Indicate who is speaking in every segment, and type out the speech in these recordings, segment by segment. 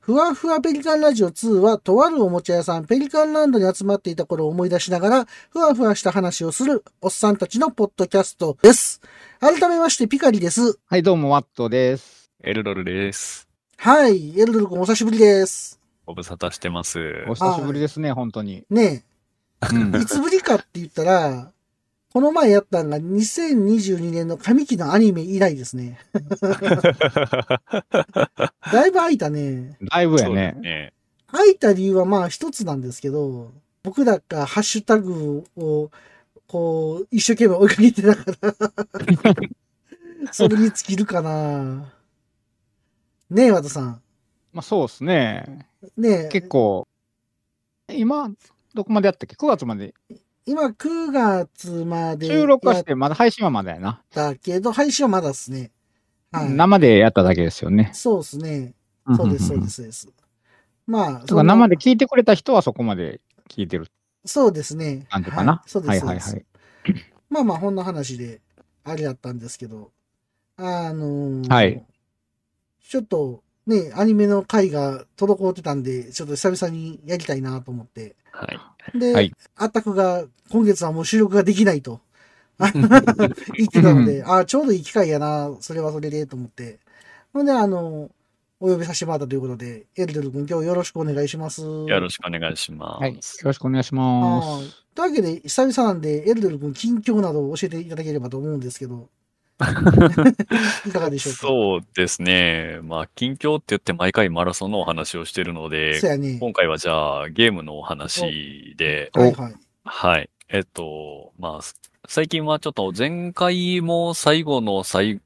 Speaker 1: ふわふわペリカンラジオ2は、とあるおもちゃ屋さん、ペリカンランドに集まっていた頃を思い出しながら、ふわふわした話をする、おっさんたちのポッドキャストです。改めまして、ピカリです。
Speaker 2: はい、どうも、ワットです。
Speaker 3: エルロルです。
Speaker 1: はい、エルドル君お久しぶりです。
Speaker 3: ご無沙汰してます。
Speaker 2: お久しぶりですね、本当 に。
Speaker 1: ね
Speaker 2: うん
Speaker 1: え、いつぶりかって言ったら、この前やったんが2022年の上期のアニメ以来ですね。だいぶ空いたね。
Speaker 2: だいぶや
Speaker 3: そうだ
Speaker 2: ね。
Speaker 3: ね。
Speaker 1: 空いた理由はまあ一つなんですけど、僕らがハッシュタグをこう一生懸命追いかけてた から、それに尽きるかな。ねえ、和田さん。
Speaker 2: まあ、そうですね。
Speaker 1: ねえ
Speaker 2: 結、構、今、どこまでやったっけ ?9 月まで。
Speaker 1: 今9月まで
Speaker 2: 収録は
Speaker 1: や
Speaker 2: し、
Speaker 1: って
Speaker 2: まだ配信はまだやな。
Speaker 1: たけど、配信はまだですね。はい。
Speaker 2: 生でやっただけですよね。。
Speaker 1: そうですね。そうです、そうですす、そうです。まあ、
Speaker 2: とか、
Speaker 1: その
Speaker 2: 生で聞いてくれた人はそこまで聞いてる
Speaker 1: そうですね。
Speaker 2: 感じかな
Speaker 1: はい、。そうで
Speaker 2: は
Speaker 1: す、
Speaker 2: い
Speaker 1: そう
Speaker 2: はい
Speaker 1: で
Speaker 2: は
Speaker 1: す
Speaker 2: い。。
Speaker 1: まあまあ、ほんの話で、あれやったんですけど、あのー
Speaker 2: はい
Speaker 1: ちょっと、ね、アニメの回が滞ってたんで、ちょっと久々にやりたいなと思って。
Speaker 3: はい。
Speaker 1: で、
Speaker 2: はい
Speaker 1: あったくが、今月はもう収録ができな いと、言ってたので、ああ、ちょうどいい機会やな、それはそれで、と思って。ほんで、あのーお呼びさせてもらったということで、エルドル君、今日よろしくお願いします。
Speaker 3: よろしくお願いしま
Speaker 2: はい、よ
Speaker 3: す。
Speaker 2: ろしくお願いしま
Speaker 1: はい
Speaker 2: す。
Speaker 1: というわけで、久々なんで、エルドル君、近況などを教えていただければと思うんですけ ど、いかがでしょうか。
Speaker 3: そうですね。まあ、近況って言って毎回マラソンのお話をしてるので
Speaker 1: そ、やね。
Speaker 3: 今回はじゃあゲームのお話で、
Speaker 2: お
Speaker 1: はいはい。
Speaker 3: はい。えっと、まあ、す最近はちょっと前回も最後の最、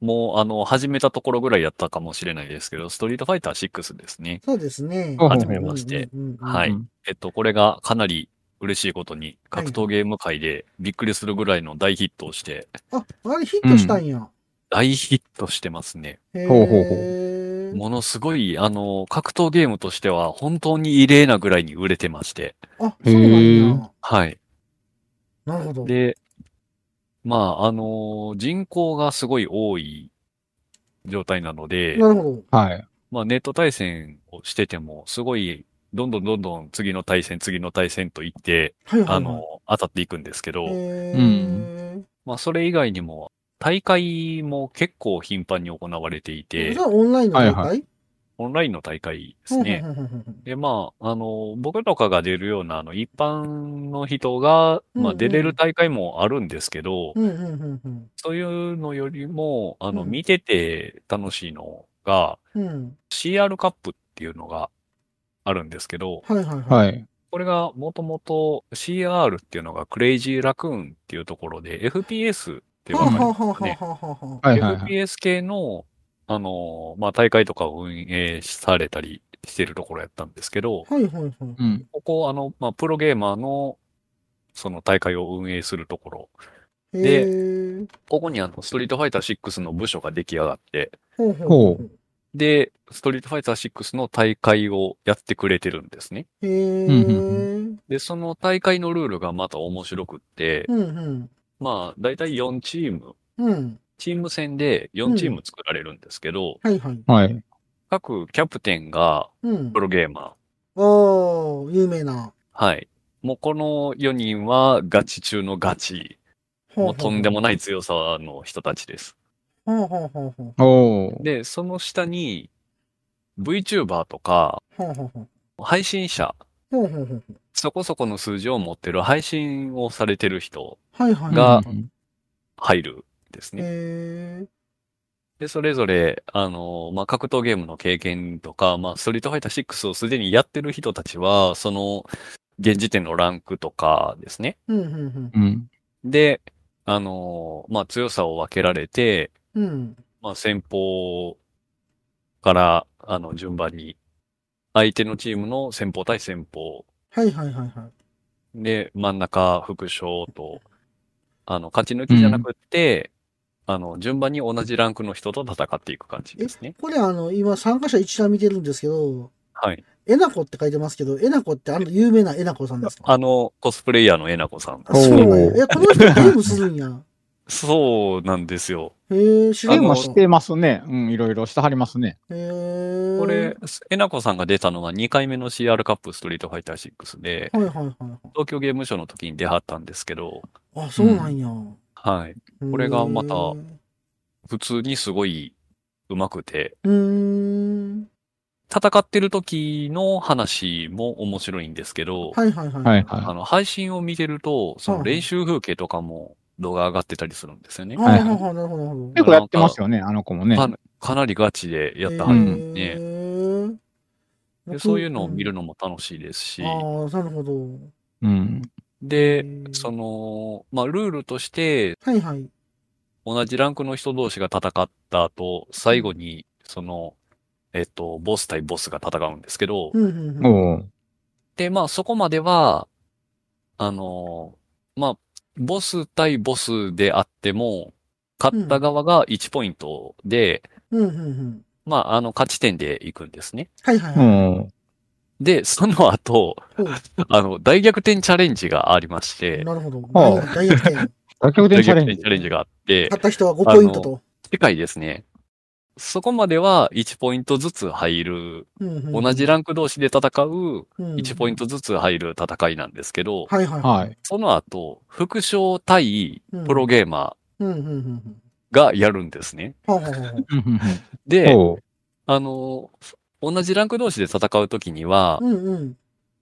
Speaker 3: もうあの、始めたところぐらいやったかもしれないですけど、ストリートファイター6ですね。
Speaker 1: そうですね。
Speaker 2: お
Speaker 3: 初めまして
Speaker 1: うんうんうんうん。
Speaker 3: はい
Speaker 2: うん
Speaker 3: えっと、これがかなり嬉しいことに、
Speaker 1: はい
Speaker 3: 格闘ゲーム界でびっくりするぐらいの大ヒットをして、
Speaker 1: あ、あれヒットしたんや。
Speaker 3: 大ヒットしてますね。
Speaker 1: へ
Speaker 2: ほうほうほ
Speaker 1: え。
Speaker 3: ものすごい、あの、格闘ゲームとしては本当に異例なぐらいに売れてまして。
Speaker 1: あ、そうなん
Speaker 2: へ
Speaker 1: や。
Speaker 3: はい。
Speaker 1: なるほど。
Speaker 3: で、まあ、あの、人口がすごい多い状態なので、
Speaker 1: なるほど。
Speaker 2: はい。
Speaker 3: まあ、ネット対戦をしてても、すごい、どんどんどんどん次の対戦、次の対戦といって、
Speaker 1: はいはいはい。
Speaker 3: あ、の、当たっていくんですけど、
Speaker 1: へ
Speaker 2: う
Speaker 1: え。
Speaker 3: まあ、それ以外にも、大会も結構頻繁に行われていて
Speaker 1: じゃ、あオンラインの大
Speaker 2: はいは
Speaker 1: 会で
Speaker 3: オンラインの大会ですね。。
Speaker 1: ほうほうほうほう
Speaker 3: で、まあ、あの、僕とかが出るような、あの、一般の人が、
Speaker 1: うん
Speaker 3: ま
Speaker 1: う
Speaker 3: あ、
Speaker 1: ん
Speaker 3: 出れる大会もあるんですけど、
Speaker 1: うんうんうんうん
Speaker 3: そういうのよりも、あの、
Speaker 1: うん
Speaker 3: 見てて楽しいのが、
Speaker 1: うん。
Speaker 3: CR カップっていうのがあるんですけど、
Speaker 1: はいはいはい。
Speaker 2: はい。
Speaker 3: これがもともと CR っていうのがクレイジーラクーンっていうところで、FPS っていう
Speaker 1: はあ
Speaker 3: わかり
Speaker 1: はあ
Speaker 3: ますかね
Speaker 1: はあはあはあはあ。
Speaker 2: はいはいはい。
Speaker 3: FPS 系の、あのーまあ、大会とかを運営されたりしてるところやったんですけど、
Speaker 1: はいはいはい。
Speaker 2: うん。
Speaker 3: ここ、あの、まあ、プロゲーマーの、その大会を運営するところ、で
Speaker 1: へえ。
Speaker 3: ここにあの、ストリートファイター6の部署が出来上がって、
Speaker 1: ほうほうほうほ
Speaker 3: で、ストリートファイター6の大会をやってくれてるんですね。
Speaker 1: う。へえ。
Speaker 2: うんう
Speaker 3: で、その大会のルールがまた面白くって、
Speaker 1: うんうん。
Speaker 3: まあ、だいたい4チーム、
Speaker 1: うん。
Speaker 3: チーム戦で4チーム作られるんですけど、
Speaker 1: はいはい。
Speaker 2: はい。
Speaker 3: 各キャプテンが
Speaker 1: うん
Speaker 3: プ。ロゲーマー、
Speaker 1: ああ、有名な。
Speaker 3: はい。もうこの4人はガチ中のガチ。もうとんでも
Speaker 1: い。
Speaker 3: ない強さの人たちです。
Speaker 1: ほうほうほうほう。
Speaker 2: おー。
Speaker 3: で、その下に VTuber とか
Speaker 1: ほうほうほう。
Speaker 3: 配信者、
Speaker 1: ほうほうほう。
Speaker 3: そこそこの数字を持ってる配信をされてる人
Speaker 1: はいはい。
Speaker 3: が
Speaker 2: うん
Speaker 3: 入るんですね。
Speaker 1: へえ。
Speaker 3: で、それぞれ、あの、まあ、格闘ゲームの経験とか、まあ、ストリートファイター6をすでにやってる人たちは、その、現時点のランクとかですね。
Speaker 1: うんうん
Speaker 2: うん。
Speaker 3: で、あの、まあ、強さを分けられて、
Speaker 1: うん。うん。
Speaker 3: まあ、先方から、あの、順番に、相手のチームの先方対先方
Speaker 1: はいはいはいはい。
Speaker 3: で、真ん中、副将と、あの、勝ち抜きじゃなくって、あの、順番に同じランクの人と戦っていく感じですね。
Speaker 1: これあの、今参加者一覧見てるんですけど、
Speaker 3: はい。
Speaker 1: えなこって書いてますけど、えなこってあの有名なえなこさんですか
Speaker 3: あの、コスプレイヤーのえなこさん。
Speaker 1: あそうなんや。
Speaker 2: おー
Speaker 1: いや、この人ゲームするんや。
Speaker 3: そうなんですよ。
Speaker 1: へえ、知
Speaker 2: ゲ
Speaker 1: ら
Speaker 2: ーム
Speaker 1: な
Speaker 2: は
Speaker 1: かっ。
Speaker 2: した
Speaker 1: へ
Speaker 2: てますね。うん、いろいろしてはりますね。
Speaker 1: え。
Speaker 3: これ、えなこさんが出たのは2回目の CR カップストリートファイター6で、
Speaker 1: はいはいはい。
Speaker 3: 東京ゲームショウの時に出はったんですけど、
Speaker 1: あ、そうなんや。
Speaker 3: はい。これがまた
Speaker 1: うーん
Speaker 3: 普通にすごい上手くて、
Speaker 1: うーん。
Speaker 3: 戦ってる時の話も面白いんですけど、
Speaker 1: はいはいはい。
Speaker 2: はい
Speaker 3: あ
Speaker 2: は
Speaker 3: の、配信を見てると、その
Speaker 1: はいはい
Speaker 3: 練習風景とかも動画上がってたりするんですよね。
Speaker 1: あはいはいはい、なるほどなるほ
Speaker 2: い。
Speaker 1: ど。
Speaker 2: 結構やってますよね、あの子もね。
Speaker 3: かかなりガチでやったは
Speaker 2: う
Speaker 3: る
Speaker 2: ん
Speaker 3: んで
Speaker 1: へ
Speaker 3: すね。
Speaker 1: ー
Speaker 3: でそういうのを見る
Speaker 1: の
Speaker 3: のも楽しいですし、
Speaker 1: ああ、なるほど。
Speaker 2: うん。
Speaker 3: で
Speaker 1: へ、ー
Speaker 3: その、まあ、ルールとして、
Speaker 1: はいはい。
Speaker 3: 同じランクの人同士が戦った後、最後に、その、えっと、ボス対ボスが戦うんですけど、
Speaker 1: うんうんうん。
Speaker 2: おう
Speaker 3: で、まあ、そこまでは、あの、まあ、ボス対ボスであっても、勝った側が1ポイントで、
Speaker 1: うんうんうん。
Speaker 3: まあ、あの、勝ち点で行くんですね。
Speaker 1: はいはいはい。
Speaker 2: おう
Speaker 3: で、その後、
Speaker 1: ほう
Speaker 3: あの、大逆転チャレンジがありまして、
Speaker 1: なるほど。
Speaker 2: あ
Speaker 1: 大大逆 転。
Speaker 2: 大逆
Speaker 1: 勝
Speaker 3: 大
Speaker 2: 転チャ
Speaker 3: 逆
Speaker 2: レン
Speaker 3: 転
Speaker 2: ジ
Speaker 3: チ。ャレンジがあって、
Speaker 1: った人は5ポイントと。
Speaker 3: 世界ですね。そこまでは1ポイントずつ入る、同じ
Speaker 1: ラ
Speaker 3: ランク同士で戦う1ポイン
Speaker 1: ト。
Speaker 3: トずつ入る戦いなんですけど、
Speaker 1: はいはい。
Speaker 2: はいい。
Speaker 3: その後、副将対プロゲーマ
Speaker 1: うんうんうんうん。
Speaker 3: ーがやるんですね。
Speaker 1: はあはあは
Speaker 3: で、
Speaker 2: おう
Speaker 3: あの、同じランク同士で戦うときには
Speaker 1: あ。、うんうん。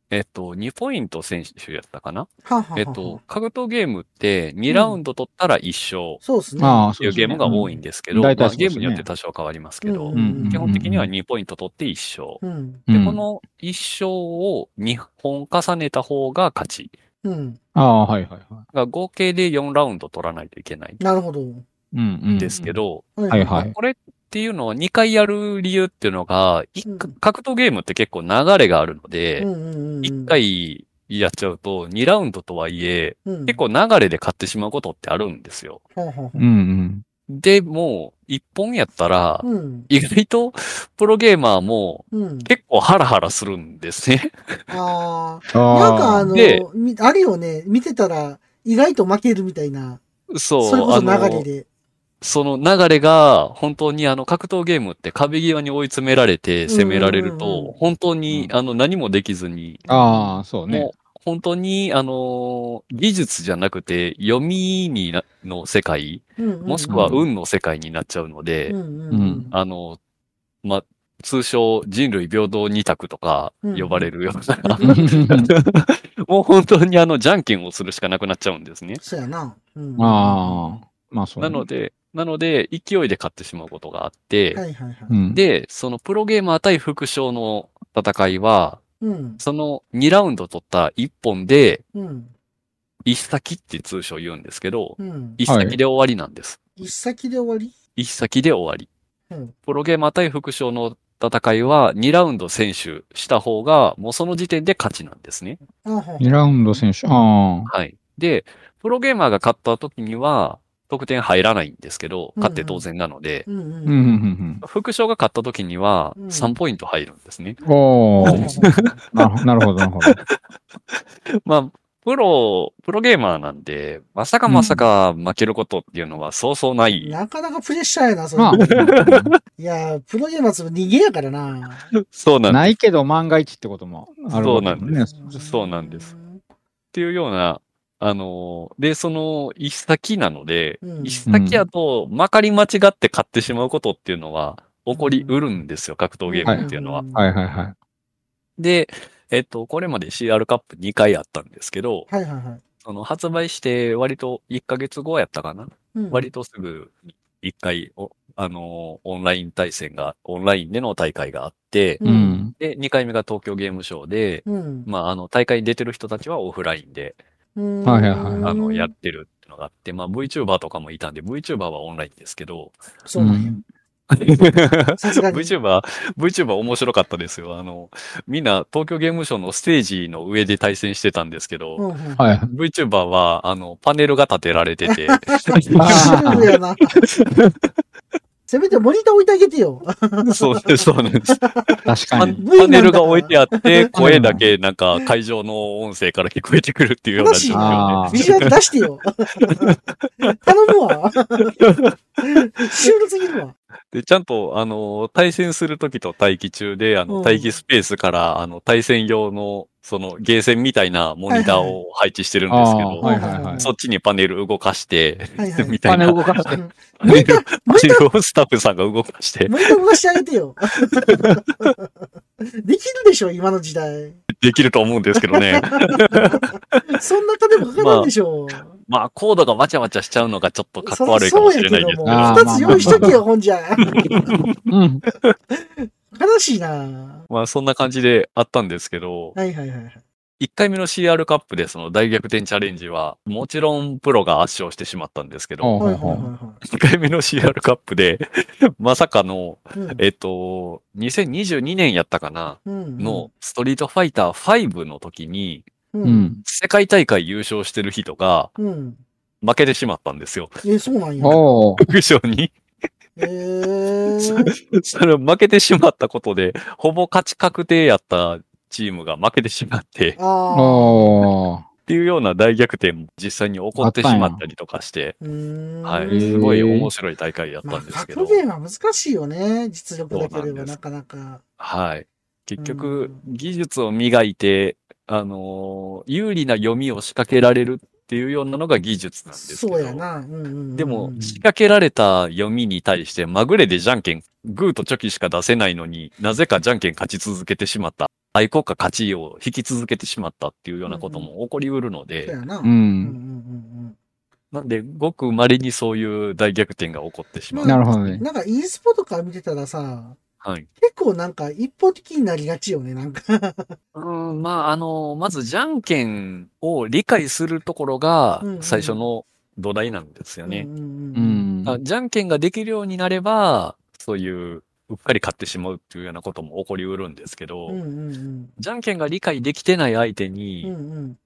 Speaker 3: えっと、2ポイント選手やったかな
Speaker 1: はあはあはあ
Speaker 3: えっと、、格闘ゲームって2ラウンド取ったら1勝
Speaker 1: そうですね。
Speaker 2: まあ、
Speaker 3: って
Speaker 2: そう
Speaker 3: い
Speaker 2: で
Speaker 3: う
Speaker 2: すね
Speaker 3: ゲームが多いんですけど、
Speaker 2: うん
Speaker 3: まあ、
Speaker 2: 大体そう
Speaker 3: ゲ
Speaker 2: で
Speaker 3: ー
Speaker 2: す
Speaker 3: ム
Speaker 2: ね
Speaker 3: によって多少変わりますけど
Speaker 1: う、ん
Speaker 3: 基本的には
Speaker 2: うん
Speaker 3: 2ポイント取って1勝。
Speaker 1: うん。
Speaker 2: うん
Speaker 3: で、この1勝を2本重ねた方が勝ち。
Speaker 1: うん。
Speaker 2: ああ、はいはいは
Speaker 3: が合計で4ラウンド取らないといけない
Speaker 1: なるほど。
Speaker 2: い。うんうん
Speaker 3: んですけ。ど、
Speaker 2: はいはい。
Speaker 3: これっていうのは2回やる理由っていうのが、い
Speaker 1: うん
Speaker 3: 格闘ゲームって結構流れがあるので、1
Speaker 1: 一、
Speaker 3: 回やっちゃうと2ラウンドとはいえ、
Speaker 1: 結
Speaker 3: 結構流れで勝ってしまうことってあるんですよ。
Speaker 2: うんうん。
Speaker 3: でも、1本やったら、
Speaker 1: うん。
Speaker 3: 意外とプロゲーマーも
Speaker 1: うん。
Speaker 3: 結構ハラハラするんですね。
Speaker 1: あ
Speaker 2: あ
Speaker 1: あ。
Speaker 2: あ。
Speaker 1: なんかあの
Speaker 3: で、
Speaker 1: みあるよね。見てたら、意外と負けるみたいな。
Speaker 3: そう。
Speaker 1: それこそ
Speaker 3: あの
Speaker 1: 流れで。
Speaker 3: その流れが、本当にあの格闘ゲームって壁際に追い詰められて攻められ
Speaker 1: うんうん
Speaker 3: る
Speaker 1: うん
Speaker 3: と、本当に
Speaker 2: うん
Speaker 3: あの何もできずに、
Speaker 2: ああ、そうね
Speaker 3: も。う本当にあの、技術じゃなくて読みになの世界、も
Speaker 1: も
Speaker 3: しくは運の世界になっちゃうので、
Speaker 2: うん
Speaker 3: あの、ま、通称人類平等二択とか呼ばれるような、 もう本当にあのじゃんけんをするしかなくなっちゃうんですね。
Speaker 1: そうやな。うん
Speaker 2: ああ。まあ、そうね
Speaker 3: なの。で、なので勢いで勝ってしまうことがあって、
Speaker 1: はいはいは
Speaker 2: う
Speaker 1: い。
Speaker 2: ん。
Speaker 3: で、そのプロゲーマー対副将の戦いは、
Speaker 1: うん。
Speaker 3: その2ラウンド取った1本で、
Speaker 1: うん。
Speaker 3: 一先って通称言うんですけど
Speaker 1: う、ん。
Speaker 3: 一先で終わりなんです。
Speaker 1: 一先で終わり
Speaker 3: 一先で終わり。
Speaker 1: うん。
Speaker 3: プロゲーマー対副将の戦いは2ラウンド選手した方が、もうその時点で勝ちなんですね。
Speaker 1: ああは
Speaker 2: 2ラウンド選手。あ
Speaker 3: はい。で、プロゲーマーが勝った時には、得点入らないんですけど、
Speaker 1: うん
Speaker 3: 勝って当然なので、
Speaker 1: うんう
Speaker 2: あ。
Speaker 1: ん
Speaker 2: うんう。ん
Speaker 3: 副将が勝った時には、
Speaker 1: うん
Speaker 3: 3ポイント入るんですね。
Speaker 2: うんうん。お
Speaker 1: は
Speaker 2: お
Speaker 1: い。は
Speaker 2: なるなるほど、なるほど。
Speaker 3: まあ、プロ、プロゲーマーなんで、まさかまさか負けることっていうのはそうそうない い。
Speaker 1: なかなかプレッシャーやな、それ
Speaker 2: ま。
Speaker 1: いやー、プロゲーマーズも逃げやからな。
Speaker 3: そうな
Speaker 2: あ、
Speaker 3: んです。
Speaker 2: ないけど万が一ってこともあるわけだもね。
Speaker 3: そそうなんです。っていうような、あのーで、その、一先なので、
Speaker 1: うん
Speaker 3: 一先やと、まかり間違って買ってしまうことっていうのは、起こりうるんですよ、格闘ゲームっていうのは。
Speaker 1: ん
Speaker 2: はいはいはい。
Speaker 3: で、えっと、これまで CR カップ2回あったんですけど、
Speaker 1: はいはいはい。
Speaker 3: その発売して割と1ヶ月後やったかな
Speaker 1: うん
Speaker 3: 割とすぐ一回お、あのーオンライン対戦が、オンラインでの大会があって、
Speaker 1: う
Speaker 2: うんん。
Speaker 3: で、2回目が東京ゲームショウで、
Speaker 1: うん。
Speaker 3: まあ、あの、大会に出てる人たちはオフラインで、
Speaker 1: うん
Speaker 2: はいはいはい
Speaker 3: あの、やってるってのがあって、まあ、VTuber とかもいたんで、VTuber はオンラインです けど、
Speaker 1: そうなんや。さすがに
Speaker 3: VTuber、VTuber 面白かったですよ。あの、みんな東京ゲームショウのステージの上で対戦してたんですけ
Speaker 1: うん
Speaker 3: ど、
Speaker 1: うん
Speaker 2: はい。
Speaker 3: VTuber は、あの、パネルが立てられて て、
Speaker 1: シルブやな。 せめてモニター置いてあげてよ。
Speaker 3: そうです、そうなんです。
Speaker 2: 確か
Speaker 3: パ
Speaker 2: に。
Speaker 3: パネルが置いてあって、声だけなんか会場の音声から聞こえてくるっていうような状況
Speaker 2: あ
Speaker 1: ビジュアル出してよ。頼むわ。シュールすぎるわ。
Speaker 3: で、ちゃんと、あの、対戦するときと待機中で、あ
Speaker 1: う
Speaker 3: の、
Speaker 1: ん
Speaker 3: 待機スペースから、あの、対戦用の、その、ゲーセンみたいなモニターを配置してるんですけ
Speaker 2: あー
Speaker 3: ど、
Speaker 2: はいはいはい。
Speaker 3: そっちにパネル動かして、
Speaker 1: はいはい
Speaker 3: みたい
Speaker 2: 金
Speaker 3: な。
Speaker 2: 動かし
Speaker 1: う
Speaker 2: て。
Speaker 1: ん
Speaker 3: パネルパネルをスタッフさんが動か して、
Speaker 1: もう一回動かしてあげてよ。 できるでしょ、今の時代。
Speaker 3: できると思うんですけどね。
Speaker 1: そんな金もかかるんでしょ。
Speaker 3: まあ、コードがわちゃわちゃしちゃうのがちょっとかっこ悪いか
Speaker 1: そ
Speaker 3: も
Speaker 1: う
Speaker 3: し
Speaker 1: や
Speaker 3: れないですけど。
Speaker 1: も、
Speaker 2: あー
Speaker 1: 二つ用意しとけよ、ほんじゃ。
Speaker 2: うん。
Speaker 1: 悲しいな
Speaker 3: まあ、そんな感じであったんですけど、
Speaker 1: はいはいはいはい。
Speaker 3: 1回目の CR カップでその大逆転チャレンジは、もちろんプロが圧勝してしまったんですけど、
Speaker 1: はい
Speaker 2: ほうほ
Speaker 1: は
Speaker 2: う
Speaker 1: い
Speaker 2: ほう
Speaker 1: は
Speaker 3: 1回目の CR カップで、 まさかの、
Speaker 1: いはい。
Speaker 3: えっと、2022年やったかな
Speaker 1: うん
Speaker 3: の、ストリートファイター5の時に、
Speaker 1: う。
Speaker 2: うんん。
Speaker 3: 世界大会優勝してる人が
Speaker 1: うん。
Speaker 3: 負けてしまったんですよ。
Speaker 1: え、そうなんや。
Speaker 2: おー。
Speaker 3: 副賞に。
Speaker 1: えー、
Speaker 3: それ負けてしまったことで、ほぼ勝ち確定やったチームが負けてしまって、っ
Speaker 1: ああ。
Speaker 2: おー。
Speaker 3: ていうような大逆転も実際に起こってしまったりとかして、
Speaker 1: うーん
Speaker 3: は
Speaker 2: へ
Speaker 3: い、
Speaker 2: ー
Speaker 3: すごい面白い大会やっ
Speaker 1: ま
Speaker 3: た
Speaker 1: あ、
Speaker 3: んですけ
Speaker 1: 格
Speaker 3: ど、
Speaker 1: ゲーは難しいよね。実力だけ
Speaker 3: そ
Speaker 1: れ
Speaker 3: う
Speaker 1: ば
Speaker 3: なんで
Speaker 1: な
Speaker 3: す
Speaker 1: かなか。
Speaker 3: はい。結
Speaker 1: う
Speaker 3: 局
Speaker 1: ん、
Speaker 3: 技術を磨いて、あのー有利な読みを仕掛けられるっていうようなのが技術なんですけ
Speaker 1: そ
Speaker 3: ど、
Speaker 1: うやな。うんうんうん、
Speaker 3: でも、仕掛けられた読みに対して、まぐれでじゃんけん、グーとチョキしか出せないのになぜかじゃんけん勝ち続けてしまった。愛国家勝ちを引き続けてしまったっていうようなことも起こりうるの
Speaker 1: そう
Speaker 3: で、
Speaker 1: やな。
Speaker 2: う
Speaker 1: うんうん
Speaker 2: ん。
Speaker 1: うん
Speaker 3: なんで、ごく稀にそういう大逆転が起こってしまう。
Speaker 2: なるほど
Speaker 1: うん。
Speaker 2: ね。
Speaker 1: なんか e スポとか見てたらさ、
Speaker 3: はい。
Speaker 1: 結構なんか一方的になりがちよね、なんか。
Speaker 3: うん、まあ、あの、まず、じゃんけんを理解するところが
Speaker 1: うんう、ん
Speaker 3: 最初の土台なんですよね
Speaker 1: う。んうん
Speaker 2: う
Speaker 1: う
Speaker 2: ん。
Speaker 1: ん
Speaker 3: あじゃんけんができるようになれば、そういう、うっかり勝ってしまうっていうようなことも起こりうるんですけど、
Speaker 1: うんうん
Speaker 3: じゃんけんが理解できてない相手
Speaker 1: う
Speaker 3: に、
Speaker 1: んうん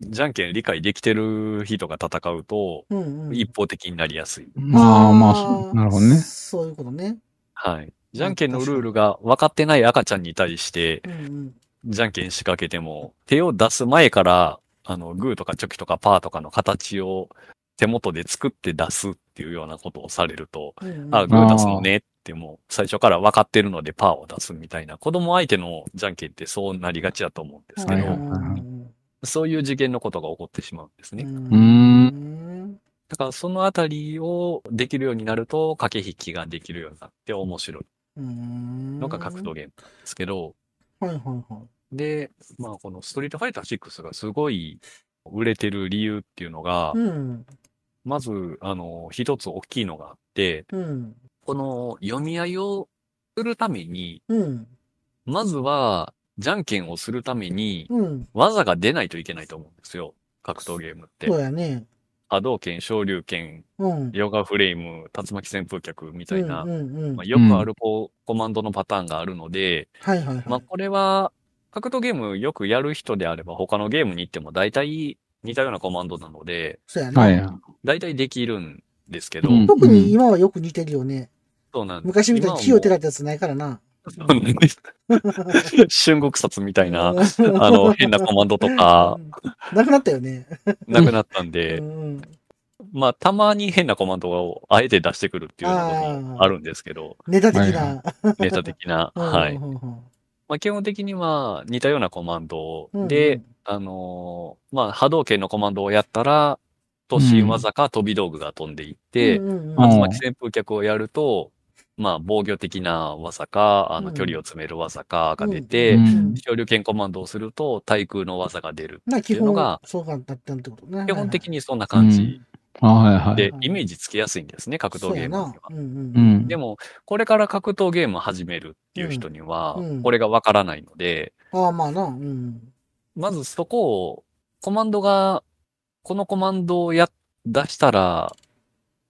Speaker 3: じゃんけん理解できてる人が戦うと、
Speaker 1: うんうん
Speaker 3: 一方的になりやすい。
Speaker 2: まあまあそう、なるほどね。
Speaker 1: そういうことね。
Speaker 3: はい。じゃんけんのルールが分かってない赤ちゃんに対して、
Speaker 1: うんうん
Speaker 3: じゃんけん仕掛けても、手を出す前から、あの、グーとかチョキとかパーとかの形を手元で作って出すっていうようなことをされると、
Speaker 1: うんうん。
Speaker 3: あ、グー出すのねってもう最初から分かってるのでパーを出すみたいな、子供相手のじゃんけんってそうなりがちだと思うんですけ
Speaker 2: は
Speaker 3: ど、
Speaker 2: いはいはい
Speaker 3: そういう次元のことが起こってしまうんですね。
Speaker 1: うんうん
Speaker 3: だからそのあたりをできるようになると、駆け引きができるようになって面白い
Speaker 1: うん。
Speaker 3: のが格闘ゲームなんですけど、
Speaker 1: はいはいはい。
Speaker 3: で、まあ、このストリートファイター6がすごい売れてる理由っていうのが、
Speaker 1: うん
Speaker 3: まず、あの、一つ大きいのがあって、
Speaker 1: うん
Speaker 3: この読み合いをするために、
Speaker 1: うん
Speaker 3: まずは、じゃんけんをするために、
Speaker 1: うん。
Speaker 3: 技が出ないといけないと思うんですよ。格闘ゲームって
Speaker 1: そ。うやね。
Speaker 3: 波動拳、昇竜拳、
Speaker 1: うん。
Speaker 3: ヨガフレーム、竜巻旋風脚みたいな、
Speaker 1: うんうんうん
Speaker 3: まあ、よくあるこう、コマンドのパターンがあるので、
Speaker 1: はいはいはい。
Speaker 3: まあ、これは、格闘ゲームよくやる人であれば、他のゲームに行っても大体似たようなコマンドなので、
Speaker 1: そうやね。
Speaker 2: はい。
Speaker 3: 大体できるんですけど、
Speaker 2: うん
Speaker 1: 特に今はよく似てるよね。
Speaker 3: そうなんです
Speaker 1: 昔みたいに木を照らったやつないからな。
Speaker 3: 今はもうそうなんです。春国殺みたいな、 あ
Speaker 1: あ
Speaker 3: の、変なコマンドとか、
Speaker 1: なくなったよね。
Speaker 3: なくなったん
Speaker 1: う
Speaker 3: で、
Speaker 1: ん
Speaker 3: まあ、たまに変なコマンドをあえて出してくるっていうのがあるんですけど、
Speaker 1: ネタ的な。
Speaker 3: ネタ的な。
Speaker 1: は
Speaker 3: はいい。まあ、基本的には似たようなコマンドで、、あのーまあ、波動拳のコマンドをやったら、と新技か飛び道具が飛んでいって、
Speaker 2: うん
Speaker 3: 竜巻旋風脚をやると、まあ、防御的な技か、あ
Speaker 1: う
Speaker 3: の、
Speaker 1: ん
Speaker 3: 距離を詰める技かが出
Speaker 2: う
Speaker 3: て、
Speaker 2: ん
Speaker 3: 漂流拳コマンドをすると、対空の技が出る。
Speaker 1: な基
Speaker 3: っていうの
Speaker 1: 本
Speaker 3: が、
Speaker 1: そうかだったってことね。
Speaker 3: 基本的にそんな感じ
Speaker 2: あはいはい。
Speaker 3: で、イメージつきやすいんですね、格闘ゲームには。
Speaker 2: うん。
Speaker 3: でも、これから格闘ゲーム始めるっていう人には
Speaker 1: うんうん、
Speaker 3: これがわからないので、
Speaker 1: ああ、まあな。うん。
Speaker 3: まずそこを、コマンドが、このコマンドをや、出したら、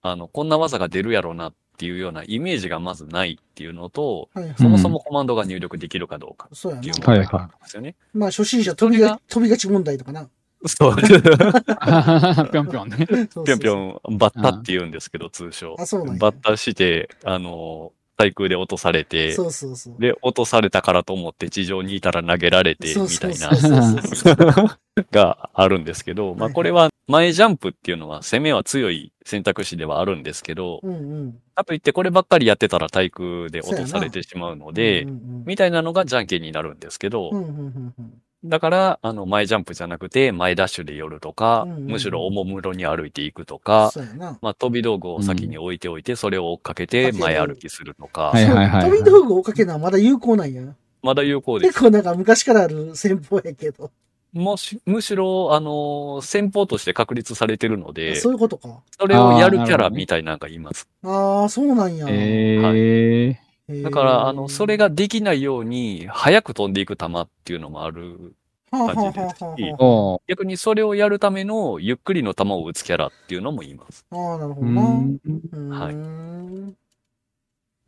Speaker 3: あの、こんな技が出るやろうなっていうようなイメージがまずないっていうのと、
Speaker 1: はいはい。
Speaker 3: そもそもコマンドが入力できるかどうか
Speaker 1: そうや
Speaker 3: ってい
Speaker 1: な
Speaker 3: う。問
Speaker 2: はい
Speaker 3: 題
Speaker 2: はい
Speaker 3: があるんですよね。
Speaker 1: まあ初心者飛びが飛びがち問題とかな。
Speaker 3: そう。
Speaker 2: ぴょんぴょんね。
Speaker 3: ぴょんぴ
Speaker 1: ん。
Speaker 3: ょん、バッタって言うんですけど、通称。
Speaker 1: あ、そうなん
Speaker 3: バッタして、あの、対空で落とされて、
Speaker 1: そうそうそう。
Speaker 3: で、落とされたからと思って地上にいたら投げられて、みたいな、
Speaker 1: そうそうそう。
Speaker 3: があるんですけど、まあこれは前ジャンプっていうのは攻めは強い選択肢ではあるんですけど、
Speaker 1: うんうん。
Speaker 3: かといってこればっかりやってたら対空で落とされてしまうので、
Speaker 1: うんうん
Speaker 3: みたいなのがじゃんけんになるんですけど、
Speaker 1: うんうんうんうん
Speaker 3: だから、あの、前ジャンプじゃなくて、前ダッシュで寄るとか、
Speaker 1: うんうん
Speaker 3: むしろおもむろに歩いていくとか、
Speaker 1: そうやな。
Speaker 3: まあ、飛び道具を先に置いておいて、それを追っかけて前歩きするとか、
Speaker 2: はいはいはい
Speaker 1: そう飛び道具を追っかけるのはまだ有効なんや。
Speaker 3: まだ有効です。
Speaker 1: 結構なんか昔からある戦法やけど。
Speaker 3: もし、むしろ、あの、戦法として確立されてるので、
Speaker 1: そ
Speaker 3: そう
Speaker 1: いうことか。
Speaker 3: れをやるキャ
Speaker 2: あーなるほ
Speaker 3: ラ
Speaker 2: どね
Speaker 3: みたいなのがいます。
Speaker 1: ああ、そうなんや。
Speaker 2: ええ
Speaker 1: へー
Speaker 3: だから、あの、それ、ができないように、早く飛んでいく球っていうのもある。
Speaker 1: はあはあはあ
Speaker 3: 感じです
Speaker 1: は
Speaker 2: ー。お
Speaker 3: 逆にそれをやるための、ゆっくりの球を打つキャラっていうのもいます。
Speaker 1: あはああー、なるほ
Speaker 2: う
Speaker 1: どな。
Speaker 2: ん。
Speaker 1: う
Speaker 3: はい
Speaker 1: ーん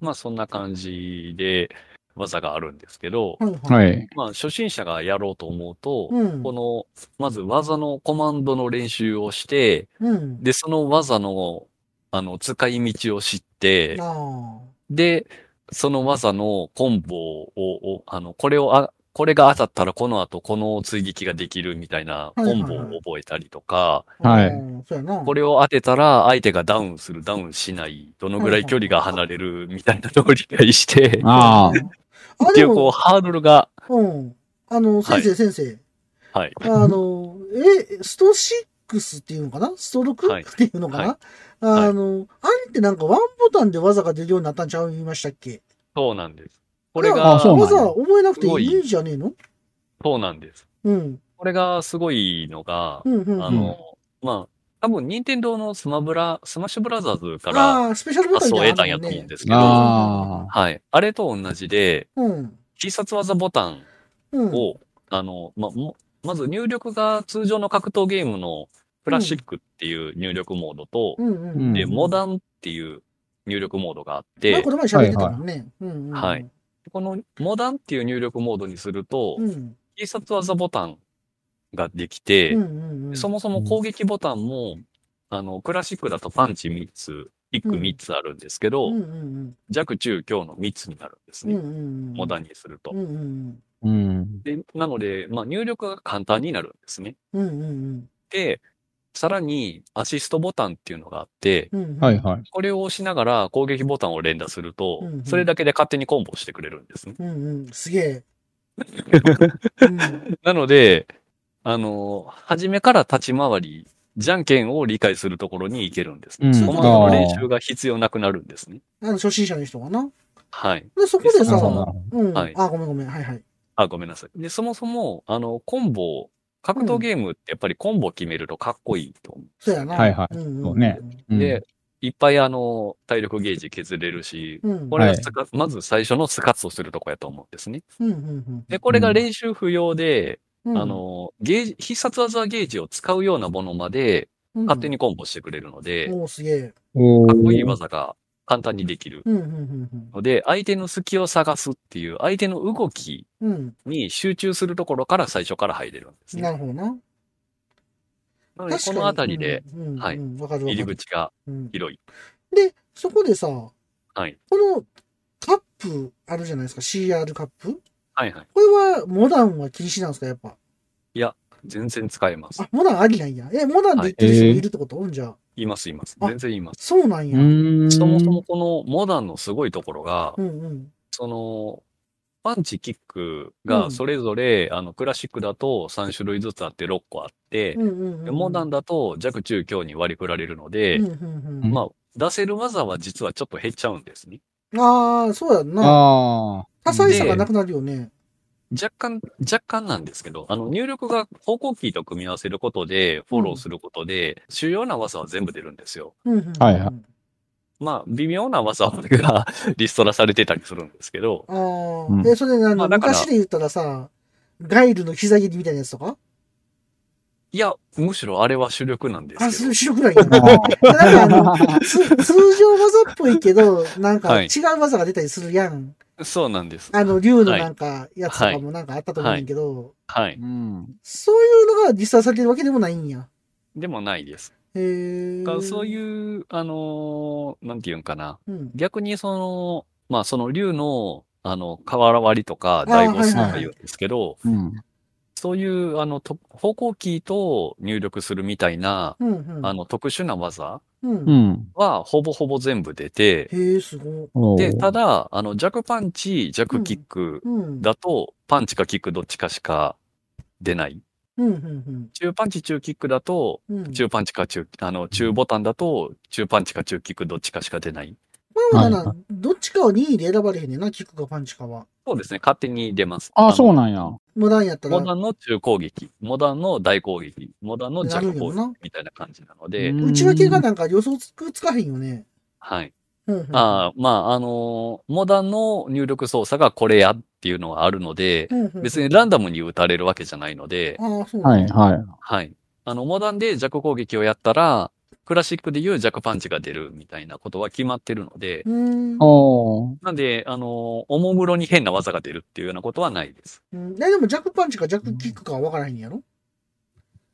Speaker 3: まあ、そんな感じで、技があるんですけど、
Speaker 1: はいはい。
Speaker 2: はい。
Speaker 3: まあ、初心者がやろうと思うと、
Speaker 1: うん。
Speaker 3: この、まず技のコマンドの練習をして、
Speaker 1: うん。
Speaker 3: で、その技の、あの、使い道を知って、
Speaker 1: ああ。
Speaker 3: で、その技のコンボを、をあの、これをあ、これが当たったらこの後この追撃ができるみたいなコンボを覚えたりとか、
Speaker 2: はい
Speaker 1: あー。そうやな。
Speaker 3: これを当てたら相手がダウンする、ダウンしない、どのぐらい距離が離れるみたいなのを理解して、
Speaker 2: ああ。
Speaker 1: あ、
Speaker 3: ってい
Speaker 1: で
Speaker 3: うこう
Speaker 1: も、
Speaker 3: ハードルが、
Speaker 1: うん。あの、先生、先生。
Speaker 3: はい。
Speaker 1: あの、え、スト6っていうのかなスト
Speaker 3: はい
Speaker 1: 6っていうのかな、
Speaker 3: は
Speaker 1: あの、あれってなんかワンボタンで技が出るようになったんちゃう言いましたっけ
Speaker 3: そうなんです。これ
Speaker 2: あ
Speaker 3: が、
Speaker 2: そうなん
Speaker 3: そ
Speaker 2: だ
Speaker 1: 技覚えなくていいんじゃねえの
Speaker 3: うなんです。
Speaker 1: うん。
Speaker 3: これがすごいのが
Speaker 1: う、んうん、うん。
Speaker 3: あの、まあ、多分任天堂のスマブラ、スマッシュブラザーズから、
Speaker 1: ああー、スペシャルボタ
Speaker 3: 発
Speaker 1: ン
Speaker 3: 想を
Speaker 1: み
Speaker 3: 得た
Speaker 1: た
Speaker 3: ん
Speaker 1: い
Speaker 3: や
Speaker 1: な
Speaker 3: と
Speaker 1: の
Speaker 3: 思うん
Speaker 1: ね。
Speaker 3: ですけど、
Speaker 2: ああ。
Speaker 3: はい。あれと同じで、
Speaker 1: うん。
Speaker 3: 必殺技ボタン
Speaker 1: うん。
Speaker 3: を、あの、ま、もまず入力が通常の格闘ゲームのクラシックっていう入力モードと、
Speaker 1: うんうん
Speaker 2: うん
Speaker 3: で、モダンっていう入力モードがあっ
Speaker 1: まあ
Speaker 3: て
Speaker 1: こ、れ前喋ってたもんね。うんうん。
Speaker 3: はい。このモダンっていう入力モードにすると
Speaker 1: う、ん。
Speaker 3: 必殺技ボタンができて
Speaker 1: うんう、んうん。
Speaker 3: そもそも攻撃ボタンも、あの、クラシックだとパンチ3つ、キック3つあるんですけ
Speaker 1: うん
Speaker 3: ど
Speaker 1: う、ん
Speaker 3: 弱中強の3つになるんです
Speaker 1: うん。うん
Speaker 3: ね。
Speaker 1: うんうん。
Speaker 3: モダンにすると
Speaker 1: うん。うん
Speaker 2: うん。
Speaker 3: で、なので、まあ、入力が簡単になるんですね。
Speaker 1: うん。うんうん
Speaker 3: で、さらにアシストボタンっていうのがあって、
Speaker 1: うん。
Speaker 2: はい。はい。
Speaker 3: これを押しながら攻撃ボタンを連打すると
Speaker 1: うんう、ん
Speaker 3: それだけで勝手にコンボしてくれるんですね。
Speaker 1: うんうん。すげ え。うん
Speaker 3: なので、あの、初めから立ち回り、じゃんけんを理解するところに行けるんですね。
Speaker 2: うん
Speaker 3: コマンドの練習が必要なくなるんですね。
Speaker 1: あの初心者の人かな。
Speaker 3: はい。
Speaker 1: で、そこで
Speaker 2: な
Speaker 1: さ
Speaker 2: る、ほどなるほ
Speaker 1: うん。
Speaker 3: はい
Speaker 1: あ、ごめんごめん。はいはい。
Speaker 3: あ、ごめんなさい。で、そもそも、あの、コンボ、格闘ゲームってやっぱりコンボ決めるとかっこいいと思う。
Speaker 1: そうやな。
Speaker 2: はいはい
Speaker 1: うんん
Speaker 2: そうね。ど。
Speaker 3: で、いっぱいあの、体力ゲージ削れるし、
Speaker 1: うん。
Speaker 3: これがスカまず最初のスカッとするとこやと思うんですね。
Speaker 1: うんうん
Speaker 3: で、これが練習不要で、
Speaker 1: うん。
Speaker 3: あの、ゲージ、必殺技ゲージを使うようなものまで
Speaker 1: うん、
Speaker 3: 勝手にコンボしてくれるので、
Speaker 1: おーすげえ。
Speaker 2: お
Speaker 3: かっこいい技が簡単にできる
Speaker 1: うんうんうん
Speaker 3: ので、相手の隙を探すっていう、相手の動き
Speaker 1: うん。うん。
Speaker 3: に集中するところから最初から入れるんですね。
Speaker 1: なるほどな。
Speaker 3: な
Speaker 1: 確
Speaker 3: ので、
Speaker 1: かに。
Speaker 3: このあたりで
Speaker 1: うん、うん
Speaker 3: はい
Speaker 1: うんわかるわか
Speaker 3: 入り
Speaker 1: る。
Speaker 3: 口が
Speaker 1: うん
Speaker 3: 広い。
Speaker 1: で、そこでさ、
Speaker 3: はい。
Speaker 1: このカップあるじゃないですか、CR カップ。
Speaker 3: はいはい。
Speaker 1: これはモダンは禁止なんですか、やっぱ。
Speaker 3: 全然使えます
Speaker 1: あ。、モダンありなんや。え、モダンで言ってる人もいるってこと、うんじゃあ。
Speaker 3: いますいます。
Speaker 1: あ
Speaker 3: 全然います。
Speaker 1: そうなんや。うん
Speaker 2: ん
Speaker 3: そもそもこのモダンのすごいところが、
Speaker 1: うん。
Speaker 3: その、パンチ、キック
Speaker 1: う
Speaker 3: が
Speaker 1: ん
Speaker 3: それぞれ、あの、クラシックだと3種類ずつあって6個あって
Speaker 1: う、んうんうん。
Speaker 3: モダンだと弱中強に割り振られるので
Speaker 1: うん、うんうん。
Speaker 3: まあ、出せる技は実はちょっと減っちゃうんですね。
Speaker 1: ああ、そうやんな。
Speaker 2: ああ。
Speaker 1: 多彩さがなくなるよね。
Speaker 3: 若干、若干なんですけど、あの、入力が方向キーと組み合わせることで、フォローすることで、主要な技は全部出るんですよ。
Speaker 1: うんうんうん。
Speaker 2: はいはい
Speaker 3: まあ、微妙な技が リストラされてたりするんですけど、
Speaker 1: ああ、
Speaker 2: うん
Speaker 1: え、それであの、
Speaker 3: まあだから
Speaker 1: 昔で言ったらさ、ガイルの膝蹴りみたいなやつとか
Speaker 3: いや、むしろあれは主力なんで
Speaker 1: あ、
Speaker 3: すけど
Speaker 1: 白、くらいや な。なんかあの、つ通常技っぽいけど、なんか
Speaker 3: はい
Speaker 1: 違う技が出たりするやん。
Speaker 3: そうなんです。
Speaker 1: あの、竜のなんかやつとかもなんかあったと思うんやけど、
Speaker 3: はい。
Speaker 2: うん。
Speaker 1: そういうのが実際されてるわけでもないんや。
Speaker 3: でもないです。
Speaker 1: へえ。
Speaker 3: がそう
Speaker 1: う。
Speaker 3: いう、あのーなんていうんかな。
Speaker 1: うん。
Speaker 3: 逆にその、まあその竜の、あの、瓦割りとか、
Speaker 1: あー
Speaker 3: 大ボスと
Speaker 1: はい
Speaker 3: か
Speaker 1: はい
Speaker 3: 言うんですけど、
Speaker 2: うん。
Speaker 3: そういう、あの、と方向キーと入力するみたいな、
Speaker 1: うんうん。
Speaker 3: あの、特殊な技
Speaker 1: うん
Speaker 2: う。ん。
Speaker 3: は、ほぼほぼ全部出て、
Speaker 1: へえ、すごい。
Speaker 2: おー
Speaker 3: で、ただ、あの、弱パンチ、弱キック
Speaker 1: うん。
Speaker 3: だと、パンチかキックどっちかしか出ない。
Speaker 1: うん、うん、
Speaker 3: 中パンチ、中キックだと、
Speaker 1: うん。うん。
Speaker 3: 中パンチか中、あの、中ボタンだと、中パンチか中キックどっちかしか出ない。
Speaker 1: まあまあ
Speaker 2: は
Speaker 1: な、どっちかは任意で選ばれへんねんな、キックかパンチかは。
Speaker 3: そうですね、勝手に出ます。
Speaker 2: あ、そう
Speaker 3: の
Speaker 2: なんや。
Speaker 1: モダンやったら
Speaker 3: モ、ダンの中攻撃、モダンの大攻撃、モダンの弱攻
Speaker 1: なるよな
Speaker 3: 撃みたいな感じなので、
Speaker 2: うん
Speaker 1: 内訳がなんか予想つくつかへんよね。
Speaker 3: はい。
Speaker 1: うん、うん。
Speaker 3: あーまあ、あのーモダンの入力操作がこれやっていうのがあるので
Speaker 1: う、んうん、
Speaker 3: 別にランダムに打たれるわけじゃないので、
Speaker 1: ああ、そう
Speaker 2: はい、
Speaker 1: ね。
Speaker 2: はい。
Speaker 3: はい。あの、モダンで弱攻撃をやったら、クラシックでいう弱パンチが出るみたいなことは決まってるので、
Speaker 1: うーん。
Speaker 2: おー
Speaker 3: なんで、あのーおもむろに変な技が出るっていうようなことはないです。
Speaker 1: うんえでも、ジャックパンチかジャックキックかは分からへんやろ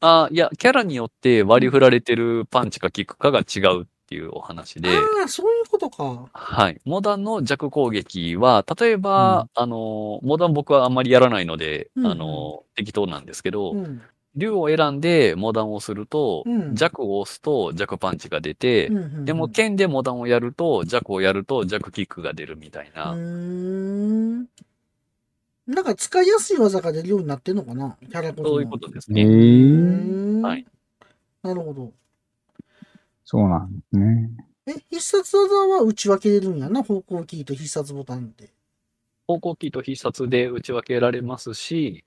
Speaker 3: あーいや、キャラによって割り振られてるパンチかキックかが違うっていうお話で、
Speaker 1: ああ、そういうことか。
Speaker 3: はい。モダンの弱攻撃は、例えば、あの、モダン僕はあんまりやらないので、
Speaker 1: うんうん
Speaker 3: あの、適当なんですけど、
Speaker 1: うん。
Speaker 3: 竜を選んでモダンをすると、
Speaker 1: うん
Speaker 3: 弱を押すと弱パンチが出て、
Speaker 1: うんうんうん
Speaker 3: でも、剣でモダンをやると、弱をやると弱キックが出るみたいうな。
Speaker 1: ーん。なんか使いやすい技が出るようになってんのかなキャラごとの
Speaker 3: そういうことです
Speaker 2: え
Speaker 3: ね。
Speaker 1: うー
Speaker 2: ー、
Speaker 1: ん。
Speaker 3: はい
Speaker 1: なるほど。
Speaker 2: そうなんですね。
Speaker 1: え、必殺技は打ち分けれるんやな方向キーと必殺ボタンって。
Speaker 3: 方向キーと必殺で打ち分けられますし、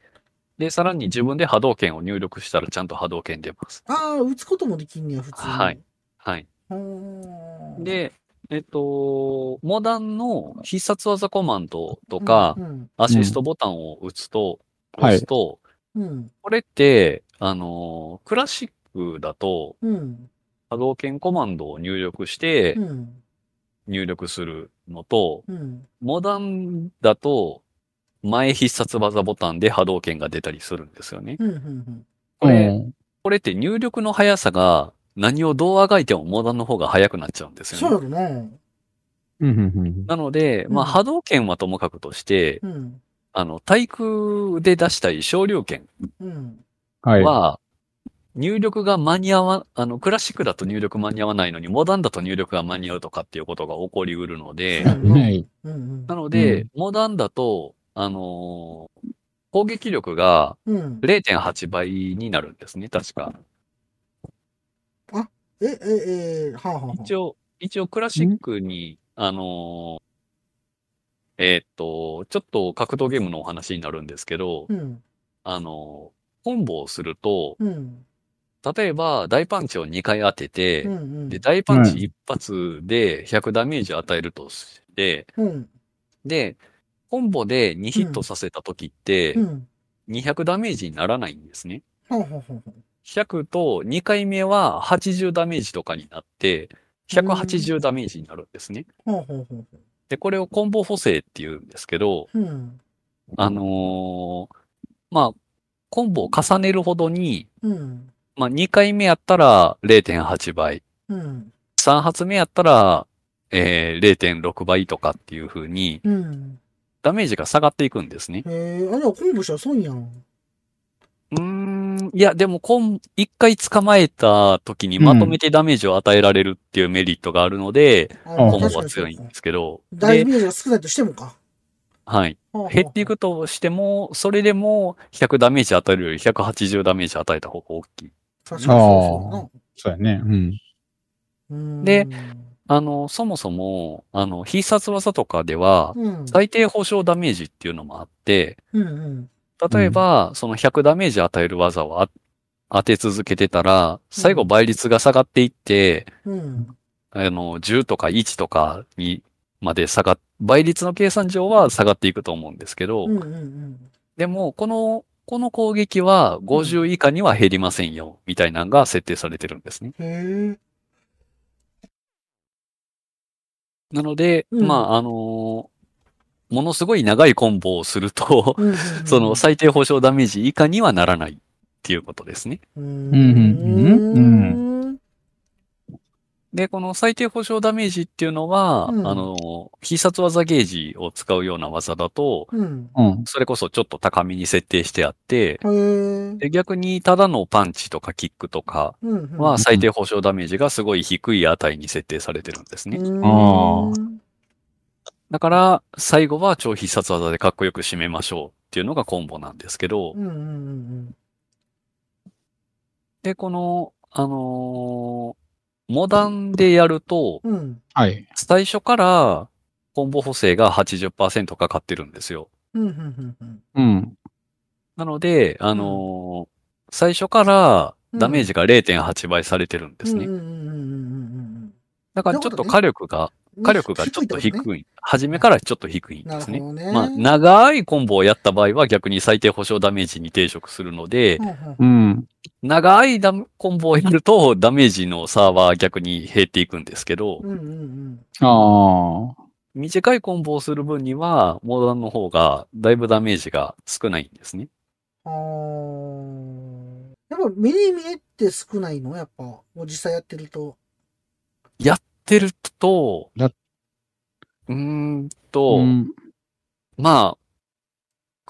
Speaker 3: で、さらに自分で波動拳を入力したらちゃんと波動拳出ます。
Speaker 1: ああ、打つこともできんねや、普通に。
Speaker 3: はい。はい。
Speaker 1: うーん。
Speaker 3: で、えっと、モダンの必殺技コマンドと
Speaker 1: うん、
Speaker 3: か
Speaker 1: う、ん。
Speaker 3: アシストボタンを打つ
Speaker 2: うんはい
Speaker 3: と、押すと、
Speaker 1: うん。
Speaker 3: これって、あのー、クラシックだと、
Speaker 1: うん。
Speaker 3: 波動拳コマンドを入力して
Speaker 1: う、ん。
Speaker 3: 入力するのと、
Speaker 1: うん。
Speaker 3: モダンだと、前必殺技ボタンで波動拳が出たりするんですよね。
Speaker 1: うん。うん。
Speaker 3: これ、
Speaker 2: うん
Speaker 3: これって入力の速さが、何をどうあがいてもモダンの方が速くなっちゃうんです
Speaker 1: そう
Speaker 3: よね。
Speaker 1: やろな。
Speaker 2: うんうんうん
Speaker 3: なので、まあ、
Speaker 1: うん
Speaker 3: 波動拳はともかくとして、
Speaker 1: うん。
Speaker 3: あの、対空で出したい少量券
Speaker 1: うん。
Speaker 2: はい。
Speaker 3: は、入力が間に合わ、あの、クラシックだと入力間に合わないのに、モダンだと入力が間に合うとかっていうことが起こりうるので、
Speaker 2: はい。
Speaker 1: うん。うん
Speaker 3: なので、
Speaker 2: う
Speaker 3: モダンだと、あのー攻撃力が
Speaker 1: うん。
Speaker 3: 0.8倍になるんですね、確か。
Speaker 1: え、え、え、はあ、はあはあ。
Speaker 3: 一応、一応クラシックに、あのーえーっと、ちょっと格闘ゲームのお話になるんですけど、
Speaker 1: うん。
Speaker 3: あのーコンボをすると、
Speaker 1: うん。
Speaker 3: 例えば大パンチを2回当てて、
Speaker 1: うん。うん
Speaker 3: で、大パンチ
Speaker 2: うん
Speaker 3: 1発で100ダメージ与えるとして、
Speaker 1: うん。
Speaker 3: で、コンボで2ヒットさせた時って
Speaker 1: う、ん。
Speaker 3: 200ダメージにならないんですね。
Speaker 1: はあ、はあ、はあはあ。
Speaker 3: 100と2回目は80ダメージとかになって、180ダメージになるんですね。
Speaker 1: はあ、はあ、はあ。
Speaker 3: で、これをコンボ補正って言うんですけど、
Speaker 1: うん。
Speaker 3: あのーまあ、コンボを重ねるほどに、
Speaker 1: うん。
Speaker 3: まあ、2回目やったら0.8倍、
Speaker 1: うん。
Speaker 3: 3発目やったら、えー、0.6倍とかっていう風に、
Speaker 1: うん。
Speaker 3: ダメージが下がっていくんですね。
Speaker 1: へえ、あれはコンボしたら損やん。
Speaker 3: うーん、いや、でも、コン、一回捕まえた時にまとめてダメージを与えられるっていうメリットがあるので、
Speaker 1: あ
Speaker 2: うん
Speaker 3: コンボ
Speaker 1: 確か
Speaker 3: は
Speaker 1: にそう
Speaker 3: 強
Speaker 1: か
Speaker 3: いんですけど、
Speaker 1: ダイ
Speaker 3: で、
Speaker 1: メージが少ないとしてもか。
Speaker 3: はい。
Speaker 1: はあはあ
Speaker 3: 減っていくとしても、それでも100ダメージ与えるより180ダメージ与えた方が大きい。
Speaker 1: 確かにそうそう
Speaker 2: そうやね。うん。
Speaker 1: やな。
Speaker 3: であの、そもそも、あの、必殺技とかでは、
Speaker 1: うん、うん。
Speaker 3: 最低保証ダメージっていうのもあって、
Speaker 1: うんうん。
Speaker 3: 例えば、その100ダメージ与える技をあ当て続けてたら、最後倍率が下がっていって、
Speaker 1: うん。
Speaker 3: あの、10とか1とかにまで下がっ、倍率の計算上は下がっていくと思うんですけど、
Speaker 1: うんうんうん。
Speaker 3: でも、この、この攻撃は50以下には減りませんよ、みたいなのが設定されてるんですね。
Speaker 1: へえ。
Speaker 3: なので、
Speaker 1: うん
Speaker 3: まあ、あのーものすごい長いコンボをすると、
Speaker 1: うんうんうん
Speaker 3: その最低保証ダメージ以下にはならないっていうことですね。
Speaker 1: うん
Speaker 2: うんうんうん
Speaker 1: うん。
Speaker 3: で、この最低保障ダメージっていうのは、
Speaker 1: うん
Speaker 3: あの、必殺技ゲージを使うような技だと、
Speaker 1: うん。
Speaker 2: うん。
Speaker 3: それこそちょっと高めに設定してあっ
Speaker 1: へ
Speaker 3: て、
Speaker 1: え。うん
Speaker 3: で逆にただのパンチとかキックとか
Speaker 1: うん。
Speaker 3: は
Speaker 2: ん
Speaker 3: 最低保障ダメージがすごい低い値に設定されてるんですね。
Speaker 1: うん
Speaker 2: あ
Speaker 3: だから、最後は超必殺技でかっこよく締めましょうっていうのがコンボなんですけど
Speaker 1: う、んうんうん
Speaker 3: で、この、あのーモダンでやると、
Speaker 1: うん。うん。
Speaker 2: はい。
Speaker 3: 最初からコンボ補正が80%かかってるんですよ。
Speaker 1: うんうんうんうん。
Speaker 2: うん。
Speaker 3: なので、あのー最初からダメージが0.8倍されてるんですね。
Speaker 1: うんうんうんうんうん
Speaker 3: だからちょっ
Speaker 1: なるほど
Speaker 3: と
Speaker 1: ね
Speaker 3: 火力が、
Speaker 1: うん。
Speaker 3: 火力がちょっと低い。初めからちょっと低いん
Speaker 1: な
Speaker 3: で
Speaker 1: る
Speaker 3: す
Speaker 1: ほ
Speaker 3: ね。
Speaker 1: どね。
Speaker 3: まあ、長いコンボをやった場合は逆に最低保障ダメージに抵触するので
Speaker 1: う、んうん
Speaker 2: うん。
Speaker 3: 長いダメコンボをやるとダメージの差は逆に減っていくんですけど、
Speaker 1: うんうん
Speaker 2: ああ。
Speaker 3: 短いコンボをする分には、モダンの方がだいぶダメージが少ないんですね。
Speaker 1: うん。ああ。やっぱ目に見えって少ないのやっぱ。もう実際やってると。
Speaker 3: ってると、
Speaker 2: だ
Speaker 3: うーんと、
Speaker 2: うん
Speaker 3: まあ、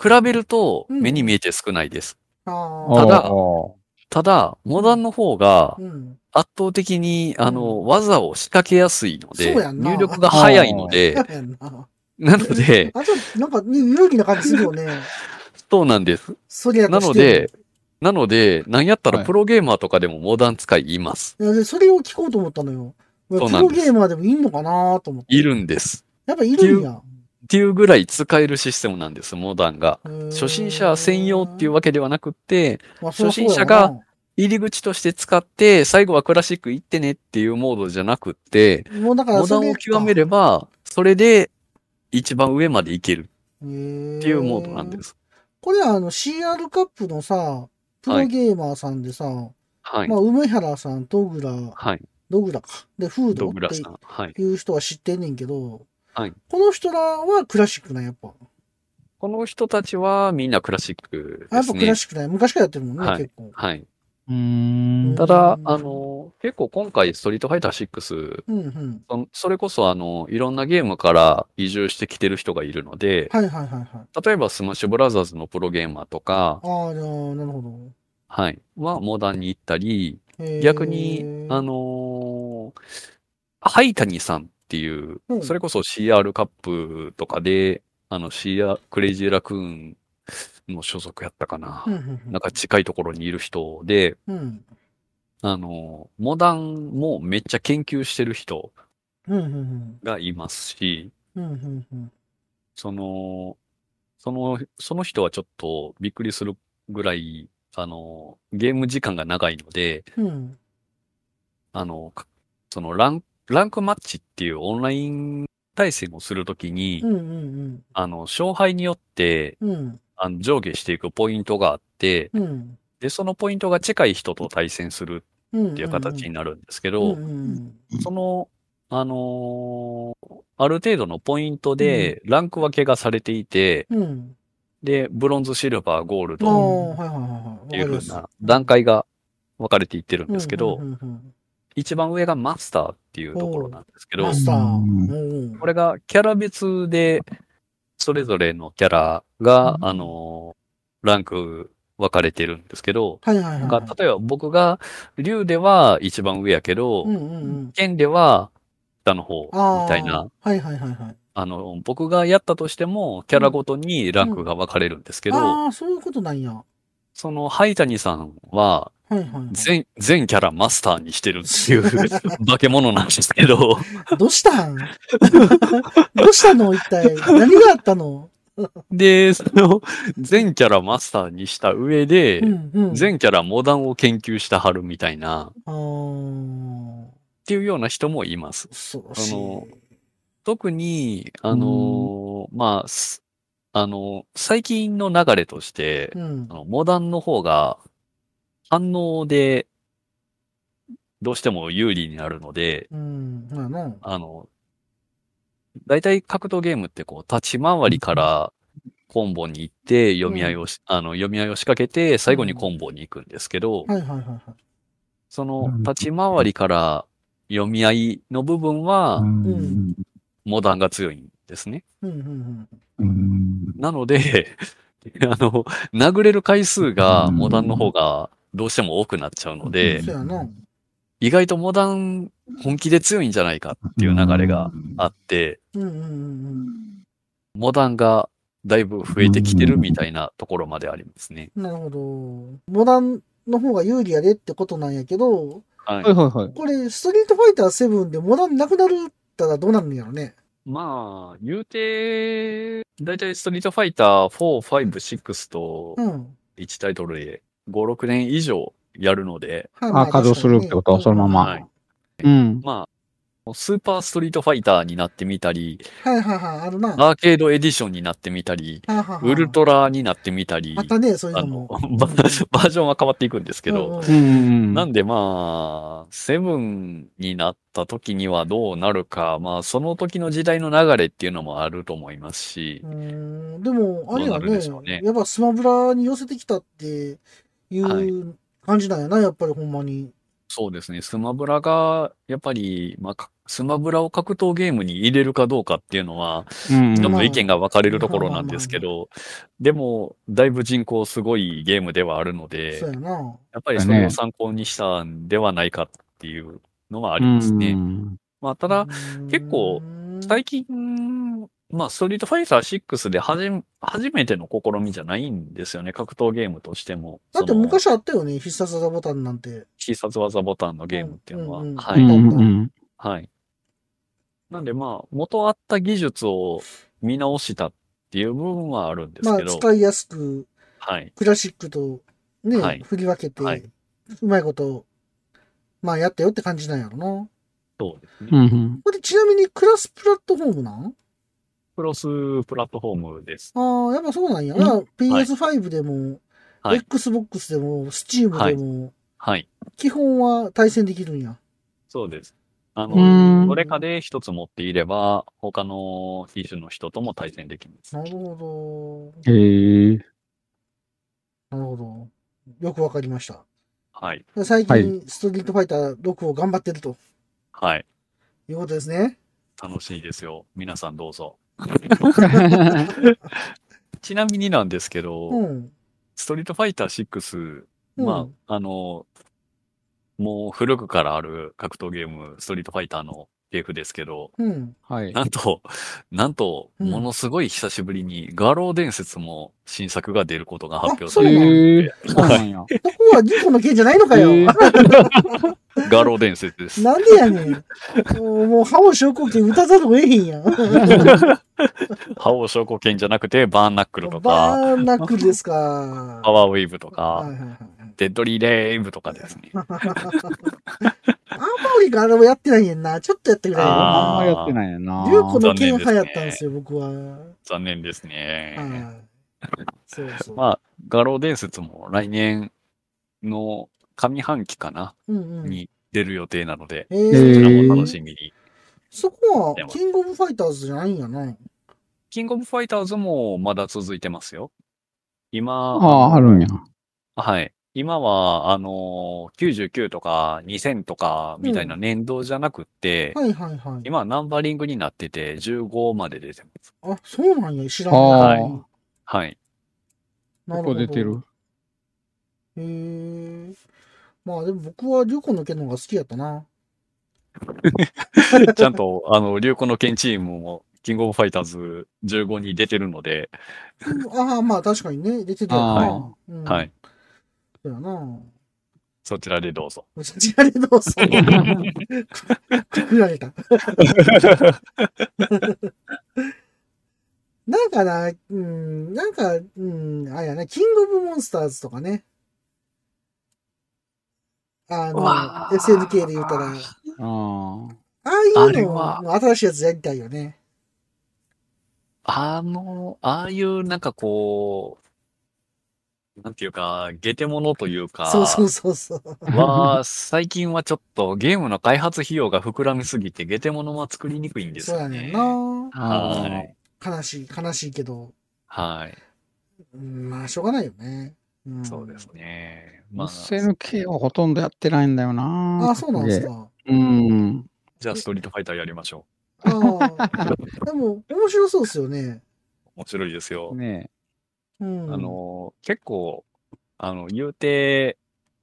Speaker 3: 比べると
Speaker 1: うん
Speaker 3: 目に見えて少ないです。
Speaker 1: ああ。
Speaker 2: あ
Speaker 3: ただ
Speaker 2: ー
Speaker 3: ただ、モダンの方が
Speaker 1: うん。
Speaker 3: 圧倒的に、あ
Speaker 1: う
Speaker 3: の、技を仕掛けやすいので、
Speaker 1: そうやんな
Speaker 3: 入力が早いので
Speaker 1: や、やんな。
Speaker 3: なので、
Speaker 1: あと、なんか、有利な感じするよね。
Speaker 3: そうなんです。
Speaker 1: そりゃ
Speaker 3: な
Speaker 1: と
Speaker 3: の
Speaker 1: しても
Speaker 3: で、なので、なんやった
Speaker 2: は
Speaker 3: ら
Speaker 2: い
Speaker 3: プロゲーマーとかでもモダン使いいます。
Speaker 1: いやでそれを聞こうと思ったのよ。プ
Speaker 3: そう
Speaker 1: ロ
Speaker 3: なんです
Speaker 1: ゲーマーでもいいのかなと思って。
Speaker 3: い。るんです。
Speaker 1: やっぱいるんや。
Speaker 3: っていうぐらい使えるシステムなんです、モダンが。初心者専用っていうわけではなくって、
Speaker 1: け。まあそりゃそうや
Speaker 3: 初心者
Speaker 1: わな
Speaker 3: が、入り口として使って、最後はクラシック行ってねっていうモードじゃなくって、
Speaker 1: もうだから
Speaker 3: モダ
Speaker 1: そ
Speaker 3: ン
Speaker 1: れ
Speaker 3: を
Speaker 1: か
Speaker 3: 極めれば、それで一番上まで行ける
Speaker 1: へ
Speaker 3: っ
Speaker 1: ー
Speaker 3: ていうモードなんです。
Speaker 1: これはあの CR カップのさ、プロゲーマーさんでさ、
Speaker 3: はい
Speaker 1: ま。あ、梅原さん、ドグラ、
Speaker 3: はい。
Speaker 1: ドグラか。で、フード
Speaker 3: ドグラ
Speaker 1: っ
Speaker 3: さん。はい。
Speaker 1: ていう人は知ってんねんけど、
Speaker 3: はい
Speaker 1: この人らはクラシックなんやっぱ。
Speaker 3: この人たちはみんなクラシック
Speaker 1: あや
Speaker 3: で
Speaker 1: っ
Speaker 3: す
Speaker 1: ぱクラ
Speaker 3: ね。
Speaker 1: シックなんや。昔からやってるもんね、
Speaker 3: はい
Speaker 1: 結構。
Speaker 3: はい。
Speaker 2: うーん。
Speaker 3: ただ
Speaker 1: う、ん
Speaker 3: あの、結構今回ストリートファイター6、
Speaker 1: うんうん。
Speaker 3: そのそれこそあの、いろんなゲームから移住してきてる人がいるので、
Speaker 1: はいはいはいはい。
Speaker 3: 例えばスマッシュブラザーズのプロゲーマーとか、
Speaker 1: ああ、じゃあ、なるほど
Speaker 3: はい、はモダンに行ったり、
Speaker 1: へー。
Speaker 3: 逆に、あのーハイタニさんっていう
Speaker 1: う、ん
Speaker 3: それこそ CR カップとかで、あの CR、クレイジーラクーンの所属やったかな
Speaker 1: うん。うんうん
Speaker 3: なんか近いところにいる人で、
Speaker 1: うん。
Speaker 3: あのーモダンもめっちゃ研究してる人
Speaker 1: うんうんうん。
Speaker 3: がいますし、
Speaker 1: うんうんうん。
Speaker 3: その、その、その人はちょっとびっくりするぐらい、あのーゲーム時間が長いので、
Speaker 1: うん。
Speaker 3: あの、かそのラン、ランクマッチっていうオンライン対戦をするときに、
Speaker 1: うんうん
Speaker 3: あの、勝敗によって、
Speaker 1: うん。うん。
Speaker 3: あの、上下していくポイントがあって、
Speaker 1: うん。
Speaker 3: で、そのポイントが近い人と対戦する
Speaker 1: うん。
Speaker 3: っていう形になるんですけ
Speaker 1: うん
Speaker 3: ど
Speaker 1: う、ん
Speaker 3: その、あのーある程度のポイントで、ランク分けがされていて、
Speaker 1: うん。うん。
Speaker 3: で、ブロンズ、シルバー、ゴール
Speaker 1: ああ、
Speaker 3: ド
Speaker 1: は
Speaker 3: っ
Speaker 1: いはいはいはい。
Speaker 3: ていう風な段
Speaker 1: 段
Speaker 3: 階が分かれていってるんですけど
Speaker 1: うん、うんうん
Speaker 3: 一番上がマスターっていうところなんですけ
Speaker 1: うん、
Speaker 3: ど
Speaker 1: マ、スター。
Speaker 2: うん
Speaker 1: うん
Speaker 3: これがキャラ別で、それぞれのキャラが、
Speaker 1: うん
Speaker 3: あの、ランク分かれてるんですけど、
Speaker 1: はいはいはい
Speaker 3: なん
Speaker 1: は
Speaker 3: か
Speaker 1: い。
Speaker 3: 例えば僕が、竜では一番上やけど
Speaker 1: う、んうんうん。
Speaker 3: 剣では下の方
Speaker 1: ああ。
Speaker 3: みたいな、。
Speaker 1: はいはいはいはい。
Speaker 3: あの、僕がやったとしても、キャラごとにランクが分かれるんですけど、
Speaker 1: ああ、そういうことなんや。は
Speaker 3: その、ハイタニさんは、
Speaker 1: いはいはい。
Speaker 3: 全、全キャラマスターにしてるっ ていう化け物なんですけど、
Speaker 1: どうしたんどうしたの一体。何があったの
Speaker 3: で、その、全キャラマスターにした上で、
Speaker 1: うんうん。
Speaker 3: 全キャラモダンを研究したはるみたいな、っ
Speaker 1: ああ。
Speaker 3: ていうような人もいます。
Speaker 1: 恐ろしい。
Speaker 3: あの特に、あのーまあ、すあの、最近の流れとして、
Speaker 1: うん
Speaker 3: あ。のモダンの方が反応で、どうしても有利になるので、
Speaker 1: うん。まあな。
Speaker 3: あの、大体格闘ゲームってこう、立ち回りからコンボに行って、読み合いをし、あの、読み合いを仕掛けて、最後にコンボに行くんですけど、
Speaker 1: はいはいはいはい。
Speaker 3: そうの
Speaker 2: ん
Speaker 3: 立ち回りから読み合いの部分は、
Speaker 1: ん
Speaker 3: モダンが強いんですね。
Speaker 1: うんうん
Speaker 4: うん
Speaker 3: なので、 あの、殴れる回数がモダンの方がどうしても多くなっちゃうの
Speaker 1: う
Speaker 3: で
Speaker 1: ん。、そうやな。
Speaker 3: 意外とモダン本気で強いんじゃないかっていう流れがあって、
Speaker 1: うんうんうん
Speaker 3: モダンがだいぶ増えてきてるみたいなところまでありますね。
Speaker 1: うん。なるほど。モダンの方が有利やでってことなんやけど、
Speaker 3: はい
Speaker 2: はいはいはい。
Speaker 1: これ、ストリートファイター7でモダンなくなるったらどうなるんやろね。
Speaker 3: まあ、言うて、だいたいストリートファイター4、5、6と
Speaker 1: うん。
Speaker 3: 1タイトルで5、6年以上やるので、
Speaker 1: はい
Speaker 2: あ稼働するってことはそのまま
Speaker 3: はい。
Speaker 2: うん。
Speaker 3: まあ、スーパーストリートファイターになってみたり、
Speaker 1: はいはいはい、あるな。
Speaker 3: アーケードエディションになってみたり、
Speaker 1: はいはいはい
Speaker 3: ウルトラになってみたり、
Speaker 1: あったね、そういう
Speaker 3: あ
Speaker 1: の
Speaker 3: の、
Speaker 1: も。
Speaker 3: バ バージョンは変わっていくんですけど、
Speaker 1: うんうん
Speaker 2: うんうん。
Speaker 3: なんでまあ、セブンになった時にはどうなるか、まあその時の時代の流れっていうのもあると思いますし
Speaker 1: う、ーんでも、あれや
Speaker 3: どうなる
Speaker 1: ね
Speaker 3: でしょうね
Speaker 1: やっぱスマブラに寄せてきたってい
Speaker 3: は
Speaker 1: う感じなんやな、やっぱりほんまに。
Speaker 3: そうですね、スマブラが、やっぱり、まあか、スマブラを格闘ゲームに入れるかどうかっていうのは、
Speaker 2: うん
Speaker 3: ちょっ
Speaker 1: まあ
Speaker 3: と意見が分かれるところなんですけど、でも、だいぶ人口すごいゲームではあるので
Speaker 1: そう、やな。
Speaker 3: やっぱりそれを参考にしたんではないかっていうのはあります
Speaker 2: う
Speaker 3: ね。
Speaker 2: ん
Speaker 3: まあ、ただ
Speaker 1: う、ーん
Speaker 3: 結構、最近、まあ、ストリートファイター6ではじめ初めての試みじゃないんですよね。格闘ゲームとしても。
Speaker 1: だって
Speaker 3: その
Speaker 1: 昔あったよね、必殺技ボタンなんて。
Speaker 3: 必殺技ボタンのゲームっていうのは。
Speaker 1: うんうんうん
Speaker 3: は
Speaker 2: う
Speaker 3: い、
Speaker 2: んうん
Speaker 3: はい。なんで、まあ、元あった技術を見直したっていう部分はあるんです
Speaker 1: まあ、
Speaker 3: けど。
Speaker 1: 使いやすく、
Speaker 3: はい。
Speaker 1: クラシックとね、
Speaker 3: はい
Speaker 1: 振り分けて、
Speaker 3: はいう
Speaker 1: まいこと、まあ、やったよって感じなんやろな。
Speaker 3: そうですね。
Speaker 2: うんうん
Speaker 1: これちなみにクラスプラットフォームなん
Speaker 3: クロスプラットフォームです。
Speaker 1: ああ、やっぱそうなんや。
Speaker 2: うん
Speaker 1: まあ PS5 でも、
Speaker 3: はい
Speaker 1: Xbox でも、Steam でも、
Speaker 3: はい。
Speaker 1: 基本は対戦できるんや。
Speaker 3: そうです。あ
Speaker 2: うー
Speaker 3: の、
Speaker 2: ん
Speaker 3: どれかで一つ持っていれば、他の機種の人とも対戦できます
Speaker 1: な。るほ
Speaker 2: へえ。
Speaker 1: ど。なるほど。よくわかりました。
Speaker 3: はい。
Speaker 1: 最近、
Speaker 2: はい
Speaker 1: ストリートファイター6を頑張ってると
Speaker 3: はい。
Speaker 1: いうことですね。
Speaker 3: 楽しいですよ。皆さんどうぞ。ちなみになんですけど、
Speaker 1: うん。
Speaker 3: ストリートファイター6、
Speaker 1: うん
Speaker 3: まあ、あの、もう古くからある格闘ゲーム、ストリートファイターの PF ですけど、
Speaker 1: うん。
Speaker 2: はい。
Speaker 3: なんと、なんと、
Speaker 1: うん
Speaker 3: ものすごい久しぶりに、画廊伝説も新作が出ることが発表さ
Speaker 1: う
Speaker 3: れ
Speaker 1: なん
Speaker 3: て、
Speaker 2: へえ。そうなんや。
Speaker 1: そこは2個の件じゃないのかよ。
Speaker 2: へえ
Speaker 3: 画廊伝説で す。
Speaker 1: なんでやねん。もうもう、覇王昇降機打たざるを得へんやん。
Speaker 3: 覇王証拠剣じゃなくて、バーンナックルとか、
Speaker 1: バーナックルですか。
Speaker 3: パワーウェーブと
Speaker 1: はい
Speaker 3: か、
Speaker 1: はいはい
Speaker 3: デッドリーレーブとかですね。
Speaker 1: あんまりあれもやってないやんな。ちょっとやってくれよ
Speaker 2: あん
Speaker 1: な
Speaker 2: まやってないやな。
Speaker 1: 竜子の剣派やったんですよ、僕は。は
Speaker 3: 残念ですね。
Speaker 1: い。そうそう。
Speaker 3: まあ、画廊伝説も来年の上半期かな、
Speaker 1: うんうん。
Speaker 3: に出る予定なので、
Speaker 1: え
Speaker 3: こちら
Speaker 1: ー、
Speaker 3: も楽しみに。
Speaker 1: そこは、キングオブファイターズじゃないんやな。
Speaker 3: キングオブファイターズもまだ続いてますよ。今、
Speaker 2: ああ、あるんや。
Speaker 3: はい。今は、あのー、99とか2000とかみたいな年度じゃなくって、
Speaker 1: はいはいはい。
Speaker 3: 今ナンバリングになってて15まで出てます。
Speaker 1: あ、そうなんや、知らん
Speaker 2: あ
Speaker 1: な
Speaker 2: あ
Speaker 1: い。
Speaker 3: はい。
Speaker 1: な
Speaker 2: こ
Speaker 1: る
Speaker 2: こ
Speaker 1: ほど
Speaker 2: 出てる。。
Speaker 1: へえ。まあでも僕は竜子の剣の方が好きやったな。
Speaker 3: ちゃんと、あの、流行の剣チームも、キングオブファイターズ15に出てるので、
Speaker 1: うんああ、まあ確かにね、出てたよ
Speaker 2: あ
Speaker 1: な。うん
Speaker 3: はい。。
Speaker 1: そうやな。
Speaker 3: そちらでどうぞ。
Speaker 1: そちらでどうぞ。くくられた。なんかな、うん、なんか、うん、あれやね、キングオブモンスターズとかね。あの
Speaker 3: わ、あ
Speaker 1: SNK で言ったら、あ
Speaker 2: ああ。
Speaker 1: あい
Speaker 3: あ
Speaker 1: う
Speaker 3: れ
Speaker 1: の
Speaker 3: は
Speaker 1: も新しいやつやりたいよね。
Speaker 3: あの、ああいう、なんかこう、なんていうか、ゲテモノというか、
Speaker 1: そうそうそうそう。
Speaker 3: は、最近はちょっとゲームの開発費用が膨らみすぎて、ゲテモノは作りにくいんです
Speaker 1: そう
Speaker 3: よ
Speaker 1: やね
Speaker 3: ね。
Speaker 1: んな。
Speaker 3: はい。
Speaker 1: 悲しい、悲しいけど、
Speaker 3: はい。
Speaker 1: うん、まあ、しょうがないよね。ん
Speaker 3: そうですね。まあ、
Speaker 2: SNK はほとんどやってないんだよな。
Speaker 1: あ、そうなんですか。
Speaker 4: うん。
Speaker 3: じゃあ、ストリートファイターやりましょ
Speaker 1: ああ。でも、面白そうですよね。
Speaker 3: う。面白いですよ。
Speaker 4: ね
Speaker 1: うん。
Speaker 3: あ、の、結構、あの、言うて、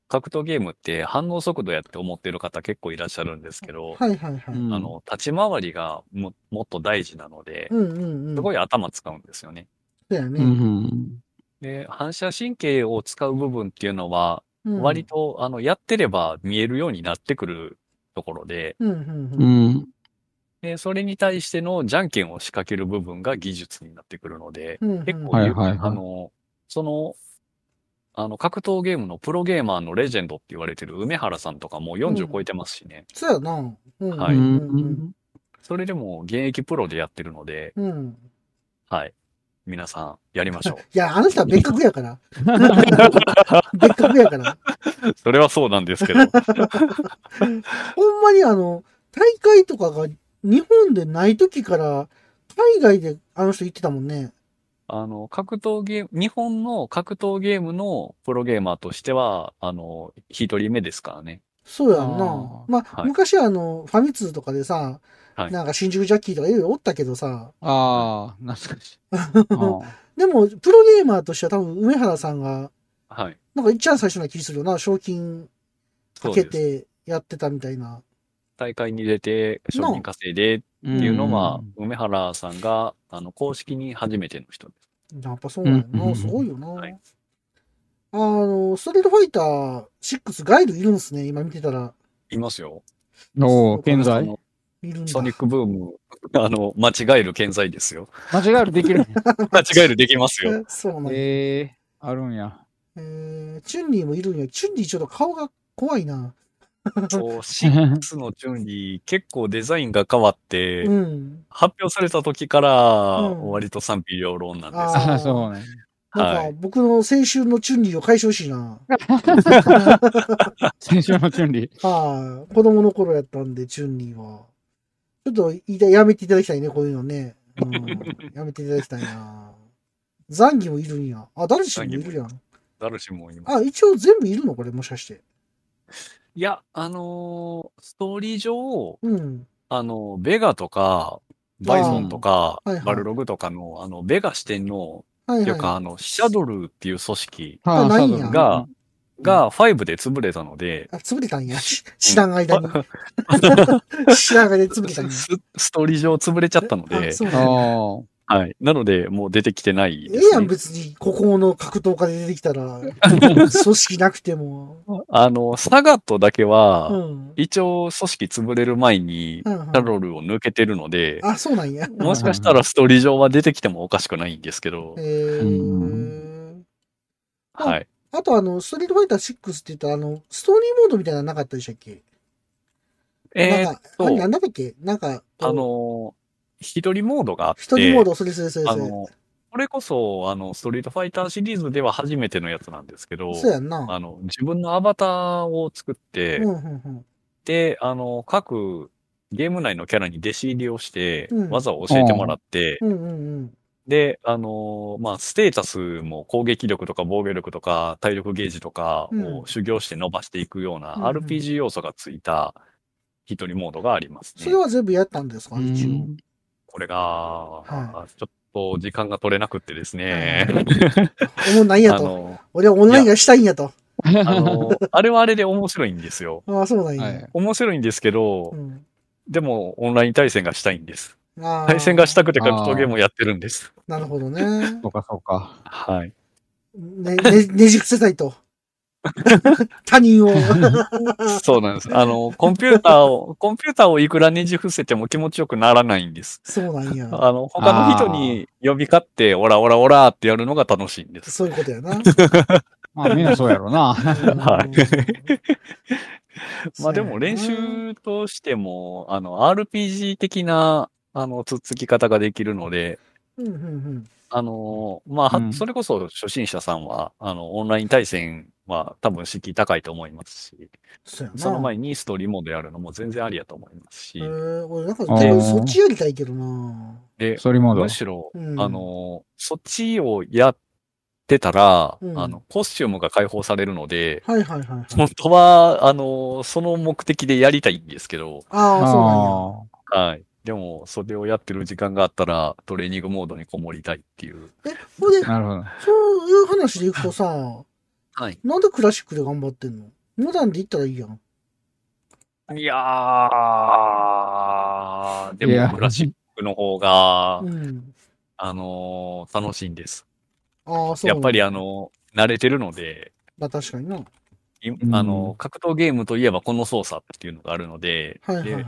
Speaker 3: 格闘ゲームって反応速度やって思ってる方結構いらっしゃるんですけど、
Speaker 1: はいはいは
Speaker 4: え。
Speaker 1: い。
Speaker 3: あ、の、立ち回りがももっと大事なので
Speaker 1: う、んうんうん。
Speaker 3: すごい頭使うんですよね。
Speaker 1: そうやね。
Speaker 4: うん。
Speaker 3: で、反射神経を使う部分っていうのは、
Speaker 1: うん
Speaker 3: 割。と、あの、やってれば見えるようになってくるところで、
Speaker 1: うんうんう。
Speaker 4: うんん。
Speaker 3: で、それに対してのじゃんけんを仕掛ける部分が技術になってくるので、
Speaker 1: うんうん
Speaker 3: 結構、
Speaker 4: はいはいはい
Speaker 3: あの、その、あの、格闘ゲームのプロゲーマーのレジェンドって言われてる梅原さんとかもう
Speaker 1: う
Speaker 3: 40
Speaker 1: ん
Speaker 3: 超えてますしね。
Speaker 1: そうやな。うん。
Speaker 3: はい
Speaker 1: うんうん
Speaker 3: それでも現役プロでやってるので、
Speaker 1: うん。うん。
Speaker 3: はい。皆さん、やりましょ
Speaker 1: いや、あの人は別格や から。別格やから。
Speaker 3: う。それはそうなんですけど。
Speaker 1: ほんまにあの、大会とかが日本でない時から、海外であの人行ってたもんね。
Speaker 3: あの、格闘ゲーム、日本の格闘ゲームのプロゲーマーとしては、あの、一人目ですからね。
Speaker 1: そうやん
Speaker 4: あ
Speaker 1: な
Speaker 4: ー。
Speaker 1: まあ、
Speaker 3: はい
Speaker 1: 昔あの、ファミ通とかでさ、
Speaker 3: はい
Speaker 1: なんか新宿ジャッキーとかいろいろおったけどさ、
Speaker 4: ああ、懐かしい。あ
Speaker 1: でも、プロゲーマーとしては多分、梅原さんが、
Speaker 3: はい。
Speaker 1: なんか一番最初な気するよな、賞金か
Speaker 3: そう
Speaker 1: け
Speaker 3: です。
Speaker 1: てやってたみたいな。
Speaker 3: 大会に出て、賞金稼いで
Speaker 4: ー
Speaker 3: っていうのは、梅原さんが、あの、公式に初めての人です。
Speaker 1: やっぱそうなんや
Speaker 4: うんうんう
Speaker 1: な、
Speaker 4: ん
Speaker 1: すごいよな。
Speaker 3: はい
Speaker 1: あの、ストリートファイター6ガイルいるんすね、今見てたら。
Speaker 3: いますよ。
Speaker 4: おお、健
Speaker 1: は
Speaker 4: 在
Speaker 3: あの
Speaker 1: いるんだ。
Speaker 3: ソニックブーム、あの、間違える健在です よ。
Speaker 4: 間違えるできる。
Speaker 3: 間違えるできますよ。
Speaker 1: えそうなんやえ
Speaker 4: ええ、あるんや。
Speaker 1: ーチュンリーもいるんや。チュンリーちょっと顔が怖いな。
Speaker 3: そう、6 のチュンリー、結構デザインが変わって、
Speaker 1: うん。
Speaker 3: 発表された時から、
Speaker 1: ん
Speaker 3: 割と賛否両論なんですよ
Speaker 1: あー
Speaker 4: ああ、そうね。
Speaker 1: なん
Speaker 3: は
Speaker 1: か
Speaker 3: い
Speaker 1: 僕の青春のチュンリーを解消しい な。
Speaker 4: 先週の準備。
Speaker 1: はい、子供の頃やったんで、チュンリーは。ちょっと言いたい、やめていただきたいね、こういうのね。うん、やめていただきたいな。ザンギもいるんや。あ、ダルシムもいるやん。
Speaker 3: ダルシムもいます。
Speaker 1: あ、一応全部いるのこれ、もしかして。
Speaker 3: いや、あのーストーリー上、
Speaker 1: うん。
Speaker 3: あの、ベガとか、バイソンとか、
Speaker 1: あーはいはい
Speaker 3: バルログとかの、あの、ベガ視点の、
Speaker 1: はい
Speaker 3: ってい
Speaker 1: は
Speaker 3: う
Speaker 1: い。
Speaker 3: か、あの、シャドルっていう組織
Speaker 1: あないんや
Speaker 3: が、が、5で潰れたので、
Speaker 1: あ、潰れたんや。し知らん間に。 知らん間に潰れたんや。
Speaker 3: スストーリー上潰れちゃったの
Speaker 1: あ
Speaker 3: で、
Speaker 1: そう
Speaker 4: あ
Speaker 1: なんや
Speaker 4: あ。
Speaker 3: はい。なので、もう出てきてない
Speaker 1: え
Speaker 3: で
Speaker 1: え
Speaker 3: す
Speaker 1: やん、
Speaker 3: ね。
Speaker 1: 別に、ここの格闘家で出てきた ら、組織なくても。
Speaker 3: あの、サガットだけは、
Speaker 1: うん。
Speaker 3: 一応組織潰れる前に、
Speaker 1: うんうん
Speaker 3: シャドルを抜けてるので、
Speaker 1: あ、そうなんや。
Speaker 3: もしかしたらストーリー上は出てきてもおかしくないんですけど
Speaker 1: え、
Speaker 4: う
Speaker 1: ー、ん
Speaker 3: はい。
Speaker 1: あとあの、ストリートファイター6って言ったら、あの、ストーリーモードみたいなのなかったでしたっけ
Speaker 3: えー
Speaker 1: なん
Speaker 3: っ
Speaker 1: か、あ
Speaker 3: と
Speaker 1: れ、なんだったっけなんか、こう
Speaker 3: あ、の、一人モードがあって、
Speaker 1: 一人モード、それそれそれ
Speaker 3: あ
Speaker 1: それ。
Speaker 3: の、これこそ、あの、ストリートファイターシリーズでは初めてのやつなんですけど、
Speaker 1: そうやんな。
Speaker 3: あの、自分のアバターを作って、
Speaker 1: うん、うん、
Speaker 3: で、あの、各ゲーム内のキャラに弟子入りをして、
Speaker 1: うん
Speaker 3: 技を教えてもらって、
Speaker 1: うん。うん、うん、うん。
Speaker 3: で、あの、まあ、ステータスも攻撃力とか防御力とか体力ゲージとか
Speaker 1: うん
Speaker 3: を修行して伸ばしていくような
Speaker 1: うんうん
Speaker 3: RPG 要素がついた一人モードがあります
Speaker 1: それ
Speaker 3: ね。
Speaker 1: は全部やったんですか、一応。
Speaker 3: これが、ちょっと時間が取れなくってですね。
Speaker 1: おもんないや
Speaker 3: あ
Speaker 1: と。
Speaker 3: の、
Speaker 1: 俺はオンラインがしたいんやと。
Speaker 3: あの、あれはあれで面白いんですよ。
Speaker 1: ああ、そうなんや。
Speaker 4: はい。
Speaker 3: 面白いんですけど
Speaker 1: う、ん
Speaker 3: でもオンライン対戦がしたいんです。
Speaker 1: あー
Speaker 3: 対戦がしたくて格闘ゲームをやってるんです。
Speaker 1: なるほ どね。
Speaker 4: そうか、そうか。
Speaker 3: はい。
Speaker 1: ね、ね、ねじ伏せたいと。 他人を。
Speaker 3: そうなんです。あの、コンピューターを、コンピューターをいくらねじ伏せても気持ちよくならないんです。
Speaker 1: そうなんや。
Speaker 3: あの、他の人に呼びかって、オラオラオラってやるのが楽しいんです。
Speaker 1: そういうことや な。
Speaker 4: まあ、みんなそうやろな。
Speaker 3: はい
Speaker 1: い。
Speaker 3: まあでも練習としても、あの、RPG 的な、あの、つっつき方ができるので、
Speaker 1: うんうんうん。
Speaker 3: あの、まあは、
Speaker 4: うん
Speaker 3: それこそ初心者さんは、あの、オンライン対戦は多分敷居高いと思いますし、
Speaker 1: そうやな。
Speaker 3: その前にストーリーモードやるのも全然ありやと思いますし
Speaker 1: え、ー、俺なんか
Speaker 4: あー
Speaker 1: 自分そっちやりたいけどな
Speaker 3: で
Speaker 4: ス、トーリーモード
Speaker 3: む。しろ、
Speaker 1: うん
Speaker 3: あの、そっちをやってたら、
Speaker 1: うん
Speaker 3: あの、コスチュームが解放されるので、
Speaker 1: はいはいはいはい。
Speaker 3: 本当は、あの、その目的でやりたいんですけど、
Speaker 1: ああ、そうなんや。
Speaker 4: あ
Speaker 3: はい。でも、それをやってる時間があったら、トレーニングモードにこもりたいっていう。
Speaker 1: え、ほんで
Speaker 4: あ、、なるほど。
Speaker 1: そういう話でいくとさ、
Speaker 3: はい。
Speaker 1: なんでクラシックで頑張ってんのモダンで行ったらいいやん。
Speaker 3: いやー、で
Speaker 4: いや
Speaker 3: も、クラシックの方が
Speaker 1: う、ん。
Speaker 3: あのー楽しいんです。
Speaker 1: ああ、そう
Speaker 3: や
Speaker 1: なん
Speaker 3: っぱりあの、慣れてるので、
Speaker 1: まあ確かにな。はい
Speaker 4: ん
Speaker 3: あの、格闘ゲームといえばこの操作っていうのがあるので、
Speaker 1: いはい
Speaker 3: で
Speaker 1: はい。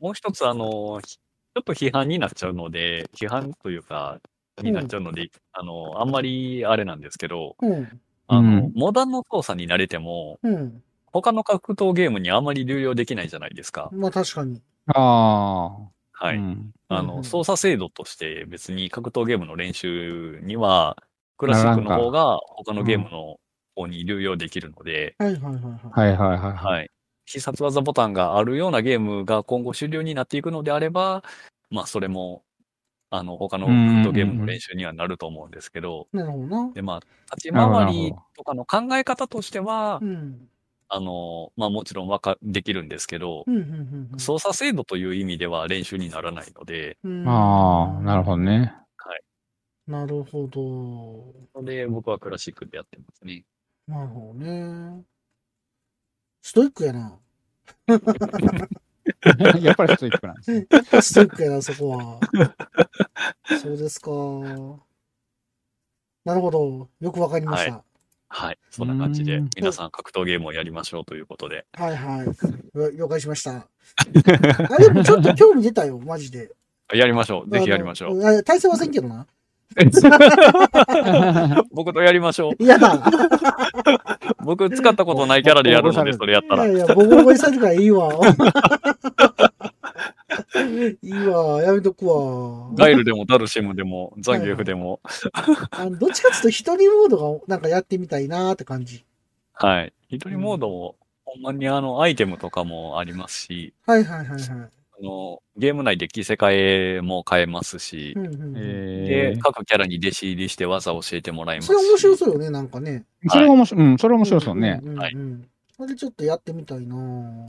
Speaker 3: もう一つあの、ひちょっと批判になっちゃうので、批判というか、になっちゃうので、あの、あんまりあれなんですけど、
Speaker 1: うん。
Speaker 3: あの、
Speaker 4: うん
Speaker 3: モダンの操作に慣れても、
Speaker 1: うん。
Speaker 3: 他の格闘ゲームにあんまり流用できないじゃないですか。
Speaker 1: まあ確かに。
Speaker 4: ああ。
Speaker 3: はい。
Speaker 4: うん
Speaker 3: あ
Speaker 1: うんう
Speaker 3: の、
Speaker 1: ん
Speaker 3: 操作制度として別に格闘ゲームの練習には、クラシックの方が他のゲームの方に流用できるので、
Speaker 1: はいはいはいはい。
Speaker 4: はいはいはいはい。
Speaker 3: はい。必殺技ボタンがあるようなゲームが今後主流になっていくのであれば、まあそれも、あの、他の
Speaker 4: うんうんうん
Speaker 3: 格闘ゲームの練習にはなると思うんですけど、
Speaker 1: なるほどな。
Speaker 3: で、まあ、立ち
Speaker 4: なるほどな
Speaker 3: 回
Speaker 4: るほ
Speaker 3: り
Speaker 4: ど
Speaker 3: とかの考え方としては
Speaker 1: う、ん。
Speaker 3: あの、まあもちろんわか、できるんですけど
Speaker 1: う、んうんうんうん。
Speaker 3: 操作精度という意味では練習にならないので、
Speaker 1: うん。
Speaker 4: ああ、なるほど ね。
Speaker 1: なるほど。
Speaker 3: なので僕はクラシックでやってますね。
Speaker 1: なるほどね。ストイックやな。
Speaker 4: やっぱりストイックなんです ね。
Speaker 1: やっぱ ストイックやな、そこは。そうですか。なるほど。よくわかりました。
Speaker 3: はい。そんな感じ
Speaker 4: う
Speaker 3: で
Speaker 4: ん、
Speaker 3: 皆さん格闘ゲームをやりましょうということで。
Speaker 1: はい、はい、了了解しました。あ、でもちょっと興味出たよ、マジで。
Speaker 3: やりましょう。ぜひやりましょう。
Speaker 1: う。あ対戦はせんけどな。
Speaker 3: 僕とやりましょう。
Speaker 1: 嫌だ。
Speaker 3: 僕使ったことないキャラでやるので、それやっ
Speaker 1: い
Speaker 3: たら
Speaker 1: や。いや、ボコボコにされるからいいわ。いいわ、やめとくわ。
Speaker 3: ガイルでもダルシムでもザンギエフでも、
Speaker 1: あのどっちかっていうと一人モードがなんかやってみたいなーって感じ。
Speaker 3: はい。一人モードも、ほんまにあの、アイテムとかもありますし、
Speaker 1: はいはいはいはい。
Speaker 3: あの、ゲーム内で着せ替えも変えますし
Speaker 1: う、んうんうん、
Speaker 4: え
Speaker 3: で、
Speaker 4: ー
Speaker 3: 各キャラに弟子入りして技を教えてもらいます
Speaker 1: それ面白
Speaker 3: し、
Speaker 1: そうよね、なんかね。
Speaker 4: それは面白い。うん、それは面白いですよね。
Speaker 1: うんうんうん
Speaker 3: はい
Speaker 1: あれちょっとやってみたいなー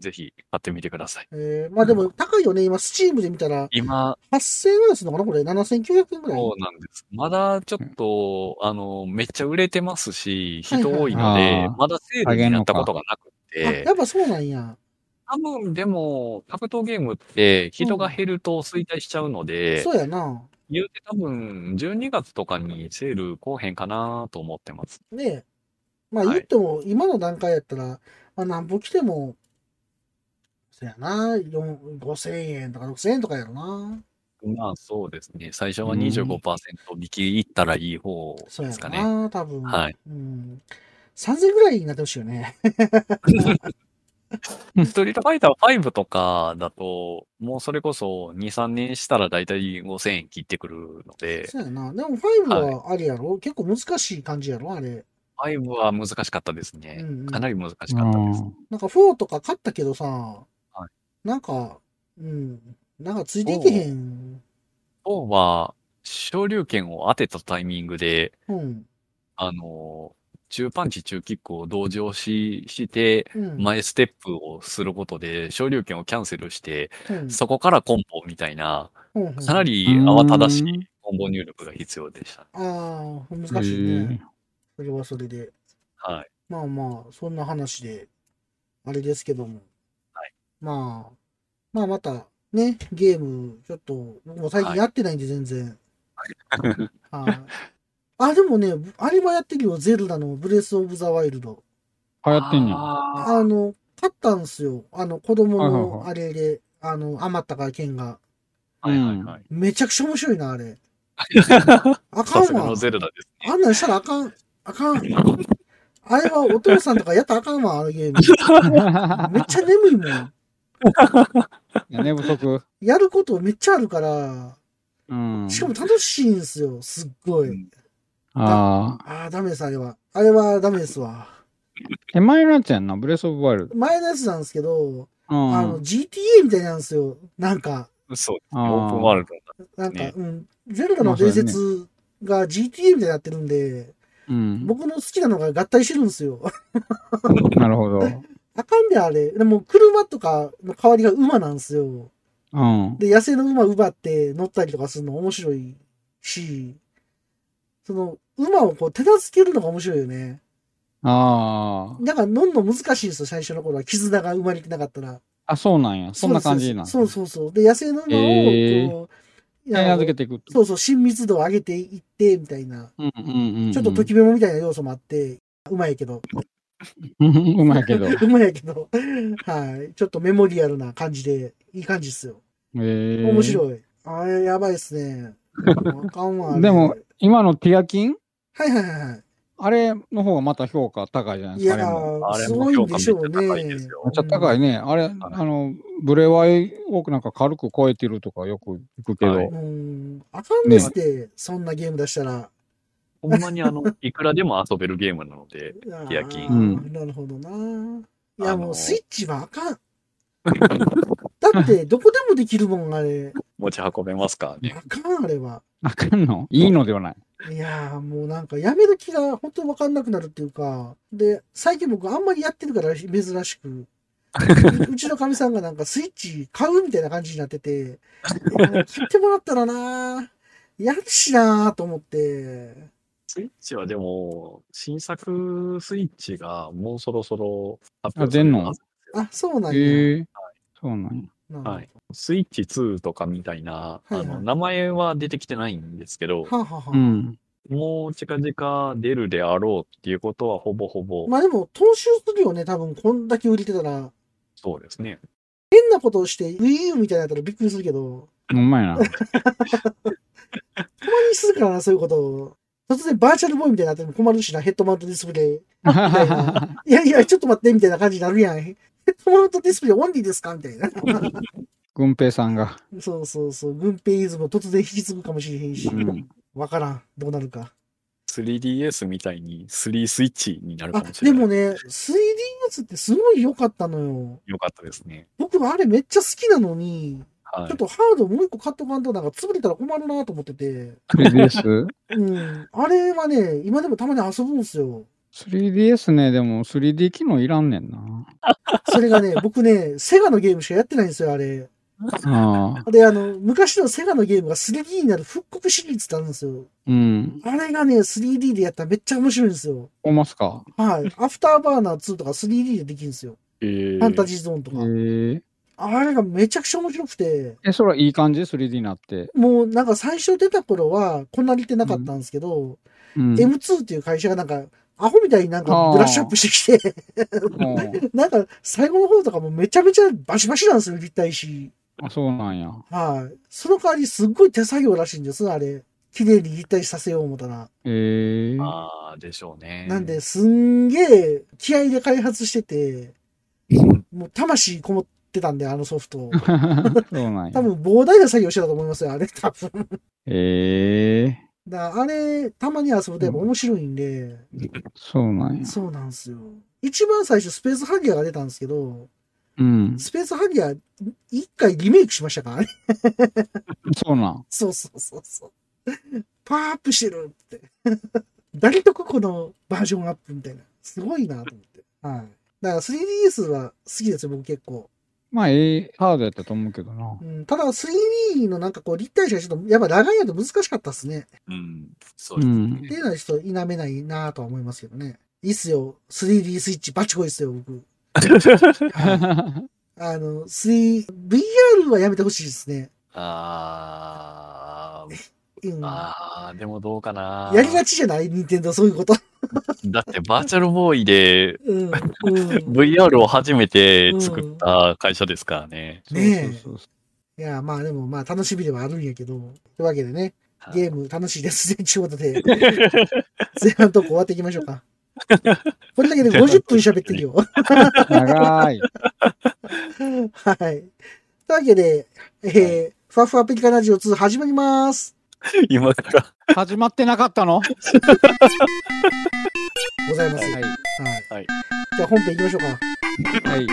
Speaker 3: ぜひ買ってみてください。
Speaker 1: えー、まあでも高いよね、今、スチームで見たら、
Speaker 3: 今、
Speaker 1: 8000円ぐらいするのかな、これ、7900円ぐらい。
Speaker 3: そうなんです。まだちょっと、あの、めっちゃ売れてますし、人多いの
Speaker 4: はいはい
Speaker 3: で
Speaker 4: あー、
Speaker 3: まだセールになったことがなく
Speaker 1: あ
Speaker 3: て
Speaker 1: や、っぱそうなんや。
Speaker 3: 多分でも、格闘ゲームって人が減ると衰退しちゃうので、
Speaker 1: そうやな。
Speaker 3: 言うて多分、12月とかにセール来へんかなと思ってます。
Speaker 1: ねえ。まあ
Speaker 3: はい
Speaker 1: 言っても、今の段階やったら、まあなんぼ来ても、そやな、4 5000円とか6000円とかやろな。
Speaker 3: まあそうですね。最初は
Speaker 4: うん
Speaker 3: 25%引きいったらいい方
Speaker 1: そう
Speaker 3: で
Speaker 1: や
Speaker 3: すか
Speaker 1: ろ
Speaker 3: ね。
Speaker 1: な、多分。
Speaker 3: はい
Speaker 1: うん。3000円ぐらいになってほしいよね。
Speaker 3: ストリートファイター5とかだと、もうそれこそ2、3年したらだいたい5000円切ってくるので、
Speaker 1: そうやな。でも5はあれやろ、結構難しい感じやろあれ。
Speaker 3: 5は難しかったですね
Speaker 1: うんうん。
Speaker 3: かなり難しかったです。
Speaker 4: う
Speaker 1: なんか4とか買ったけどさ、なんか、うん、なんかついていけへん。
Speaker 3: 今日は、昇竜拳を当てたタイミングで、
Speaker 1: うん。
Speaker 3: あの、中パンチ、中キックを同時押しして、
Speaker 1: うん。
Speaker 3: 前ステップをすることで、昇竜拳をキャンセルして、
Speaker 1: うん
Speaker 3: そこからコンボみたいな、
Speaker 1: うん
Speaker 3: かなり
Speaker 4: うん
Speaker 3: 慌ただしいコンボ入力が必要でした。
Speaker 1: ああ、難
Speaker 4: ん
Speaker 1: しい
Speaker 4: へ
Speaker 1: ね
Speaker 4: ー。
Speaker 1: それはそれで。
Speaker 3: はい。
Speaker 1: まあまあ、そんな話で、あれですけども。
Speaker 3: はい
Speaker 1: まあ、まあまた、ね、ゲーム、ちょっと、僕も最近
Speaker 3: はい
Speaker 1: やってないんで、全然。はい。あ、でもね、あれはやってるよ、ゼルダのブレス・オブ・ザ・ワイルド。
Speaker 4: 流行ってんねん。
Speaker 3: あ
Speaker 1: あの、買ったんすよ。あの、子供の
Speaker 4: は
Speaker 1: あれで、あの、余ったから剣が。
Speaker 3: ーはいはいはい。
Speaker 1: めちゃくちゃ面白いな、あ れ。あか
Speaker 3: さ
Speaker 1: ん
Speaker 3: すが
Speaker 1: わ
Speaker 3: の。ゼルダですね。
Speaker 1: あんなんしたらあかん。あかん。あれはお父さんとかやったらあかんわ、あのゲーム。めっちゃ眠いもん。
Speaker 4: いや寝不足。
Speaker 1: やることめっちゃあるから、
Speaker 4: うん。
Speaker 1: しかも楽しいんすよ、すっご
Speaker 3: う
Speaker 1: い。
Speaker 3: ん
Speaker 4: ああ。
Speaker 1: ああ、ダメです、あれは。あれはダメですわ。
Speaker 4: 手前のやつやんな、ブレスオブワイルド。
Speaker 1: 前のやつなんですけど、
Speaker 4: うん。
Speaker 1: あの、GTA みたいなんですよ。なんか、
Speaker 3: そうですね。
Speaker 4: あー
Speaker 3: オープンワールド
Speaker 1: なんか、
Speaker 3: ね
Speaker 1: うん。ゼルダの伝説が GTA みたいになってるんで、
Speaker 4: うん。
Speaker 1: 僕の好きなのが合体してるんですよ。
Speaker 4: なるほど。
Speaker 1: あかんであれ。でも車とかの代わりが馬なんですよ。
Speaker 4: うん。
Speaker 1: で、野生の馬奪って乗ったりとかするの面白いし、その、馬をこう手助けるのが面白いよね。
Speaker 4: ああ。
Speaker 1: だから乗るの難しいんですよ、最初の頃は。絆が生まれてなかったら。
Speaker 4: あ、そうなんや。そんな感じなんや
Speaker 1: そうそうそう。で、野生の馬
Speaker 4: へー
Speaker 1: をこう、
Speaker 4: 手
Speaker 1: あ
Speaker 4: な
Speaker 1: の
Speaker 4: ずけていく。
Speaker 1: そうそう、親密度を上げていって、みたいな。
Speaker 4: うんうんうんうん。
Speaker 1: ちょっとときメモみたいな要素もあって、うまいけど。
Speaker 4: うん うんうまい けど。へ
Speaker 1: うまいけど。はい。ちょっとメモリアルな感じで、いい感じっすよ。
Speaker 4: え。
Speaker 1: 面白い。あれ、やばいっすね。あかんわ。あれ
Speaker 4: でも、今のティアキン
Speaker 1: はいはいはいは
Speaker 4: あれの方がまた評価高いじゃない
Speaker 1: い。い
Speaker 4: ですか。
Speaker 1: や
Speaker 4: あれも
Speaker 1: ー、
Speaker 3: あれ
Speaker 1: す
Speaker 3: も
Speaker 1: ごいん
Speaker 3: 評価
Speaker 1: で
Speaker 3: めっ
Speaker 1: し
Speaker 3: ちゃ
Speaker 1: ょうね。
Speaker 3: 高いですよ。
Speaker 4: めっちゃ高いね。あれ、あの、ブレワイ多くなんか軽く超えてるとかよく聞くけど。
Speaker 3: はい
Speaker 1: うん。あかんですって、そんなゲーム出したら。
Speaker 3: ほんまにあの、いくらでも遊べるゲームなので、
Speaker 1: あー
Speaker 3: いやき
Speaker 4: うん
Speaker 1: なるほどな。いや、
Speaker 3: あのー
Speaker 1: もうスイッチはあかん。だって、どこでもできるもん、あれ。
Speaker 3: 持ち運べますからね。
Speaker 1: あかん、あれは。
Speaker 4: あかんのいいのではない。
Speaker 1: いやーもうなんかやめる気が本当にわかんなくなるっていうか、で、最近僕あんまりやってるから珍しく、 ううちのかみさんがなんかスイッチ買うみたいな感じになってて、いや買ってもらったらなーやるしなーと思って、
Speaker 3: スイッチはでも、新作スイッチがもうそろそろ発
Speaker 4: あ出んの
Speaker 3: されま
Speaker 1: あ、
Speaker 3: す
Speaker 1: そうなんや。
Speaker 4: へえ。そうなんや。
Speaker 1: なんだ
Speaker 3: はい。スイッチ2とかみたいな、
Speaker 1: いはい
Speaker 3: あの、名前は出てきてないんですけど、
Speaker 1: はあ、はあはあ
Speaker 4: うん。
Speaker 3: もう近々出るであろうっていうことはほぼほぼ、
Speaker 1: まあでも、踏襲するよね、多分こんだけ売れてたら。
Speaker 3: そうですね。
Speaker 1: 変なことをして Wii U みたいになったらびっくりするけど、
Speaker 4: うまいな。
Speaker 1: たまにするからな、そういうことを。突然バーチャルボーイみたいになっても困るしな、ヘッドマウントディスプレイ。 いやいや、ちょっと待って、みたいな感じになるやん。ヘッドマウントディスプレイオンリーですかみたいな。
Speaker 4: 軍平さ んが。
Speaker 1: そうそうそう。軍兵イズム突然引き継ぐかもしれへんし
Speaker 4: う。ん。
Speaker 1: わからん。どうなるか。
Speaker 3: 3DS みたいに3スイッチになるか
Speaker 1: あ
Speaker 3: も、しれ
Speaker 1: で
Speaker 3: ない。
Speaker 1: もね、3DS ってすごい良かったのよ。
Speaker 3: よかったですね。
Speaker 1: 僕あれめっちゃ好きなのに、
Speaker 3: は
Speaker 1: ちょっ
Speaker 3: い。
Speaker 1: とハードもう一個買っとかんとなんか潰れたら困るなと思ってて。
Speaker 4: 3DS?3DS
Speaker 1: うん。あれはね、今でもたまに遊ぶんすよ。
Speaker 4: ね、でも 3D 機能いらんねん な。
Speaker 1: それがね、 僕ね、セガのゲームしかやってないんですよ、あれ。
Speaker 4: ああ。
Speaker 1: で、あの、昔のセガのゲームが 3D になる復刻シリーズってあるんですよ。
Speaker 4: うん。
Speaker 1: あれがね、3D でやったらめっちゃ面白いんですよ。
Speaker 4: 思いますか
Speaker 1: はい。アフターバーナー2とか 3D でできるんですよ。
Speaker 3: えー
Speaker 1: ファンタジーゾーンと
Speaker 4: え
Speaker 1: か。
Speaker 4: ー
Speaker 1: あれがめちゃくちゃ面白くて、
Speaker 4: え、それはいい感じ ?3D になって。
Speaker 1: もうなんか最初出た頃はこんなにってなかったんですけど、
Speaker 4: うん。
Speaker 1: M2 っていう会社がなんか、アホみたいになんか
Speaker 4: あー
Speaker 1: ブラッシュアップしてき て、
Speaker 4: もう
Speaker 1: なんか最後の方とかもめちゃめちゃバシバシなんですよ、立体し。
Speaker 4: あそうなんや。
Speaker 1: はい。その代わりすっごい手作業らしいんです、あれ。綺麗に立体させよう思ったら。
Speaker 4: ええー。
Speaker 3: ああ、でしょうね。
Speaker 1: なんで、すんげえ気合で開発してて、もう魂こもってたんで、あのソフト。
Speaker 4: そうなんや
Speaker 1: 多。分膨大な作業してたと思いますよ、あれ。多分。
Speaker 4: ええ
Speaker 1: だからあれ、たまに遊ぶとやっぱ面白いんで、
Speaker 4: ー。そうなんや。
Speaker 1: そうなんですよ。一番最初スペースハギアが出たんですけど、
Speaker 4: うん。
Speaker 1: スペースハギア一回リメイクしましたからね。
Speaker 4: そうな ん。
Speaker 1: そうそうそうそう。パワーアップしてるって。 誰とここのバージョンアップみたいな。すごいなと思って。はい。だから 3DS は好きですよ、僕結構。
Speaker 4: まあ、ええハードやったと思うけどな
Speaker 1: う。ん、ただ 3D のなんかこう立体視がちょっと、やっぱ長いやと難しかったですね。
Speaker 3: うん。そう
Speaker 4: う
Speaker 3: ですね。
Speaker 4: ん
Speaker 1: っ。ていうのはちょっと否めないなとは思いますけどね。いいっすよ。3D スイッチバチコイっすよ、僕。はいあの、3、VR はやめてほしいですね。
Speaker 3: あー
Speaker 1: うん。や
Speaker 3: あー、でもどうかな。
Speaker 1: りがちじゃない任天堂そういうこと。
Speaker 3: だってバーチャルボーイで
Speaker 1: うん。うん、い
Speaker 3: VR を初めて作った会社ですからね。
Speaker 1: ねえ
Speaker 4: そうそうそう
Speaker 1: や、まあでも、まあ楽しみではあるんやけど。というわけでね、ゲーム楽しいですね。ちゅうことで、前半とこ終わっていきましょうか。これだけで50分喋ってるよ。
Speaker 4: そう。長い。
Speaker 1: はい。というわけで、えーふわふわペリカラジオ2始まります。
Speaker 3: 今から。
Speaker 4: 始まってなかったのは
Speaker 1: ございます。
Speaker 4: い。
Speaker 1: はい。
Speaker 3: はい
Speaker 1: じゃあ本編行きましょうか。
Speaker 4: はい。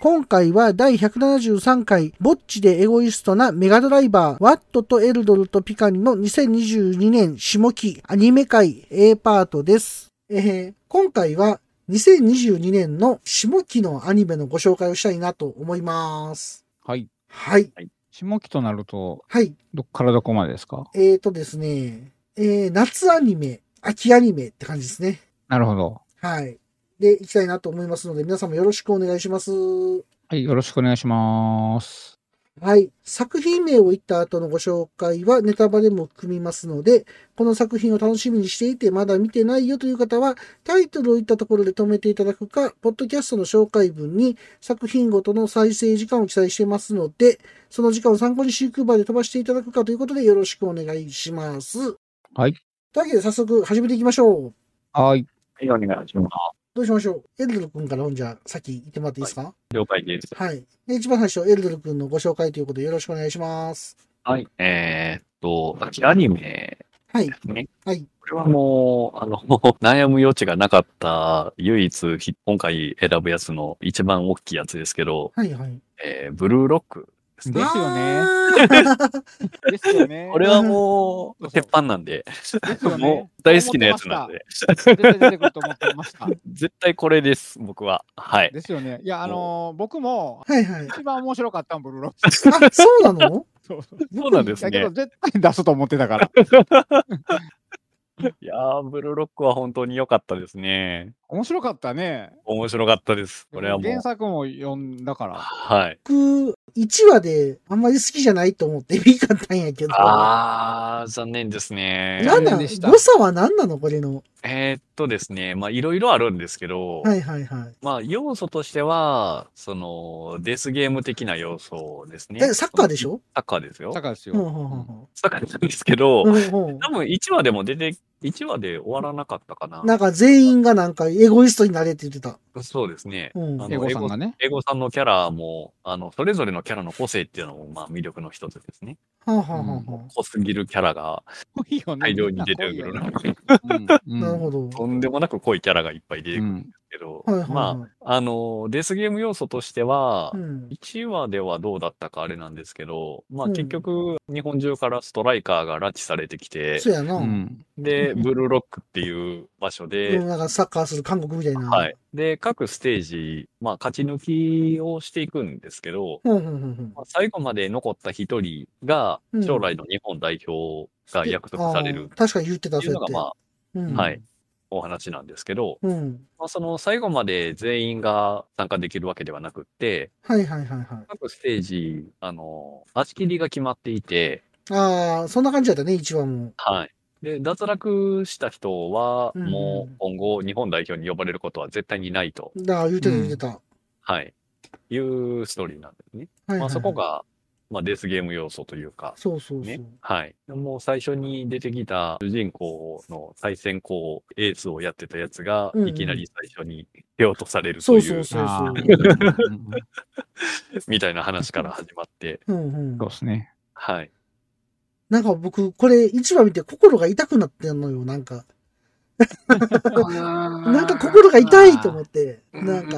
Speaker 1: 今回は第173回、ぼっちでエゴイストなメガドライバー、ワットとエルドルとピカリの2022年下期アニメ界 A パートです。えー今回は2022年の下期のアニメのご紹介をしたいなと思います。
Speaker 4: はい。
Speaker 1: はい。
Speaker 4: 下期となると、
Speaker 1: はい。
Speaker 4: どっからどこまでですか
Speaker 1: えーとですね、えー夏アニメ、秋アニメって感じですね。
Speaker 4: なるほど。
Speaker 1: はい。で、行きたいなと思いますので、皆さんもよろしくお願いします。
Speaker 4: はい。よろしくお願いします。
Speaker 1: はい。作品名を言った後のご紹介はネタバレも含みますので、この作品を楽しみにしていてまだ見てないよという方は、タイトルを言ったところで止めていただくか、ポッドキャストの紹介文に作品ごとの再生時間を記載してますので、その時間を参考にシークーバーで飛ばしていただくかということでよろしくお願いします。
Speaker 4: はい。
Speaker 1: というわけで早速始めていきましょう。
Speaker 4: はい。
Speaker 3: はい、お願いします。
Speaker 1: どうしましょうエルドル君からほんじゃ、先行ってもらっていいですか、
Speaker 3: 了解です。
Speaker 1: はい。で、一番最初、エルドル君のご紹介ということでよろしくお願いします。
Speaker 3: はい。えーっと、秋アニメ
Speaker 1: はい。
Speaker 3: ね。
Speaker 1: はい。
Speaker 3: これはもう、あの、 悩む余地がなかった、唯一ひ、今回選ぶやつの一番大きいやつですけど、
Speaker 1: はいはい。
Speaker 3: えーブルーロックですね。
Speaker 4: ですよね
Speaker 1: あー。
Speaker 4: ですよね
Speaker 3: これはもう、鉄板なんで、
Speaker 4: ですよね
Speaker 3: もう大好きなやつなんで、
Speaker 4: 絶対出てくると思ってました。
Speaker 3: 絶対これです、僕は。 はい。
Speaker 4: ですよね。いや、あのー僕も、
Speaker 1: はい はい。
Speaker 4: 一番面白かったのブルーロック。
Speaker 1: あ、そうなの
Speaker 4: そうそう
Speaker 3: そうなんです
Speaker 4: だけ
Speaker 3: ね
Speaker 4: ど、。絶対出すと思ってた から。
Speaker 3: いやー、ブルーロックは本当に良かったですね。
Speaker 4: 面白かったね。
Speaker 3: 面白かったです。これはもう
Speaker 4: 原。作も読んだから。
Speaker 3: はい。
Speaker 1: 僕、1話であんまり好きじゃないと思って見かったんやけど。
Speaker 3: あー、残念ですね。
Speaker 1: なん
Speaker 4: 残
Speaker 1: な
Speaker 4: 念
Speaker 1: ん
Speaker 4: でした
Speaker 1: 誤差は何なのこれの。
Speaker 3: えーっとですね、まあいろいろあるんですけど、
Speaker 1: はいはいはい。
Speaker 3: まあ要素としては、そのデスゲーム的な要素ですね。
Speaker 1: え、サッカーでしょ
Speaker 3: サッカーですよ。
Speaker 4: だからですよ。
Speaker 1: うんうん
Speaker 3: サッカーなんですけど、
Speaker 1: うんうんうんうん
Speaker 3: 多分1話でも出て、1話で終わらなかったかな。
Speaker 1: なんか全員がなんかエゴイストになれって言ってた。
Speaker 3: そうですね。
Speaker 1: うん
Speaker 3: あの
Speaker 4: エゴさんがね。
Speaker 3: 英語さんのキャラも、あの、それぞれのキャラの個性っていうのも、まあ魅力の一つですね。
Speaker 1: はあはあはあは
Speaker 3: 濃すぎるキャラが
Speaker 4: 濃いよね
Speaker 3: 大量に出てくる
Speaker 4: みん
Speaker 3: な
Speaker 4: な。濃
Speaker 1: あ
Speaker 4: いよね
Speaker 1: なるほど。
Speaker 3: とんでもなく濃いキャラがいっぱい出て
Speaker 4: う
Speaker 3: くるんで
Speaker 4: ん。
Speaker 3: すけど、
Speaker 1: はいはいはい
Speaker 3: まあ、あの、デスゲーム要素としては、
Speaker 1: うん。
Speaker 3: 1話ではどうだったかあれなんですけど、まあ
Speaker 1: うん
Speaker 3: 結局日本中からストライカーが拉致されてきて
Speaker 1: そ、うやな。
Speaker 4: う
Speaker 1: うん
Speaker 4: ん。
Speaker 3: で、ブルーロックっていう場所で、
Speaker 1: なんかサッカーする韓国みたいな。
Speaker 3: はい。。で、各ステージ、まあ勝ち抜きをしていくんですけど、
Speaker 1: うんうんうんうん。
Speaker 3: まあ最後まで残った一人が
Speaker 1: うん
Speaker 3: 将来の日本代表が約束される
Speaker 1: あー確かに言ってた、
Speaker 3: っていうのが
Speaker 1: そう
Speaker 3: ま
Speaker 1: やっ
Speaker 3: あ
Speaker 1: てうん
Speaker 3: はい。お話なんですけど、
Speaker 1: うん。
Speaker 3: まあその最後まで全員が参加できるわけではなくって、
Speaker 1: はいはいはいは
Speaker 3: 各ステージ、あの、足切りが決まっていて、
Speaker 1: い。ああ、そんな感じだったね、一話も。
Speaker 3: はい。で、脱落した人は、
Speaker 1: うんうん
Speaker 3: もう今後、日本代表に呼ばれることは絶対にないと、
Speaker 1: だから言うてた言うてた。はい
Speaker 3: はい。いうストーリーなんですね。
Speaker 1: はい
Speaker 3: ま
Speaker 1: はい
Speaker 3: あ、そこ。が、まあ、デスゲーム要素というか、
Speaker 1: そうそうそう
Speaker 3: ね。はい。もう最初に出てきた主人公の対戦校エースをやってたやつが
Speaker 1: うんう、ん
Speaker 3: いきなり最初に手を落とされる
Speaker 1: そ
Speaker 3: と
Speaker 1: う
Speaker 3: い
Speaker 1: そう
Speaker 3: う、
Speaker 1: そう
Speaker 4: あ
Speaker 1: そ
Speaker 4: ー
Speaker 1: う。
Speaker 4: うんうん
Speaker 3: みたいな話から始まって、
Speaker 1: うんうん
Speaker 4: そう。ですね。
Speaker 3: はい。
Speaker 1: なんか僕、これ一話見て心が痛くなってんのよ、なんか。な
Speaker 3: なん
Speaker 1: か心が痛いと思って、なんか、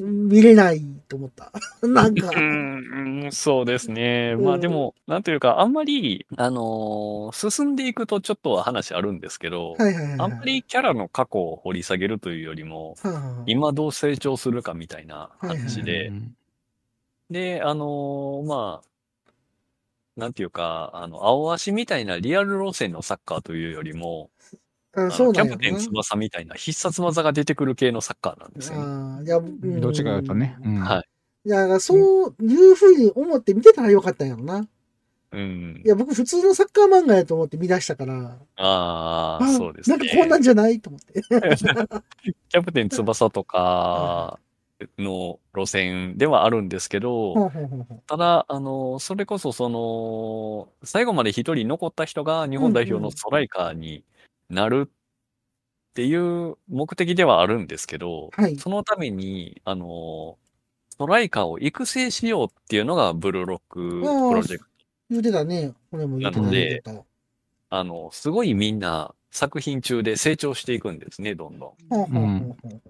Speaker 1: 見れないと思った。 なんか
Speaker 3: う、んうん、そうですね。ま
Speaker 1: う
Speaker 3: あ
Speaker 1: ん
Speaker 3: でも、なんというか、あんまり、あのー進んでいくとちょっとは話あるんですけど、
Speaker 1: はいはいはい。
Speaker 3: あんまりキャラの過去を掘り下げるというよりも、
Speaker 1: はいはいはい、
Speaker 3: 今どう成長するかみたいな話で、
Speaker 4: うん
Speaker 3: で、あのーまあ、なんていうか、あの、青足みたいなリアル路線のサッカーというよりも、
Speaker 1: あ
Speaker 3: あ
Speaker 1: そう
Speaker 3: のキ
Speaker 1: な
Speaker 3: ャ
Speaker 1: んや
Speaker 3: プテン
Speaker 1: な。
Speaker 3: 翼みたいな必殺技が出てくる系のサッカーなんですよね。
Speaker 1: ああ、いや、うん
Speaker 4: どっちかいうとね。うん
Speaker 3: はい。
Speaker 1: いや、だからそういうふうに思って見てたらよかったんやろな。
Speaker 3: うん
Speaker 1: い。や、僕普通のサッカー漫画やと思って見出したから、
Speaker 3: ああ、そうです
Speaker 1: な
Speaker 3: ね。
Speaker 1: んかこんなんじゃないと思って。
Speaker 3: キャプテン翼とかの路線ではあるんですけど、
Speaker 1: ほうほうほうほう
Speaker 3: ただ、あの、それこそその、最後まで一人残った人が日本代表のストライカーになるっていう目的ではあるんですけど、
Speaker 1: はい
Speaker 3: そのために、あの、ストライカーを育成しようっていうのがブルーロックプロジェクト。
Speaker 1: 言うてたね。これも言うてた。
Speaker 4: なの
Speaker 3: で
Speaker 1: 言うて
Speaker 3: あの、すごいみんな作品中で成長していくんですね、どんどん。
Speaker 1: たほうほうほうほう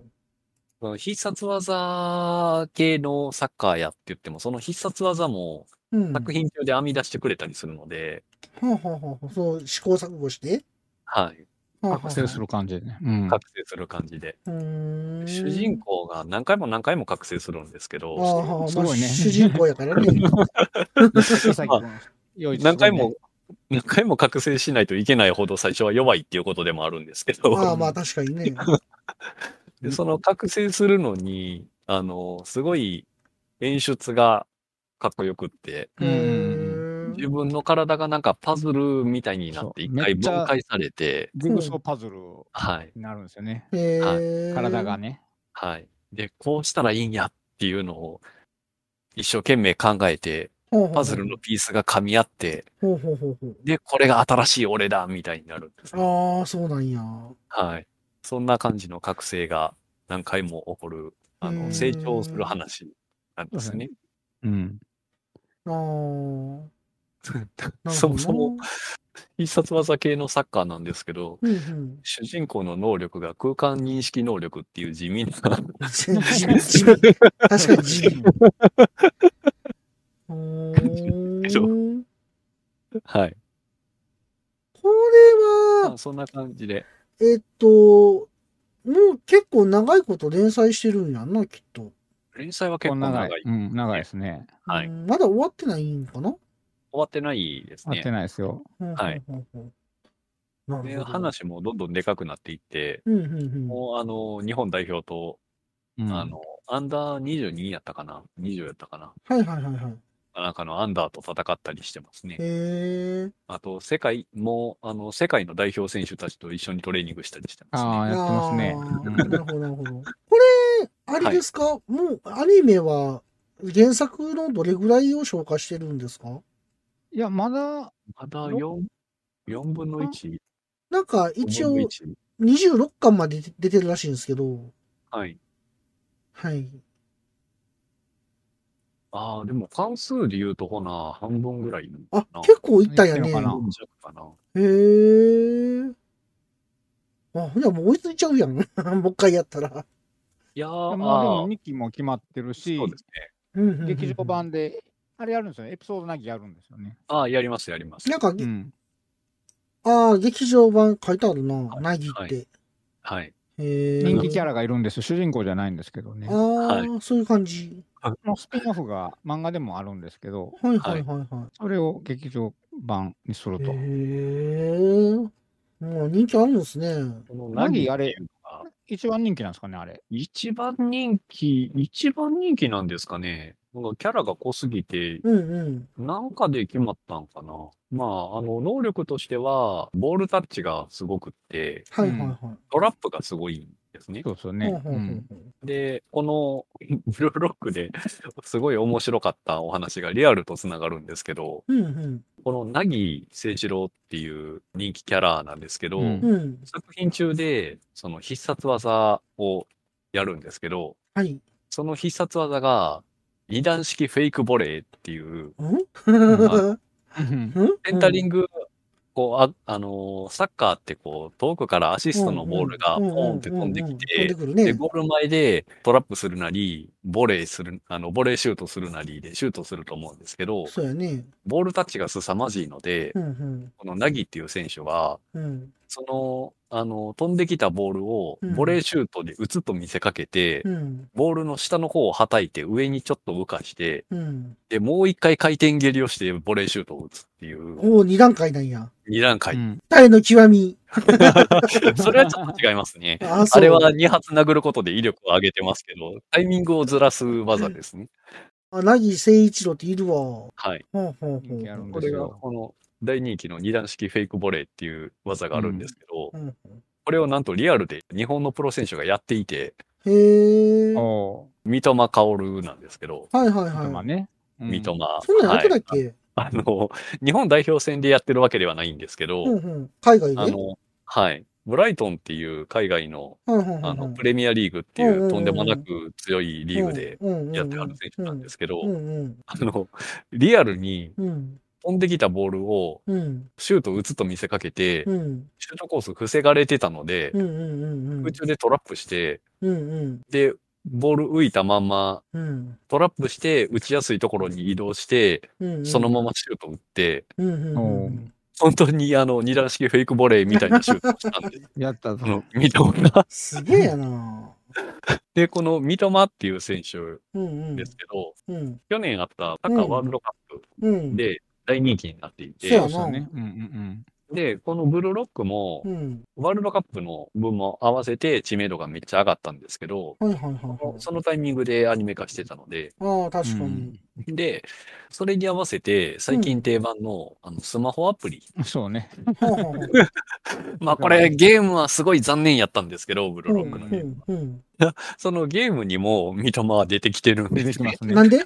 Speaker 3: その必殺技系のサッカーやって言っても、その必殺技も
Speaker 1: うん。
Speaker 3: 作品中で編み出してくれたりするので、
Speaker 1: ほうほうほうほう。そう、試行錯誤して。
Speaker 3: はい。
Speaker 1: ほうほうほう
Speaker 4: 覚醒する感じでね。うん。
Speaker 3: 覚醒する感じで。
Speaker 1: うーん。
Speaker 3: 主人公が何回も何回も覚醒するんですけ
Speaker 1: あ
Speaker 3: ど、
Speaker 1: あ、まあ
Speaker 4: すごいね
Speaker 1: 主人公やからね。
Speaker 4: 最後用意する
Speaker 3: 何
Speaker 4: ね
Speaker 3: 回も、何回も覚醒しないといけないほど最初は弱いっていうことでもあるんですけど、
Speaker 1: ああ、まあ確かにね。
Speaker 3: でその覚醒するのに、あの、すごい演出がかっこよくって、
Speaker 4: うんうん。
Speaker 1: う
Speaker 3: 自分の体がなんかパズルみたいになっ
Speaker 4: そ
Speaker 3: て
Speaker 4: う
Speaker 3: 一回
Speaker 4: めっちゃ
Speaker 3: 分解されて、
Speaker 4: ジグソーパズル
Speaker 3: はい、
Speaker 4: になるんですよね。
Speaker 1: んへー
Speaker 4: 体がね。
Speaker 3: はい。で、こうしたらいいんやっていうのを一生懸命考えて、
Speaker 1: ほうほうほう
Speaker 3: パズルのピースが噛み合って、
Speaker 1: ほうほうほうほう
Speaker 3: で、これが新しい俺だみたいになるんですね、
Speaker 1: ああ、そうなんや。
Speaker 3: はい。そんな感じの覚醒が何回も起こる、あ
Speaker 1: うー
Speaker 3: の、
Speaker 1: ん
Speaker 3: 成長する話なんですね。
Speaker 4: うん。
Speaker 1: ああ。
Speaker 3: そもそも
Speaker 1: な
Speaker 3: 必殺技系のサッカーなんですけど、
Speaker 1: るほどな。う んうん。
Speaker 3: 主人公の能力が空間認識能力っていう地味な、
Speaker 1: 地味地味確かに地味。うーん
Speaker 3: はい。
Speaker 1: これ
Speaker 3: ま
Speaker 1: は
Speaker 3: あ、、そんな感じで。
Speaker 1: えっと、もう結構長いこと連載してるんやんな、きっと。
Speaker 3: 連載は結
Speaker 4: こ
Speaker 3: 構
Speaker 4: う
Speaker 3: 長
Speaker 4: 長
Speaker 3: い。
Speaker 4: い。
Speaker 3: 終
Speaker 4: うん、長いですね。
Speaker 3: はい
Speaker 1: うんまだ終わってないんかな
Speaker 3: わってないです
Speaker 4: 合って
Speaker 3: ね。
Speaker 4: ないですよ。
Speaker 3: はい。
Speaker 1: うんうんうんうんな
Speaker 3: で
Speaker 1: るほど。
Speaker 3: 話もどんどんでかくなっていって、
Speaker 1: うんうんうん。
Speaker 3: もうあの、日本代表と、
Speaker 4: うん
Speaker 3: あの、アンダー22やったかな ?20 やったかな
Speaker 1: はいはいはいはい。
Speaker 3: なんかのアンダーと戦ったりしてますね。
Speaker 1: へえ。
Speaker 3: あと、世界も、あの、世界の代表選手たちと一緒にトレーニングしたりしてます
Speaker 4: ああ、
Speaker 3: ね。
Speaker 4: やってますね
Speaker 1: あ。
Speaker 4: う
Speaker 1: ー
Speaker 4: ん
Speaker 1: なるほどなるほど。これ、あれですか、もうアニメは原作のどれぐらいを消化してるんですか
Speaker 4: いや、まだ、
Speaker 3: まだ4、4分の1、
Speaker 1: なんか一
Speaker 3: 4
Speaker 1: 応
Speaker 3: 分の1。
Speaker 1: 26巻まで出てるらしいんですけど、
Speaker 3: はい。
Speaker 1: はい。
Speaker 3: ああ、でも関数で言うとほな、半分ぐらいの
Speaker 1: あ
Speaker 3: かな、
Speaker 1: 結構いったんや
Speaker 4: い
Speaker 1: ね
Speaker 4: っ。たのか
Speaker 3: 半
Speaker 4: な
Speaker 3: 分弱かな。
Speaker 1: へえ。あ、ほんじゃもう追いついちゃうやん。も う一回やったら。
Speaker 3: いやー、
Speaker 4: まあ、で
Speaker 3: あ
Speaker 4: も
Speaker 3: ー
Speaker 4: 2期も決まってるし
Speaker 3: そう、ですね。
Speaker 1: うんうんうん
Speaker 4: 劇場。版で、あれやるんですよね。エピソードなきやるんですよね。
Speaker 3: ああ、やります、やります。
Speaker 1: なんか、
Speaker 4: うん。
Speaker 1: ああ、劇場版書いてあるな、
Speaker 3: はい
Speaker 1: ナギって。
Speaker 3: はい。
Speaker 1: へえ。
Speaker 4: 人気キャラがいるんですよ。主人公じゃないんですけどね。
Speaker 1: ああ、そういう感じ。
Speaker 4: のスピンオフが漫画でもあるんですけど、
Speaker 1: はいはいはいは
Speaker 4: それを劇場版にする
Speaker 1: い。
Speaker 4: と
Speaker 1: へ。え。もう人気あるんですね。
Speaker 3: この
Speaker 4: ナギ
Speaker 3: ナ
Speaker 4: あれ
Speaker 3: っていうのが
Speaker 4: 一番人気なんですかね、あれ。
Speaker 3: 一番人気、一番人気なんですかね。なんかキャラが濃すぎて、
Speaker 1: うんうん。
Speaker 3: なんかで決まったんかな。まあ、あの、能力としては、ボールタッチがすごくって、
Speaker 1: はいはいはい。
Speaker 3: トラップがすごいんですね。
Speaker 4: そうです
Speaker 1: ほ
Speaker 4: よ
Speaker 1: う
Speaker 4: ね。
Speaker 1: ほう
Speaker 4: う
Speaker 1: ほうんほう
Speaker 3: で、この ブルーロックですごい面白かったお話がリアルとつながるんですけど、
Speaker 1: うん
Speaker 3: このナギ誠一郎っていう人気キャラなんですけど、
Speaker 4: うん
Speaker 1: うん。うん。
Speaker 3: 作品中でその必殺技をやるんですけど、
Speaker 1: はい。
Speaker 3: その必殺技が二段式フェイクボレーっていう、
Speaker 1: うん
Speaker 4: うん
Speaker 1: うん
Speaker 3: センタリング、こう、あ、あのーサッカーってこう、遠くからアシストのボールがポーンって飛んでき
Speaker 1: 飛んで
Speaker 3: て、
Speaker 1: くる
Speaker 3: で、
Speaker 1: ね。
Speaker 3: ゴール前でトラップするなり、ボレーする、あの、ボレーシュートするなりでシュートすると思うんですけど、
Speaker 1: そうやね。
Speaker 3: ボールタッチが凄まじいので
Speaker 1: う、ん
Speaker 3: このナギっていう選手は、
Speaker 1: うん。うん
Speaker 3: その、あの、飛んできたボールを
Speaker 1: うん
Speaker 3: ボレーシュートで打つと見せかけて、
Speaker 1: うん
Speaker 3: ボールの下の方をはたいて上にちょっと浮かして、
Speaker 1: うん。
Speaker 3: で、もう一回回転蹴りをしてボレーシュートを打つっていう
Speaker 1: おお、二段階なんや。
Speaker 3: 二段階。
Speaker 1: 二重の極み。
Speaker 3: それはちょっと違いますね。
Speaker 1: ああ、
Speaker 3: あ
Speaker 1: そう。
Speaker 3: れは2発殴ることで威力を上げてますけど、タイミングをずらす技ですね。
Speaker 1: あ、なぎ誠一郎っているわ。ほ
Speaker 3: はい。
Speaker 1: うほうほ
Speaker 4: 人気あるん
Speaker 1: う。
Speaker 3: こ
Speaker 4: です
Speaker 3: れが
Speaker 4: よ。
Speaker 3: この大人気の二段式フェイクボレーっていう技があるんですけど、
Speaker 1: うん
Speaker 3: これをなんとリアルで日本のプロ選手がやっていて、
Speaker 1: へえ。は
Speaker 4: お
Speaker 3: 三笘薫なんですけど、
Speaker 1: いはい
Speaker 4: ー三笘
Speaker 1: はい。
Speaker 4: ね。うん
Speaker 3: 三笘。
Speaker 1: そんなんやってた
Speaker 3: は
Speaker 1: っ
Speaker 3: い。
Speaker 1: け
Speaker 3: あの、日本代表戦でやってるわけではないんですけど、
Speaker 1: うんうん。海外で
Speaker 3: あの、はい。ブライトンっていう海外の、
Speaker 1: うんうんうんうん
Speaker 3: あの、プレミアリーグって
Speaker 1: うんうん
Speaker 3: い
Speaker 1: うんう
Speaker 3: うんとんでもなく強いリーグでやってはる選手なんですすけど、
Speaker 1: うんうん
Speaker 3: あの、リアルに
Speaker 1: うん
Speaker 3: 飛んできたボールを
Speaker 1: うん
Speaker 3: シュート打つと見せかけて
Speaker 1: う、ん
Speaker 3: シュートコース防がれてたので
Speaker 1: うんう、んうんうん
Speaker 3: 空中でトラップして、
Speaker 1: うんうん
Speaker 3: で、ボール浮いたまんま、
Speaker 1: うん。
Speaker 3: トラップして、打ちやすいところに移動して、
Speaker 1: うん。
Speaker 3: そのままシュート打って、
Speaker 1: うん。うん。うんうん。
Speaker 3: 本当にあの、二段式フェイクボレーみたいなシュートをした んで、
Speaker 4: やった
Speaker 3: そ
Speaker 4: ぞ。
Speaker 3: の、三笘が。
Speaker 1: すげえや な。
Speaker 3: で、この三笘っていう選手
Speaker 1: うん。
Speaker 3: ですけど、
Speaker 1: うん。うん。
Speaker 3: 去年あったサッカーワールドカッ
Speaker 1: うん。
Speaker 3: プで大人気になっていて、
Speaker 1: そう
Speaker 4: そうだね。うんうんうん。
Speaker 3: で、このブルーロックも
Speaker 1: う、ん。
Speaker 3: ワールドカップの分も合わせて知名度がめっちゃ上がったんですけど、
Speaker 1: はいはいはいはい。
Speaker 3: そのタイミングでアニメ化してたので、
Speaker 1: ああ、確か
Speaker 4: うん
Speaker 1: に。
Speaker 3: で、それに合わせて、最近定番の、あの、スマホアプリ。
Speaker 4: そうね。
Speaker 1: はあはあはあ
Speaker 3: まあこれ、ゲームはすごい残念やったんですけど、ブルーロックの
Speaker 1: う
Speaker 3: ね。
Speaker 1: ん。うん。
Speaker 3: そのゲームにも、三笘は出てきてるん
Speaker 4: 出
Speaker 3: で
Speaker 4: て
Speaker 3: す
Speaker 4: きま
Speaker 3: ね。
Speaker 4: すね。
Speaker 1: なんで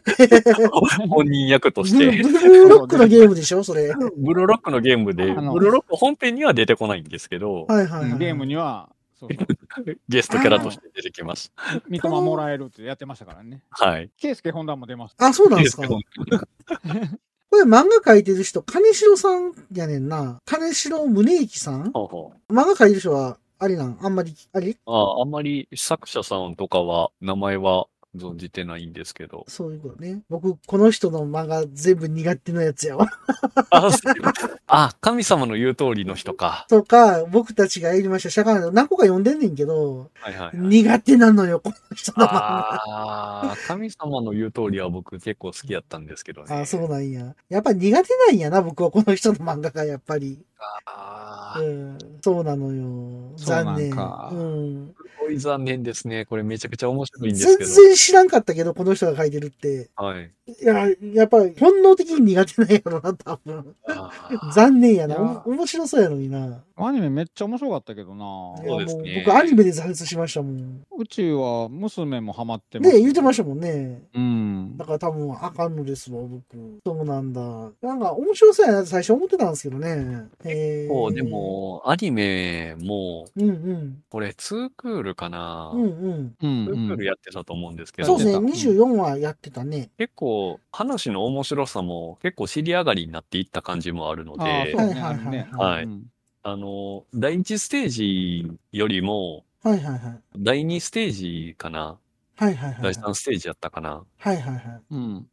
Speaker 3: 本人役と
Speaker 1: ブ
Speaker 3: し
Speaker 1: ル
Speaker 3: て。
Speaker 1: ブルーロックのゲームでしょそれ。はい
Speaker 3: ブルーロックのゲームで、ブル
Speaker 4: あの
Speaker 3: ーロック本編には出てこないんですけど、
Speaker 1: はいは
Speaker 4: う
Speaker 1: い。
Speaker 4: んゲーム
Speaker 1: に。
Speaker 4: には、そうそう
Speaker 3: ゲストキャラとして出てきます。
Speaker 4: 三笘もらえるってやってましたからね。
Speaker 3: はい。
Speaker 4: ケイスケ本田も出ます。
Speaker 1: あ、そうなんですか
Speaker 3: ゲスト
Speaker 1: これ漫画描いてる人、金城さんやねんな。金城宗行さん
Speaker 3: ほうほう
Speaker 1: 漫画描いてる人は、ありなんあんまり、あり
Speaker 3: ああんまり作者さんとかは、名前は存じてないんですけ ど。
Speaker 1: そういうことね。僕、この人の漫画全部苦手なやつやわ。
Speaker 3: あ、すいませんあ神様の言う通りの人か。
Speaker 1: とか、僕たちがやりました社会の何個か読んでんねんけど、
Speaker 3: はいはい、はい。
Speaker 1: 苦手なのよ、この人の漫画。
Speaker 3: ああ、神様の言う通りは僕結構好きやったんですけどね。
Speaker 1: あそうなんや。やっぱり苦手なんやな、僕はこの人の漫画が、やっぱり。
Speaker 3: あ
Speaker 1: う
Speaker 3: ー
Speaker 1: ん、そうなのよ。
Speaker 4: そうな
Speaker 1: 残
Speaker 4: ん
Speaker 1: 念。
Speaker 4: か
Speaker 1: うん、
Speaker 3: すごい残念ですね。これめちゃくちゃ面白いんです
Speaker 1: 全
Speaker 3: けど。
Speaker 1: 然知らんかったけど、この人が書いてるって。
Speaker 3: はい。
Speaker 1: いや、やっぱり本能的に苦手なんやろな、多分。
Speaker 3: あー
Speaker 1: 残念やな。
Speaker 4: いや
Speaker 1: お面白そうやのにな。
Speaker 4: アニメめっちゃ面白かったけどな。
Speaker 1: いや
Speaker 3: そ
Speaker 1: も
Speaker 3: うです
Speaker 1: う
Speaker 3: ね
Speaker 1: 僕アニメで挫折しましたもん。
Speaker 4: うちは娘もハマって。
Speaker 1: ね言ってましたたもんね。
Speaker 4: うん
Speaker 1: だ。から多分あかんのですわ、僕。そうなんだ。なんか面白そうやなって最初思ってたんですけどね。えー、
Speaker 3: そう、で。も、アニメも、
Speaker 1: うんうん。
Speaker 3: これ、ツークールかな、
Speaker 1: うんうん。
Speaker 4: うん
Speaker 3: ツ
Speaker 4: う
Speaker 3: ークー
Speaker 4: ん
Speaker 3: ルやってたと思うんですけ
Speaker 1: そ
Speaker 3: ど、
Speaker 1: うですね。
Speaker 4: やってた
Speaker 1: 24話やってたね。
Speaker 3: 結構、話の面白さも結構尻上がりになっていった感じもあるので、
Speaker 4: ああ、そうね、あるね。
Speaker 3: はい
Speaker 4: うん
Speaker 3: あの、第一ステージよりも、
Speaker 1: はいはいはい。
Speaker 3: 第二ステージかな
Speaker 1: はいはいはい。
Speaker 3: 第三ステージやったかな
Speaker 1: はいはいはい。
Speaker 4: うん。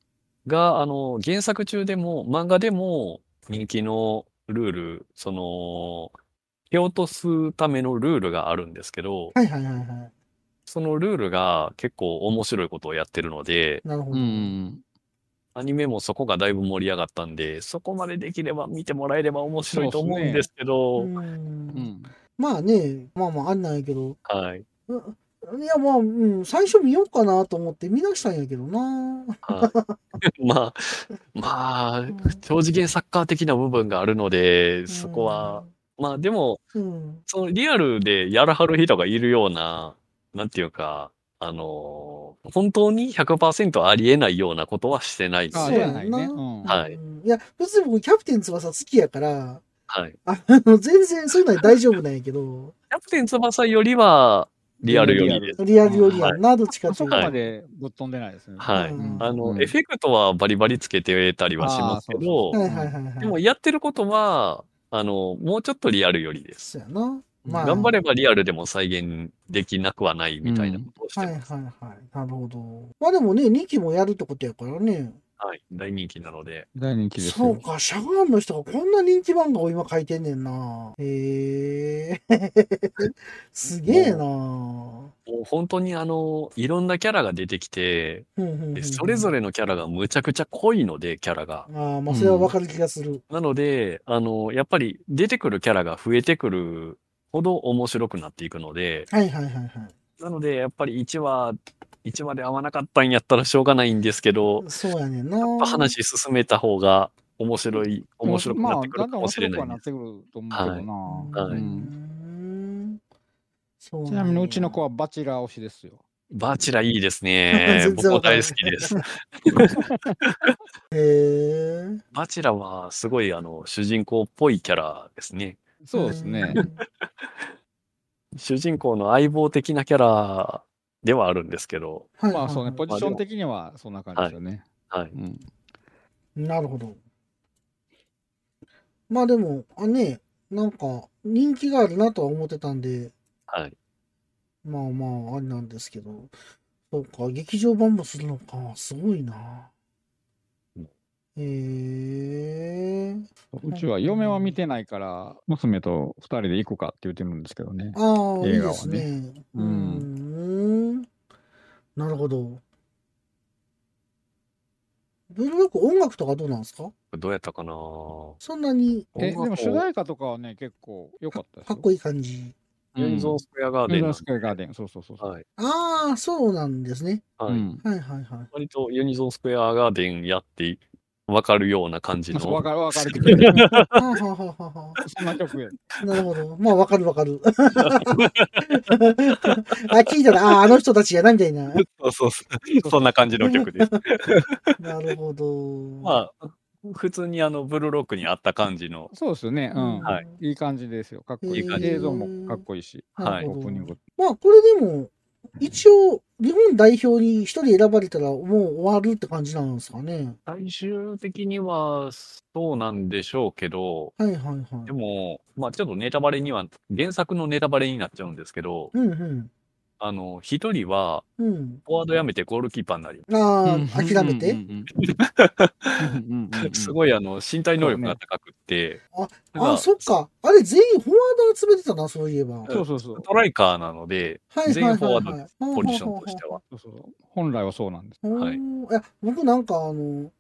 Speaker 3: が、あの、原作中でも、漫画でも、人気のルール、その、蹴落とすためのルールがあるんですけど、
Speaker 1: はいはいはいは
Speaker 3: そのルールが結構面白いことをやってるので、
Speaker 1: い。なるほ
Speaker 4: う
Speaker 1: ど。
Speaker 4: ん。
Speaker 3: アニメもそこがだいぶ盛り上がったんで、そこまでできれば見てもらえれば面白いと思うんですけど、
Speaker 1: うん
Speaker 4: うん。
Speaker 1: まあね、まあまああんなんやけど。
Speaker 3: はい。
Speaker 1: ういやまあ、うん、最初見ようかなと思って見出したんやけどな。
Speaker 3: はい、 まあ、まあ、長次元サッカー的な部分があるので、そこは、まあでも、
Speaker 1: うん。
Speaker 3: そのリアルでやらはる人がいるような、なんていうか、あのー本当に100%ありえないようなことはしてないです
Speaker 4: あ
Speaker 1: そう
Speaker 4: あ、じ
Speaker 1: や
Speaker 4: ゃ
Speaker 1: んな
Speaker 4: ないね。うん。
Speaker 1: うん。
Speaker 3: あはい
Speaker 1: いや、別に僕、キャプテン翼好きやから、
Speaker 3: はい。キ
Speaker 1: あの、全然そういうのは大丈夫なんやけ ど、
Speaker 3: ャプテン翼よりは、リアルよりです。
Speaker 1: リアルよりやんな、どっちか
Speaker 4: あ
Speaker 1: って
Speaker 4: そ
Speaker 1: い
Speaker 4: こ
Speaker 1: うと。
Speaker 4: までぶっ飛んでないですね。
Speaker 3: はい。
Speaker 1: うん
Speaker 3: あの、
Speaker 4: うん
Speaker 3: エフェクトはバリバリつけてたりはしますけど、
Speaker 1: はいはいはいはい。
Speaker 3: でもやってることは、あの、もうちょっとリアルよりで
Speaker 1: そ
Speaker 3: す。
Speaker 1: うやな。まあ、
Speaker 3: 頑張ればリアルでも再現できなくはないみたいなことをして
Speaker 1: はいはい
Speaker 3: ます。
Speaker 1: はい。なるほど。まあでもね、2期もやるってことやからね。
Speaker 3: はい。大人気なので。
Speaker 4: 大人気です
Speaker 1: そう
Speaker 4: よ。
Speaker 1: か、シャガーンの人がこんな人気漫画を今書いてんねんな。へえ。 すげえな。
Speaker 3: もう本当にあの、いろんなキャラが出てきて、
Speaker 1: うんうんうん
Speaker 3: でそれぞれのキャラがむちゃくちゃ濃いので、キャラが。
Speaker 1: ああ、まあそれはわかる気がする。
Speaker 3: なので、あの、やっぱり出てくるキャラが増えてくるほど面白くなっていくので、
Speaker 1: はいはいはいはい。
Speaker 3: なので、やっぱり1話、1話で合わなかったんやったらしょうがないんですけど、
Speaker 1: そうやねんな。
Speaker 3: やっぱ話進めた方が面白い、面白くなってくるかもしれな
Speaker 4: まあ
Speaker 3: い
Speaker 4: だんだん面白くはなっ
Speaker 3: です。
Speaker 4: てくると思うけどな。
Speaker 3: は
Speaker 1: ー
Speaker 4: う
Speaker 3: いう
Speaker 4: ん
Speaker 1: んそう
Speaker 4: ち
Speaker 1: んや
Speaker 4: なみにうちの子はバチェラー推しですよ。
Speaker 3: バチェラいいですね。
Speaker 1: 全
Speaker 3: 僕
Speaker 1: 然
Speaker 3: も
Speaker 1: わかんな
Speaker 3: 大
Speaker 1: い
Speaker 3: 好きです。
Speaker 1: へえ。
Speaker 3: バチェラはすごいあの主人公っぽいキャラですね。
Speaker 4: そうですね。
Speaker 3: 主人公の相棒的なキャラではあるんですけど、
Speaker 1: はいはいはい。
Speaker 4: まあそうね、ポジション的にはそんな感じですよね。
Speaker 3: はい。
Speaker 4: うん
Speaker 1: なるほど。まあでも、あね、なんか人気があるなとは思ってたんで、
Speaker 3: はい。
Speaker 1: まあまあ、あれなんですけど、そうか、劇場版もするのか。すごいな。へえ
Speaker 4: うちは嫁は見てないから、娘と二人で行くかって言ってるんですけどね。
Speaker 1: ああ、いい
Speaker 4: 映画
Speaker 1: で
Speaker 4: は
Speaker 1: す
Speaker 4: ね
Speaker 1: ね。う
Speaker 4: う
Speaker 1: ー
Speaker 4: ん
Speaker 1: ん。なるほど。ブルーロック音楽とかどうなんですか
Speaker 3: どうやったかな
Speaker 1: そんなに
Speaker 4: え、で
Speaker 3: 音楽
Speaker 4: も
Speaker 3: を
Speaker 4: 主題歌とかはね、結構良かったです
Speaker 1: か
Speaker 4: よ。
Speaker 1: っこいい感じ。
Speaker 3: ユ
Speaker 4: うん
Speaker 3: ンゾースクエアガ
Speaker 4: ユ
Speaker 3: ーデン
Speaker 4: ニバ
Speaker 3: なん
Speaker 4: ー
Speaker 3: で
Speaker 4: ス。クエアガーデン、そうそうそうそう。
Speaker 3: はい。
Speaker 1: ああ、そうなんですね。
Speaker 3: はい。
Speaker 4: うん
Speaker 1: はいはいはい。
Speaker 3: 割とユニゾンスクエアガーデンやって分かるような感じ
Speaker 4: まあそうわ
Speaker 3: の。
Speaker 4: かるわかるけど、
Speaker 1: ああ、はあはあはあは
Speaker 4: そんな曲や。
Speaker 1: あ。なるほど。まあ、わかるわかる。 あ、聞いたら、ああ、あの人たちやな、みたいな。
Speaker 3: そうそうそう。そんな感じの曲 です。
Speaker 1: なるほど。
Speaker 3: まあ、普通にあの、ブルーロックにあった感じの。
Speaker 4: そうですよね。うん。
Speaker 3: はい
Speaker 4: いい感じですよ。かっこい
Speaker 3: いい
Speaker 4: い。
Speaker 3: 感じ
Speaker 4: 映像もかっこいいし、
Speaker 1: な
Speaker 3: は
Speaker 1: る
Speaker 3: い
Speaker 4: オ
Speaker 1: ほど
Speaker 4: ープニング。
Speaker 1: まあ、これでも、一応、日本代表に一人選ばれたら、もう終わるって感じなんですかね。
Speaker 3: 最終的にはそうなんでしょうけど、
Speaker 1: はいはいはい。
Speaker 3: でも、まあちょっとネタバレには、原作のネタバレになっちゃうんですけど、
Speaker 1: うんうん。
Speaker 3: あの、一人は
Speaker 1: うん。
Speaker 3: フォワードやめてゴールキーパーになりま
Speaker 1: あ
Speaker 4: うん
Speaker 1: あ、諦め
Speaker 4: う
Speaker 1: て。
Speaker 4: んうんうんうんうん
Speaker 3: す。すごいあの、身体能力が高くって、
Speaker 1: そうね
Speaker 3: だから
Speaker 1: あ、そっか。あれ、全員フォワード集めてたな、そういえば。はい
Speaker 4: そうそうそう
Speaker 3: ス。トライカーなので、
Speaker 1: はいはい
Speaker 3: 全員フォワード
Speaker 1: は
Speaker 3: で
Speaker 1: い。
Speaker 3: ポジションとしては。
Speaker 4: そうそうそう本来はそうなんです。
Speaker 1: は
Speaker 3: はいい
Speaker 1: いや、僕なんかあの、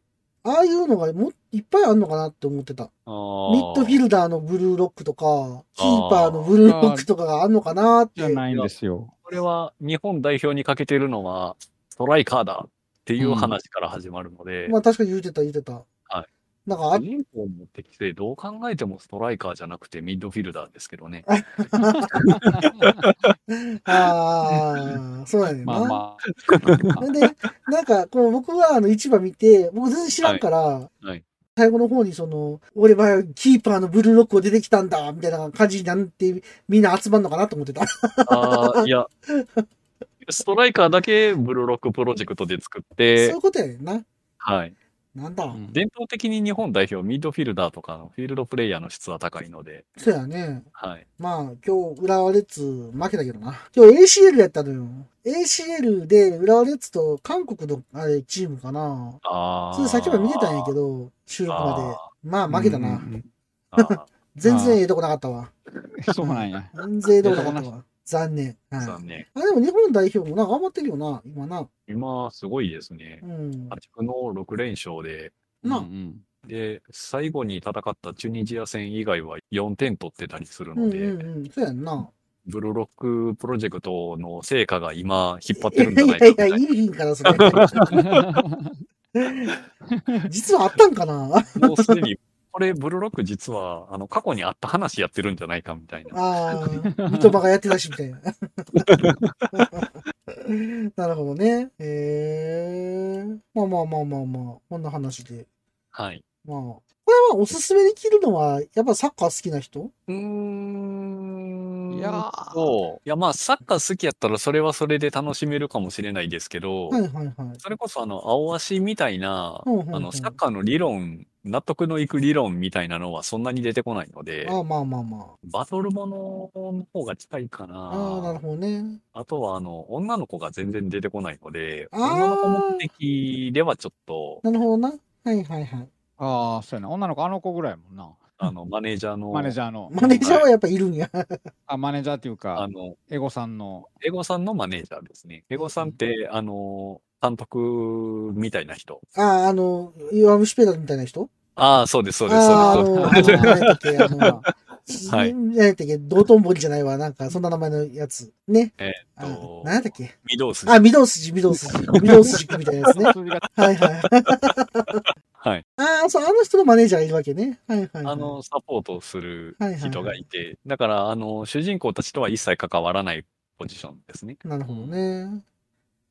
Speaker 1: ああいうのがもいっぱいあるのかなって思ってた。
Speaker 3: ミ
Speaker 1: ミッドフィ
Speaker 3: ル
Speaker 1: ルダーのブルーロックとか、キーパーのブルーロックとかがあるのかなって
Speaker 4: じ。ゃないんです よ。
Speaker 3: これは日本代表にかけてるのは、ストライカーだっていう話から始まるので、
Speaker 1: まあ確かに言うてた言うてた。。
Speaker 3: はい
Speaker 1: なんかあ
Speaker 3: 主人公も適正、どう考えてもストライカーじゃなくてミッドフィルダーですけどね。
Speaker 1: ああ、そうやねんな。
Speaker 4: まあまあ。
Speaker 1: で、なんか、こう僕はあの市場見て、僕全然知らんから、
Speaker 3: いはい
Speaker 1: 最後の方にその、俺はキーパーのブルーロックを出てきたんだ、みたいな感じになんて、みんな集まんのかなと思ってた。
Speaker 3: ああ、いや、ストライカーだけブルーロックプロジェクトで作っ
Speaker 1: そうい
Speaker 3: て
Speaker 1: う、ことやねんな。
Speaker 3: はい。
Speaker 1: なんだ。
Speaker 4: うん
Speaker 3: 伝統的に日本代表、ミッドフィルダーとかのフィールドプレイヤーの質は高いので、
Speaker 1: そうやね。
Speaker 3: はい。
Speaker 1: まあ、今日、浦和レッズ負けたけどな。今日 ACL やったのよ。ACL で浦和レッズと韓国のあれチームかな。
Speaker 3: ああ。
Speaker 1: それ先ほど見てたんやけど、収録まで。まあ、負けた
Speaker 4: う
Speaker 1: な。
Speaker 4: ん
Speaker 3: あ
Speaker 1: 全然ええとこなかったわ。
Speaker 4: そうなんや。
Speaker 1: 全然ええとこなかったわ。残念。
Speaker 3: ー
Speaker 1: はい。
Speaker 3: 残念。
Speaker 1: あ、でも日本代表もな、頑張ってるよな、今な。
Speaker 3: 今、すごいですね
Speaker 1: う。ん。
Speaker 3: 八分の6連勝で、
Speaker 1: な
Speaker 4: うんうん
Speaker 3: で、最後に戦ったチュニジア戦以外は4点取ってたりする
Speaker 1: うん
Speaker 3: の
Speaker 1: う
Speaker 3: で、
Speaker 1: んうん。そうやんな。
Speaker 3: ブルーロックプロジェクトの成果が今引っ張っ
Speaker 1: い
Speaker 3: て
Speaker 1: や
Speaker 3: るん
Speaker 1: い
Speaker 3: じゃない
Speaker 1: やいや、
Speaker 3: かみたい
Speaker 1: い
Speaker 3: な。
Speaker 1: い品からそれ。実はあったんかな
Speaker 3: もうすでに、これブルーロック実はあの過去にあった話やってるんじゃないかみたいな。
Speaker 1: ああ、三笘がやってたし、みたいな。 なるほどね。へえ。まあまあまあまあまあ、こんな話で。
Speaker 3: はい。
Speaker 1: まあ、これはおすすめできるのは、やっぱサッカー好きな人
Speaker 3: うーん
Speaker 4: いやー
Speaker 3: そう。いや、まあ、サッカー好きやったらそれはそれで楽しめるかもしれないですけど、
Speaker 1: はいはいはい。
Speaker 3: それこそあの、青足みたいな、
Speaker 1: うんうんうん
Speaker 3: あの、サッカーの理論、納得のいく理論みたいなのはそんなに出てこないので、
Speaker 1: ああまあまあま
Speaker 3: バトルものの方が近いか
Speaker 1: あ。ああ、なる
Speaker 3: な。
Speaker 1: ほどね。
Speaker 3: あとは、あの、女の子が全然出てこないので、
Speaker 1: あー
Speaker 3: 女の子目的ではちょっと、
Speaker 1: なるほどな。はいはいはい。
Speaker 4: ああ、そうやな。女の子、あの子ぐらいやもんな。
Speaker 3: あの、マネージャーの、
Speaker 4: マネージャーの。
Speaker 1: マネージャーはやっぱいるんや。
Speaker 4: あ、マネージャーっていう
Speaker 3: あ
Speaker 4: か、
Speaker 3: の、
Speaker 4: エゴさんの。
Speaker 3: エゴさんのマネージャーですね。エゴさんって、あの、監督みたいな人。
Speaker 1: ああ、あの、弱虫ペダルみたいな人
Speaker 3: ああ、そうです、そうです、
Speaker 1: ああ、あ
Speaker 3: そうです。
Speaker 1: の、
Speaker 4: う
Speaker 1: あ
Speaker 4: です
Speaker 1: の何やったっけ、あの、
Speaker 3: はい
Speaker 1: 何やったっけ、道頓堀じゃないわ、なんか、そんな名前のやつ。ね。
Speaker 3: え
Speaker 1: あ
Speaker 3: ーっと
Speaker 1: 何やったっけ。
Speaker 3: 御堂筋。
Speaker 1: あ、御堂筋、御堂筋。御堂筋君みたいなや つね。
Speaker 4: 数字が
Speaker 1: はいはい。
Speaker 3: はい。
Speaker 1: ああ、そう、あの人のマネージャーがいるわけね。はいはい、はい。
Speaker 3: あの、サポートをする
Speaker 1: はいはいはい
Speaker 3: 人がいて、だから、あの、主人公たちとは一切関わらないポジションですね。
Speaker 1: なるほどね。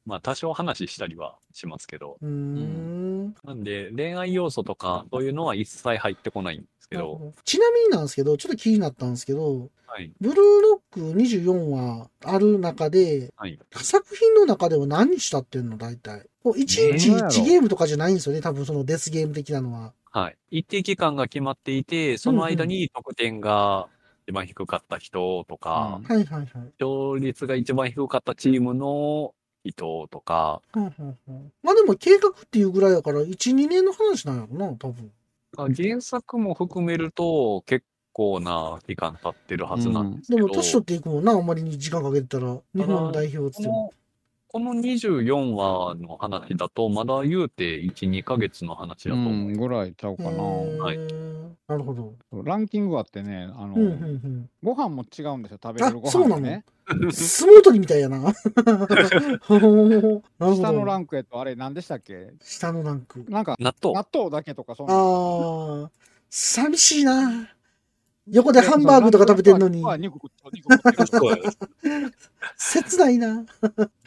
Speaker 3: まあ、多少話したりはしますけど。
Speaker 1: うーん。
Speaker 3: なんで、恋愛要素とか、そういうのは一切入ってこないんですけ
Speaker 1: なるほ
Speaker 3: ど、
Speaker 1: どちなみになんですけど、ちょっと気になったんですけど、
Speaker 3: はい。
Speaker 1: ブルーロック24話ある中で、
Speaker 3: はい。
Speaker 1: 作品の中では何したってんの大体。こう1日
Speaker 4: 何やろ
Speaker 1: 1ゲームとかじゃないんですよね。多分そのデスゲーム的なのは。
Speaker 3: はい。一定期間が決まっていて、その間に得点が一番低かった人とか、
Speaker 4: うん
Speaker 1: はいはいはい。
Speaker 3: 勝率が一番低かったチームの伊藤とか、
Speaker 1: うんうんうんまあでも計画っていうぐらいだから、1、2年の話なんやろな、多分。
Speaker 3: あ原作も含めると結構な期間経ってるはずなんです
Speaker 1: で
Speaker 3: けど、
Speaker 1: も年取っていくもんな、あんまりに時間かけてたら、日本代表っつっ
Speaker 3: こ
Speaker 1: ても。
Speaker 3: のこの24話の話だと、まだ言うて1、2ヶ月の話だ
Speaker 4: う
Speaker 3: と思う。
Speaker 4: ん、ぐらいちゃうかな。
Speaker 1: へー
Speaker 3: はい
Speaker 1: なるほど。
Speaker 4: ランキングあってね、あの、
Speaker 1: うんうん
Speaker 4: ご飯も違うんですよ、食べれるご
Speaker 1: あそう
Speaker 4: 飯
Speaker 1: な
Speaker 4: が
Speaker 1: の
Speaker 4: ね。
Speaker 1: うん。相撲取りみたいや な。 ほーなるほど
Speaker 4: 下のランクへと、あれ、何でしたっけ
Speaker 1: 下のランク。
Speaker 4: なんか、
Speaker 3: 納豆
Speaker 4: 納豆だけとか、そんな
Speaker 1: ああ、寂しいな。横でハンバーグとか食べてんのに
Speaker 4: そうランチは肉食って肉食ってる
Speaker 1: 切ないな。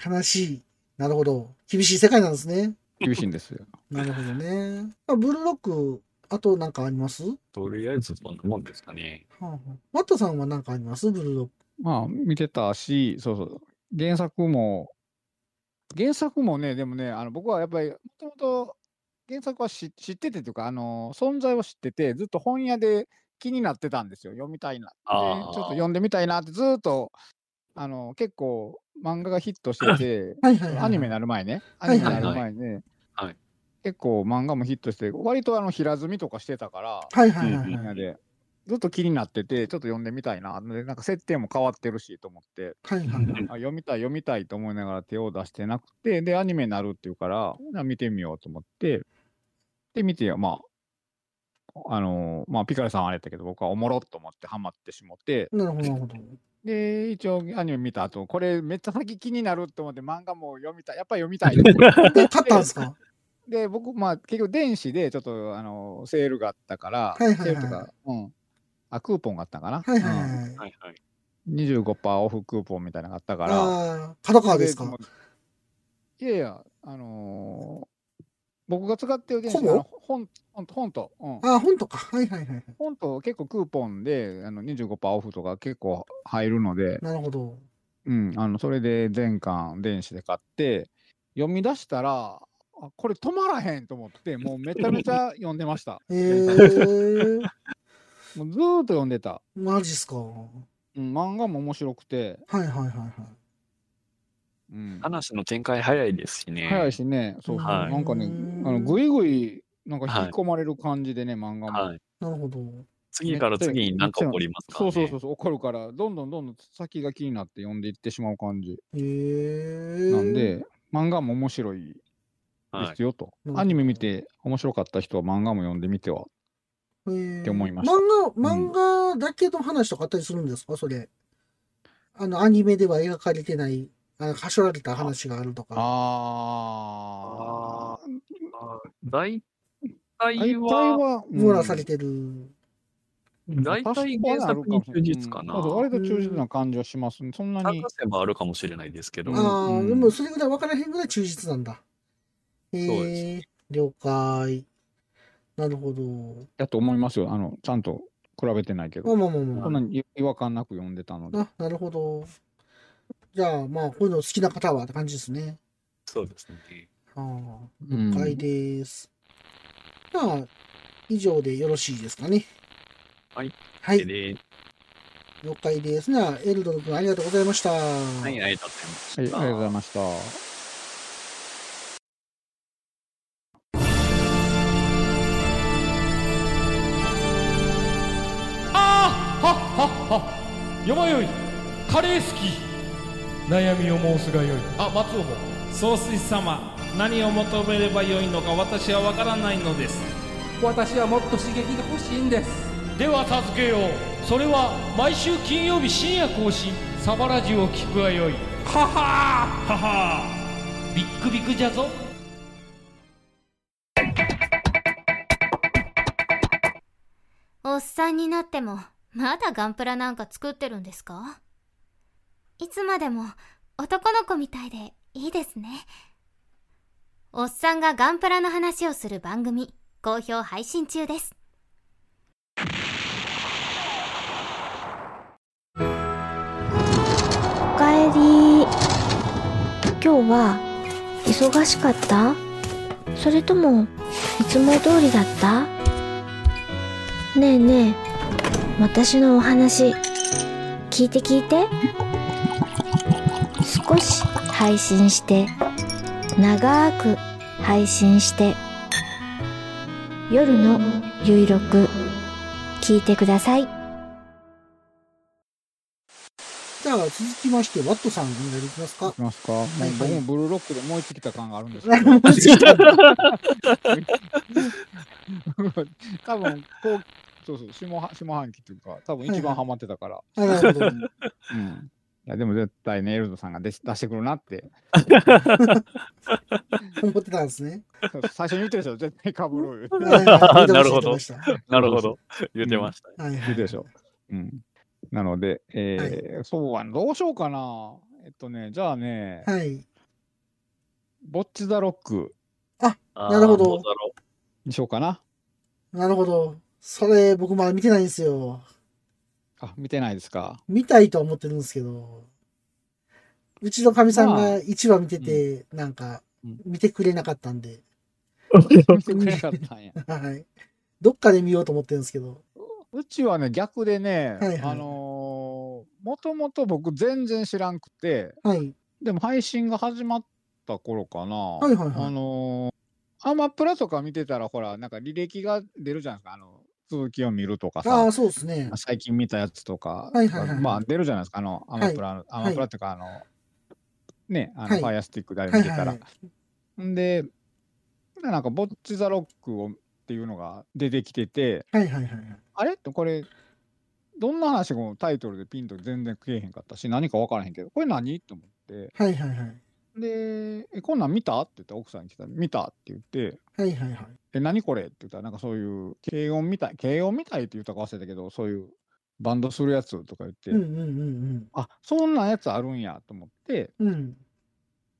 Speaker 1: 悲しい。なるほど。厳しい世界なんですね。
Speaker 4: 厳しいんですよ。
Speaker 1: なるほどね。あブルーロック、あとなんかありますは
Speaker 3: とりあえずそんなもんですかね。
Speaker 1: あはあマットさんはなんかありますブルーロック。
Speaker 4: まあ、見てたし、そうそう。原作も、原作もね、でもね、あの僕はやっぱり、もともと原作は知知っててというか、あの、存在を知ってて、ずっと本屋で気になってたんですよ。読みたいな。でちょっと
Speaker 3: あー
Speaker 4: 読んでみたいなって、ずっと、あの、結構、漫画がヒットしてて、
Speaker 1: はいはい、はい。
Speaker 4: アニメになる前ね。ア
Speaker 1: は
Speaker 4: ニ
Speaker 1: い
Speaker 4: メに
Speaker 1: はい
Speaker 4: な
Speaker 1: はい
Speaker 4: る前ね
Speaker 3: はい。
Speaker 4: 結構漫画もヒットして、割とあの平積みとかしてたから、
Speaker 1: はいはいはい、はい
Speaker 4: 本屋で。ずっと気になってて、ちょっと読んでみたいな。で、なんか設定も変わってるしと思って、
Speaker 1: はいはいはい。
Speaker 4: あ読みたい読みたいと思いながら手を出してなくて、で、アニメになるっていうから、ほな見てみようと思って、で、見て、まあ、あのーまあ、ピカルさんはあれやったけど、僕はおもろっと思ってハマってしもて、
Speaker 1: なるほどなるほど。
Speaker 4: で、一応アニメ見た後、これめっちゃ先気になると思って漫画も読みたい、やっぱり読みたいと思って。
Speaker 1: で、買ったんですか
Speaker 4: で、僕、まあ、結局、電子で、ちょっと、あの、セールがあったから、
Speaker 1: はいはいはい
Speaker 4: セールとか、うん。あ、クーポンがあったかな。
Speaker 1: はいはいはい。
Speaker 3: はいはい。
Speaker 4: うん、25%オフクーポンみたいなのがあったから。
Speaker 1: ああ、角川です
Speaker 4: も
Speaker 1: か
Speaker 4: ういやいや、あのー僕が使ってる電子
Speaker 1: ほぼ
Speaker 4: あの本、本と、本と、うん。
Speaker 1: ああ、本とか。はいはいはいはい。
Speaker 4: 本と結構クーポンで、あの、25%オフとか結構入るので、
Speaker 1: なるほど。
Speaker 4: うん、あの、それで全巻電子で買って、読み出したら、あこれ止まらへんと思って、もうめちゃめちゃ読んでました。
Speaker 1: えー、
Speaker 4: もうずーっと読んでた。
Speaker 1: マジっすか。は
Speaker 4: うん、漫画も面白くて、
Speaker 1: いはいはいはい。
Speaker 4: うん、
Speaker 3: 話の展開早いですしね。
Speaker 4: 早いしね、そうそう、
Speaker 3: はい
Speaker 4: なんかね
Speaker 1: うー、ん
Speaker 4: あのぐいぐいなんか
Speaker 3: はい
Speaker 4: 引き込まれる感じでね、漫画も。
Speaker 3: はい。
Speaker 1: なるほど。
Speaker 3: 次から次に何か起こりますから
Speaker 4: そ
Speaker 3: ね。
Speaker 4: うそうそうそう、怒るから、どんどんどんどん先が気になって読んでいってしまう感じ
Speaker 1: えー、
Speaker 4: なんで、漫画も面白いで
Speaker 3: はい
Speaker 4: すよと、
Speaker 1: うん
Speaker 4: アニメ見て面白かった人は漫画も読んでみては。
Speaker 1: えー、
Speaker 4: って思いました
Speaker 1: 漫画、漫画だけの話とかあったりするんですか、それ。あの、アニメでは描かれてない、あの、はしょられた話があるとか。
Speaker 4: ああ。
Speaker 3: 大
Speaker 4: 大体
Speaker 3: 体は、
Speaker 4: は、うん
Speaker 1: 網羅されてる。
Speaker 3: 大体原作に忠実かな。
Speaker 4: うん割と忠実な感じはしますね。そんなに
Speaker 3: 探。せばあるかもしれないですけど、
Speaker 4: うん
Speaker 1: ああ、
Speaker 4: うん
Speaker 1: でもそれぐらい分からへんぐらい忠実なんだ。え
Speaker 3: そう
Speaker 1: ー、了解。なるほど。
Speaker 4: だと思いますよ。あの、ちゃんと比べてないけど。
Speaker 1: まあまあま
Speaker 4: そ
Speaker 1: あ
Speaker 4: ん
Speaker 1: ま
Speaker 4: なに違和感なく読んでたので。
Speaker 1: あ。あ、なるほど。じゃあ、まあ、こういうの好きな方はって感じですね。
Speaker 3: そうですね。
Speaker 1: はあ、
Speaker 4: うん
Speaker 1: 了解です。じゃあ、以上でよろしいですかね。
Speaker 3: はい。
Speaker 1: はい。
Speaker 3: で、
Speaker 1: 了解です。では、エルドル君ありがとうございました。は
Speaker 3: はい、ありがとう
Speaker 4: はい、ありがと
Speaker 3: ございう
Speaker 4: ござい
Speaker 3: ま
Speaker 4: ました。
Speaker 5: あーはっはっはよまよいカレー好き悩みを申すがよいあ松尾も
Speaker 6: 総帥様何を求めればよいのか私は分からないのです
Speaker 7: 私はもっと刺激が欲しいんです
Speaker 5: では助けようそれは毎週金曜日深夜更新サバラジュを聞くがよいははーははービックビックじゃぞ
Speaker 8: おっさんになっても、まだガンプラなんか作ってるんですかいつまでも男の子みたいでいいですね。おっさんがガンプラの話をする番組、好評配信中です。
Speaker 9: おかえり今日は忙しかったそれともいつも通りだったねえねえ私のお話聞いて聞いて少し配信して長く配信して夜のゆいろく聞いてください
Speaker 1: じゃあ、続きまして、ワットさんお願いできますか
Speaker 4: きますか。もう
Speaker 1: はい
Speaker 4: 僕もブルーロックで燃え尽きた感がある んですけど。
Speaker 1: は
Speaker 4: 多分こうそうそう下半下半期というか多分
Speaker 1: はいは
Speaker 4: 一
Speaker 1: い
Speaker 4: 番ハマってたから、
Speaker 1: いなるほど。
Speaker 4: うんいやでも絶対ねエルドさんが出し出してくるなって
Speaker 1: 思ってたんですね。
Speaker 4: そう最初に言ってるでしょ絶対か ぶる
Speaker 1: はいはい
Speaker 3: なるほど
Speaker 1: 見てました見て
Speaker 3: なるほど。言ってました。
Speaker 1: ましたはいはい。
Speaker 4: 言うてるでしょ、うん、なので、えーそうはどうしようかなえっとねじゃあね、
Speaker 1: はい。
Speaker 4: ぼっち・ザ・ロック
Speaker 3: あー
Speaker 1: なるほど
Speaker 3: うだろ
Speaker 4: にしようかな
Speaker 1: なるほど。それ、僕まだ見てないんですよ。
Speaker 4: あ見てないで すか
Speaker 1: 見たいとは思ってるんですけど、うちのかみさん
Speaker 4: ま
Speaker 1: が1話見てて、なんか
Speaker 4: うん、
Speaker 1: 見てくれなかったんで、
Speaker 4: 見てくれなかったんや
Speaker 1: はい。どっかで見ようと思ってるんですけど、
Speaker 4: うちはね逆でね、
Speaker 1: はいはい
Speaker 4: あのーもともと僕全然知らんくて
Speaker 1: はい。
Speaker 4: でも配信が始まった頃かな、
Speaker 1: はいはいはい
Speaker 4: あのーアマプラとか見てたらほらなんか履歴が出るじゃないですかあの続きを見るとか
Speaker 1: あ
Speaker 4: さ
Speaker 1: あ、そうですね。
Speaker 4: 最近見たやつとか、
Speaker 1: はいはいはい
Speaker 4: まあ出るじゃないですかあのアマプラ、アマプラっていうかあの、ねあの、
Speaker 1: はい
Speaker 4: ファイアスティックであれ
Speaker 1: は
Speaker 4: 見
Speaker 1: い
Speaker 4: てた
Speaker 1: はい
Speaker 4: ら、
Speaker 1: はい。
Speaker 4: んでなんか「ボッチ・ザ・ロックを」っていうのが出てきてて
Speaker 1: はいはいはい。
Speaker 4: あれってこれどんな話もタイトルでピンと全然食えへんかったし何か分からへんけどこれ何と思って
Speaker 1: はいはいはい。
Speaker 4: でえ「こんなん見た?」って言ったら奥さんに来たら「見た」って言って
Speaker 1: はいはいはい。
Speaker 4: 「え何これ?」って言ったらなんかそういう軽音みたい軽音みたいって言ったか忘れたけどそういうバンドするやつとか言って、
Speaker 1: うんうんうん
Speaker 4: あそんなやつあるんやと思って
Speaker 1: うん。うん。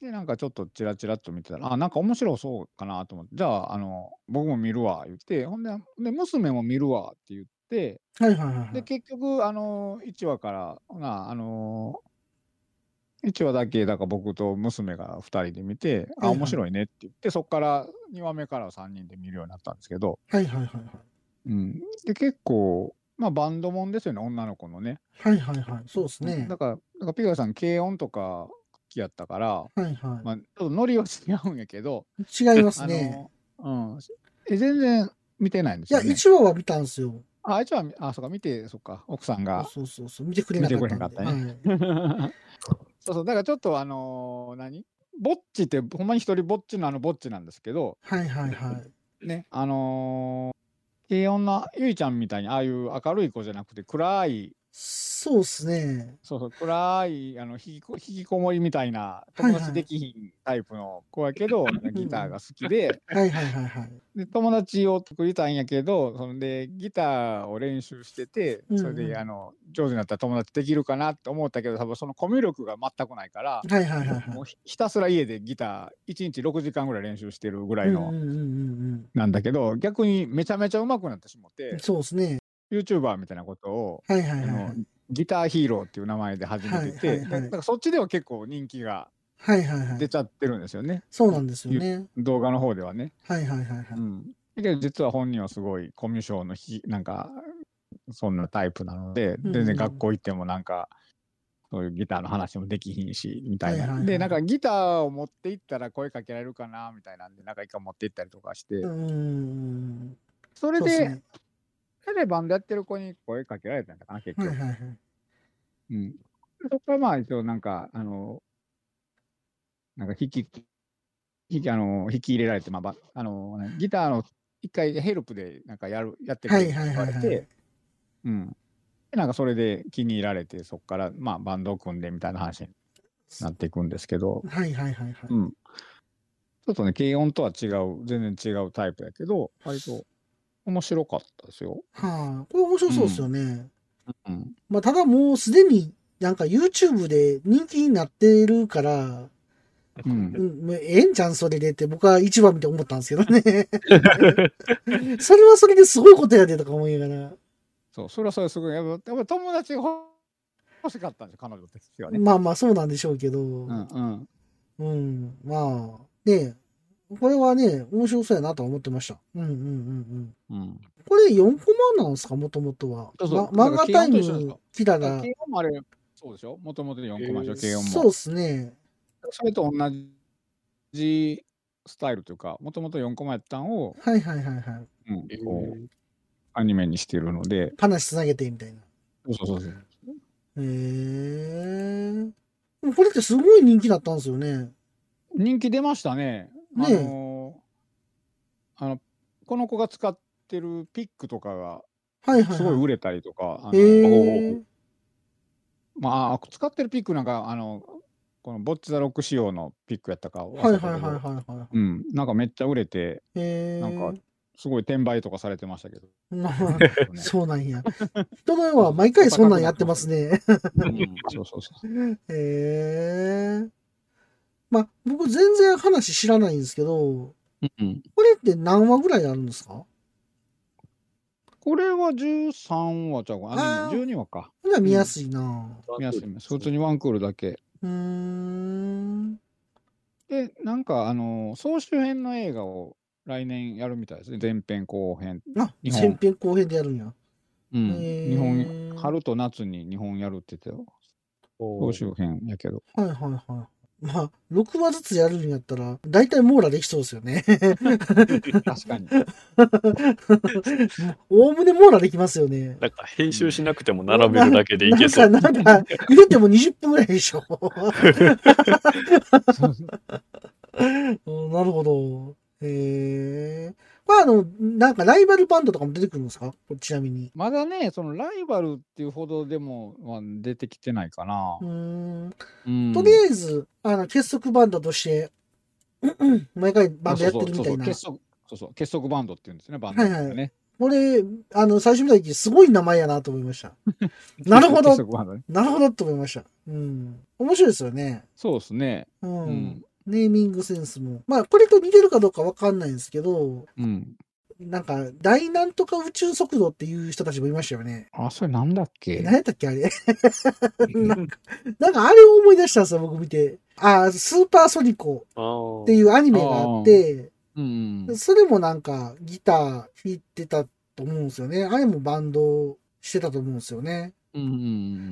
Speaker 4: でなんかちょっとチラチラっと見てたらあなんか面白そうかなと思ってじゃああの僕も見るわ言ってほんでで娘も見るわって言って
Speaker 1: はいはいはいは
Speaker 4: で
Speaker 1: い。
Speaker 4: 結局あの1話からほなあの1話だけだから僕と娘が2人で見て、
Speaker 1: はい
Speaker 4: あ
Speaker 1: はい
Speaker 4: 面白いねって言ってそこから2話目からは3人で見るようになったんですけど、
Speaker 1: はいはいはいはい。
Speaker 4: うん、で結構、まあ、バンドもんですよね女の子のね
Speaker 1: はいはいはい。そうですね
Speaker 4: だ。からだからピガさん軽音とか好きやったから、
Speaker 1: はいは
Speaker 4: まあ、ちょっとノリは違うんやけど、
Speaker 1: い。違います
Speaker 4: あ
Speaker 1: ね。
Speaker 4: のうん、え全然見てないんで
Speaker 1: い
Speaker 4: す
Speaker 1: や、
Speaker 4: よ、ね、
Speaker 1: 1話は見たんですよ。
Speaker 4: あ一話あそうか見てそっか奥さんが
Speaker 1: そうそうそう。見てくれなかったんで。
Speaker 4: 見てくれなかった
Speaker 1: はい
Speaker 4: そうそう、だからちょっとあのー何ぼっちってほんまに一人ぼっちのあのぼっちなんですけど、
Speaker 1: はいはいはい。
Speaker 4: ね、あのー、軽音のゆいちゃんみたいにああいう明るい子じゃなくて暗い、
Speaker 1: そうですね。
Speaker 4: そうそう、暗い、あの、引きこ引きこもりみたいな、
Speaker 1: はい
Speaker 4: 友達できひんタイプの子やけど、ギターが好きで、
Speaker 1: はいはいはいはい。
Speaker 4: で、友達を作りたいんやけど、そんで、ギターを練習してて、
Speaker 1: う
Speaker 4: それ
Speaker 1: んうん
Speaker 4: で、あの、上手になったら友達できるかなって思ったけど、多分そのコミュ力が全くないから、
Speaker 1: はいはいはいはい
Speaker 4: もう。ひひたすら家でギター1日6時間ぐらい練習してるぐらい
Speaker 1: うん
Speaker 4: の
Speaker 1: うんうん
Speaker 4: なんだけど、逆にめちゃめちゃ上手くなってしまっ
Speaker 1: うんう
Speaker 4: て
Speaker 1: ん。、そうですね。
Speaker 4: YouTuber みたいなことを、
Speaker 1: はいはい
Speaker 4: あ
Speaker 1: はいは
Speaker 4: の
Speaker 1: い。
Speaker 4: ギターヒーローっていう名前で始めてて、
Speaker 1: はいはいはい
Speaker 4: だだからそっちでは結構人気が
Speaker 1: はいはいは
Speaker 4: 出
Speaker 1: い。
Speaker 4: ちゃってるんですよね、
Speaker 1: そうなんですよね。
Speaker 4: 動画の方ではね。
Speaker 1: はいはいはいはい。
Speaker 4: うん、だけど実は本人はすごいコミュ障のひなんかそんなタイプなので、
Speaker 1: うん
Speaker 4: 全然学校行ってもなんかそういうギターの話もできひんしみたいな、
Speaker 1: はいはいはい
Speaker 4: でなんかギターを持って行ったら声かけられるかなみたいなんでなんか一回持って行ったりとかして、
Speaker 1: うんうんうん。
Speaker 4: それ
Speaker 1: そう
Speaker 4: で
Speaker 1: です
Speaker 4: そ
Speaker 1: ね。
Speaker 4: れでバンドやってる子に声かけられたんだかな結
Speaker 1: はい
Speaker 4: 局、
Speaker 1: はいはい。
Speaker 4: うん、そこはまあ一応なんかあのなんか引き引きあの引き入れられて、まあば、あのギターの一回ヘルプでなんかやるやってくれって言われ
Speaker 1: はいはいはいは
Speaker 4: て、うん、でなんかそれで気に入られてそこから、まあ、バンドを組んでみたいな話になっていくんですけど、
Speaker 1: はいはいはいはい。
Speaker 4: うん、ちょっとね軽音とは違う全然違うタイプやけど割と面白かったですよ。
Speaker 1: はあ。これ面白そうですよね。
Speaker 4: うん、
Speaker 1: まあ、ただもうすでになんか YouTube で人気になってるから、
Speaker 4: う、
Speaker 1: うんん、もうええんちゃんそれでって僕は一番見て思ったんですけどね。 それはそれですごいことやでとか思いながら。
Speaker 4: そうそれはそれすごいやっぱやっぱり友達が欲しかったんですよ彼女たちはね。
Speaker 1: まあまあそうなんでしょうけど。
Speaker 4: うんうん
Speaker 1: うん、まあ、ねこれはね、面白そうやなとは思ってました。うんうんうんうん。
Speaker 4: うん、
Speaker 1: これ4コマなんですか、もともとは。
Speaker 4: そうそう
Speaker 1: ま漫画タイ
Speaker 4: だから軽音と一緒なんです
Speaker 1: ム
Speaker 4: か、
Speaker 1: キラ
Speaker 4: だから
Speaker 1: が。
Speaker 4: 軽音もあれ、そうでしょもともとで4コマでしょ、軽音も。
Speaker 1: そうっすね。
Speaker 4: それと同じスタイルというか、もともと4コマやったんを、
Speaker 1: はいはいはいはい。
Speaker 4: うんこうアニメにしてるので、
Speaker 1: 話つなげてみたいな。
Speaker 4: そうそうそうそう。
Speaker 1: へえ。でもこれってすごい人気だったんですよね。
Speaker 4: 人気出ましたね。
Speaker 1: ね
Speaker 4: あのーあのこの子が使ってるピックとか が
Speaker 1: はいはい、
Speaker 4: すごい
Speaker 1: は
Speaker 4: 売れたりとか、あの
Speaker 1: い。へえ。
Speaker 4: まあ、使ってるピックなんか、あの、このボッチザロック仕様のピックやったか忘れた
Speaker 1: はい
Speaker 4: け
Speaker 1: はい
Speaker 4: ど、
Speaker 1: はいはいは
Speaker 4: うん、なんかめっちゃ売れて、
Speaker 1: い。へえ。
Speaker 4: なんかすごい転売とかされてましたけど。
Speaker 1: な
Speaker 4: ね
Speaker 1: そうなんや。人の世は毎回そんなんやってますね。
Speaker 3: うん
Speaker 4: そうそうそう。
Speaker 1: へえ。まあ、僕全然話知らないんですけど、
Speaker 3: うん
Speaker 1: これって何話ぐらいあるんですか
Speaker 4: これは13話ちゃうかな。あ
Speaker 1: あー
Speaker 4: 12話か。
Speaker 1: これは見やすいな
Speaker 4: 見やすい見やすい普通にワンクールだけ。
Speaker 1: うーん。
Speaker 4: で、なんか、あの、総集編の映画を来年やるみたいですね。前編後編。
Speaker 1: あ、
Speaker 4: 日本
Speaker 1: 前編後編でやるんや。
Speaker 4: うん。
Speaker 1: へー
Speaker 4: 日本、春と夏に日本やるって言ってたよ。総集編 やけど。
Speaker 1: はいはいはい。まあ、6話ずつやるんやったら、大体網羅できそうですよね。
Speaker 4: 確かに。
Speaker 1: おおむね網羅できますよね。
Speaker 3: なんか編集しなくても並べるだけでい
Speaker 1: な
Speaker 3: け
Speaker 1: ん
Speaker 3: そ
Speaker 1: か、
Speaker 3: う。
Speaker 1: なんか、言うても20分ぐらいでしょ。
Speaker 4: そうそ
Speaker 1: う
Speaker 4: う
Speaker 1: んなるほど。へえ。まあ、あの、なんかライバルバンドとかも出てくるんですかちなみに。
Speaker 4: まだね、そのライバルっていうほどでも、まあ、出てきてないかな
Speaker 1: う。ーん。
Speaker 4: うん
Speaker 1: とりあえず、あの、結束バンドとして、うんうん毎回バンドやってるみたいな
Speaker 4: そう。そうそうそう結束そうそう結束バンドっていうんですね、バンドってね。
Speaker 1: はいはこれ、あの、最初見た時、すごい名前やなと思いま した。なるほど
Speaker 4: 結、束バンドね。
Speaker 1: なるほどと思いました。うん。面白いですよね。
Speaker 4: そうですね。
Speaker 1: う。
Speaker 4: うんん。
Speaker 1: ネーミングセンスも。まあ、これと似てるかどうかわかんないんですけど、
Speaker 4: うん。
Speaker 1: なんか、大なんとか宇宙速度っていう人たちもいましたよね。
Speaker 4: あ、それなんだっけ
Speaker 1: 何やったっけあ れ。なんか、なんかあれを思い出したんですよ、僕見て。あースーパーソニコ
Speaker 3: あー
Speaker 1: っていうアニメがあって、
Speaker 4: うんうん。
Speaker 1: それもなんかギター弾いてたと思うんですよね。あれもバンドしてたと思うんですよね。
Speaker 4: うんう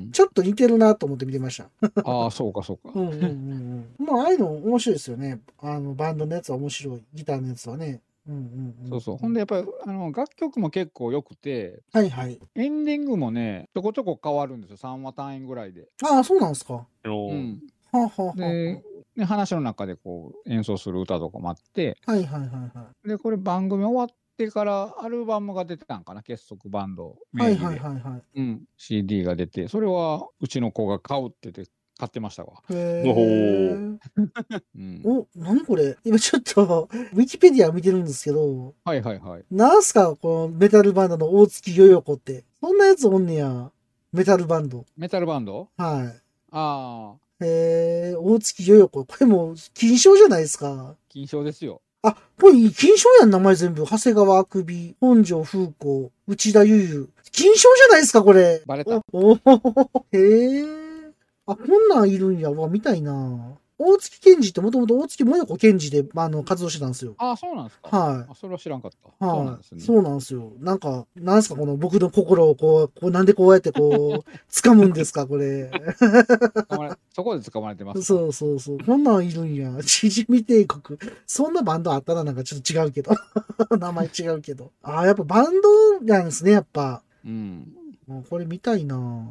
Speaker 4: ん
Speaker 1: ちょっと似てるなと思って見てました。
Speaker 4: うん。ああ、そうか、そうか
Speaker 1: う。んうんうんうん。まあ、ああいうの面白いですよね。あの、バンドのやつは面白い。ギターのやつはね。うんうん、うん。
Speaker 4: そうそう。ほんで、やっぱり、あの、楽曲も結構良くて、
Speaker 1: はいはい。
Speaker 4: エンディングもね、ちょこちょこ変わるんですよ。3話単位ぐらいで。
Speaker 1: ああ、そうなんですか。は
Speaker 3: お
Speaker 4: う
Speaker 3: ー
Speaker 4: ん。
Speaker 1: あ、はあはあ、
Speaker 4: で、で話の中でこう、演奏する歌とかもあって、
Speaker 1: はいはいはいは
Speaker 4: で、これ番組終わってからアルバムが出てたんかな、結束バンド
Speaker 1: い。
Speaker 4: 名
Speaker 1: はい
Speaker 4: 義で、
Speaker 1: はいはいはい。
Speaker 4: うん、CD が出て、それはうちの子が買うって言って買ってましたわ。
Speaker 1: へー
Speaker 3: おほ
Speaker 4: うん、
Speaker 1: お、何これ今ちょっと、ウィキペディア見てるんですけど、
Speaker 4: はいはいはい。
Speaker 1: なんすかこのメタルバンドの大月よよこって。そんなやつおんねや。メタルバンド。
Speaker 4: メタルバンド
Speaker 1: はい。
Speaker 4: ああ、
Speaker 1: えー、大月よよこ。これもう、金賞じゃないですか。
Speaker 4: 金賞ですよ。
Speaker 1: あ、これ金賞やん、名前全部。長谷川あくび、本庄風子、内田ゆゆ。金賞じゃないですか、これ。
Speaker 4: バレた。
Speaker 1: おおへえ。あ、こんなんいるんや。うわ、見たいな。大月健二ってもともと大月萌子健二で、まあ、あの、活動してたんですよ。
Speaker 4: ああ、そうなんですか。
Speaker 1: はい
Speaker 4: あそれは知らんかった。そうなん
Speaker 1: は
Speaker 4: です
Speaker 1: い。
Speaker 4: ね。
Speaker 1: そうなんですよ。なんか、なんすか、この僕の心をこう、こうなんでこうやってこう、掴むんですか、これ。
Speaker 4: 捕まれそこで捕まれてます。
Speaker 1: そうそうそう。こんなんいるんや。 ちじみ帝国。そんなバンドあったらなんかちょっと違うけど。 名前違うけど。ああ、やっぱバンドなんですね、やっぱ。
Speaker 4: うん。
Speaker 1: もうこれ見たいなぁ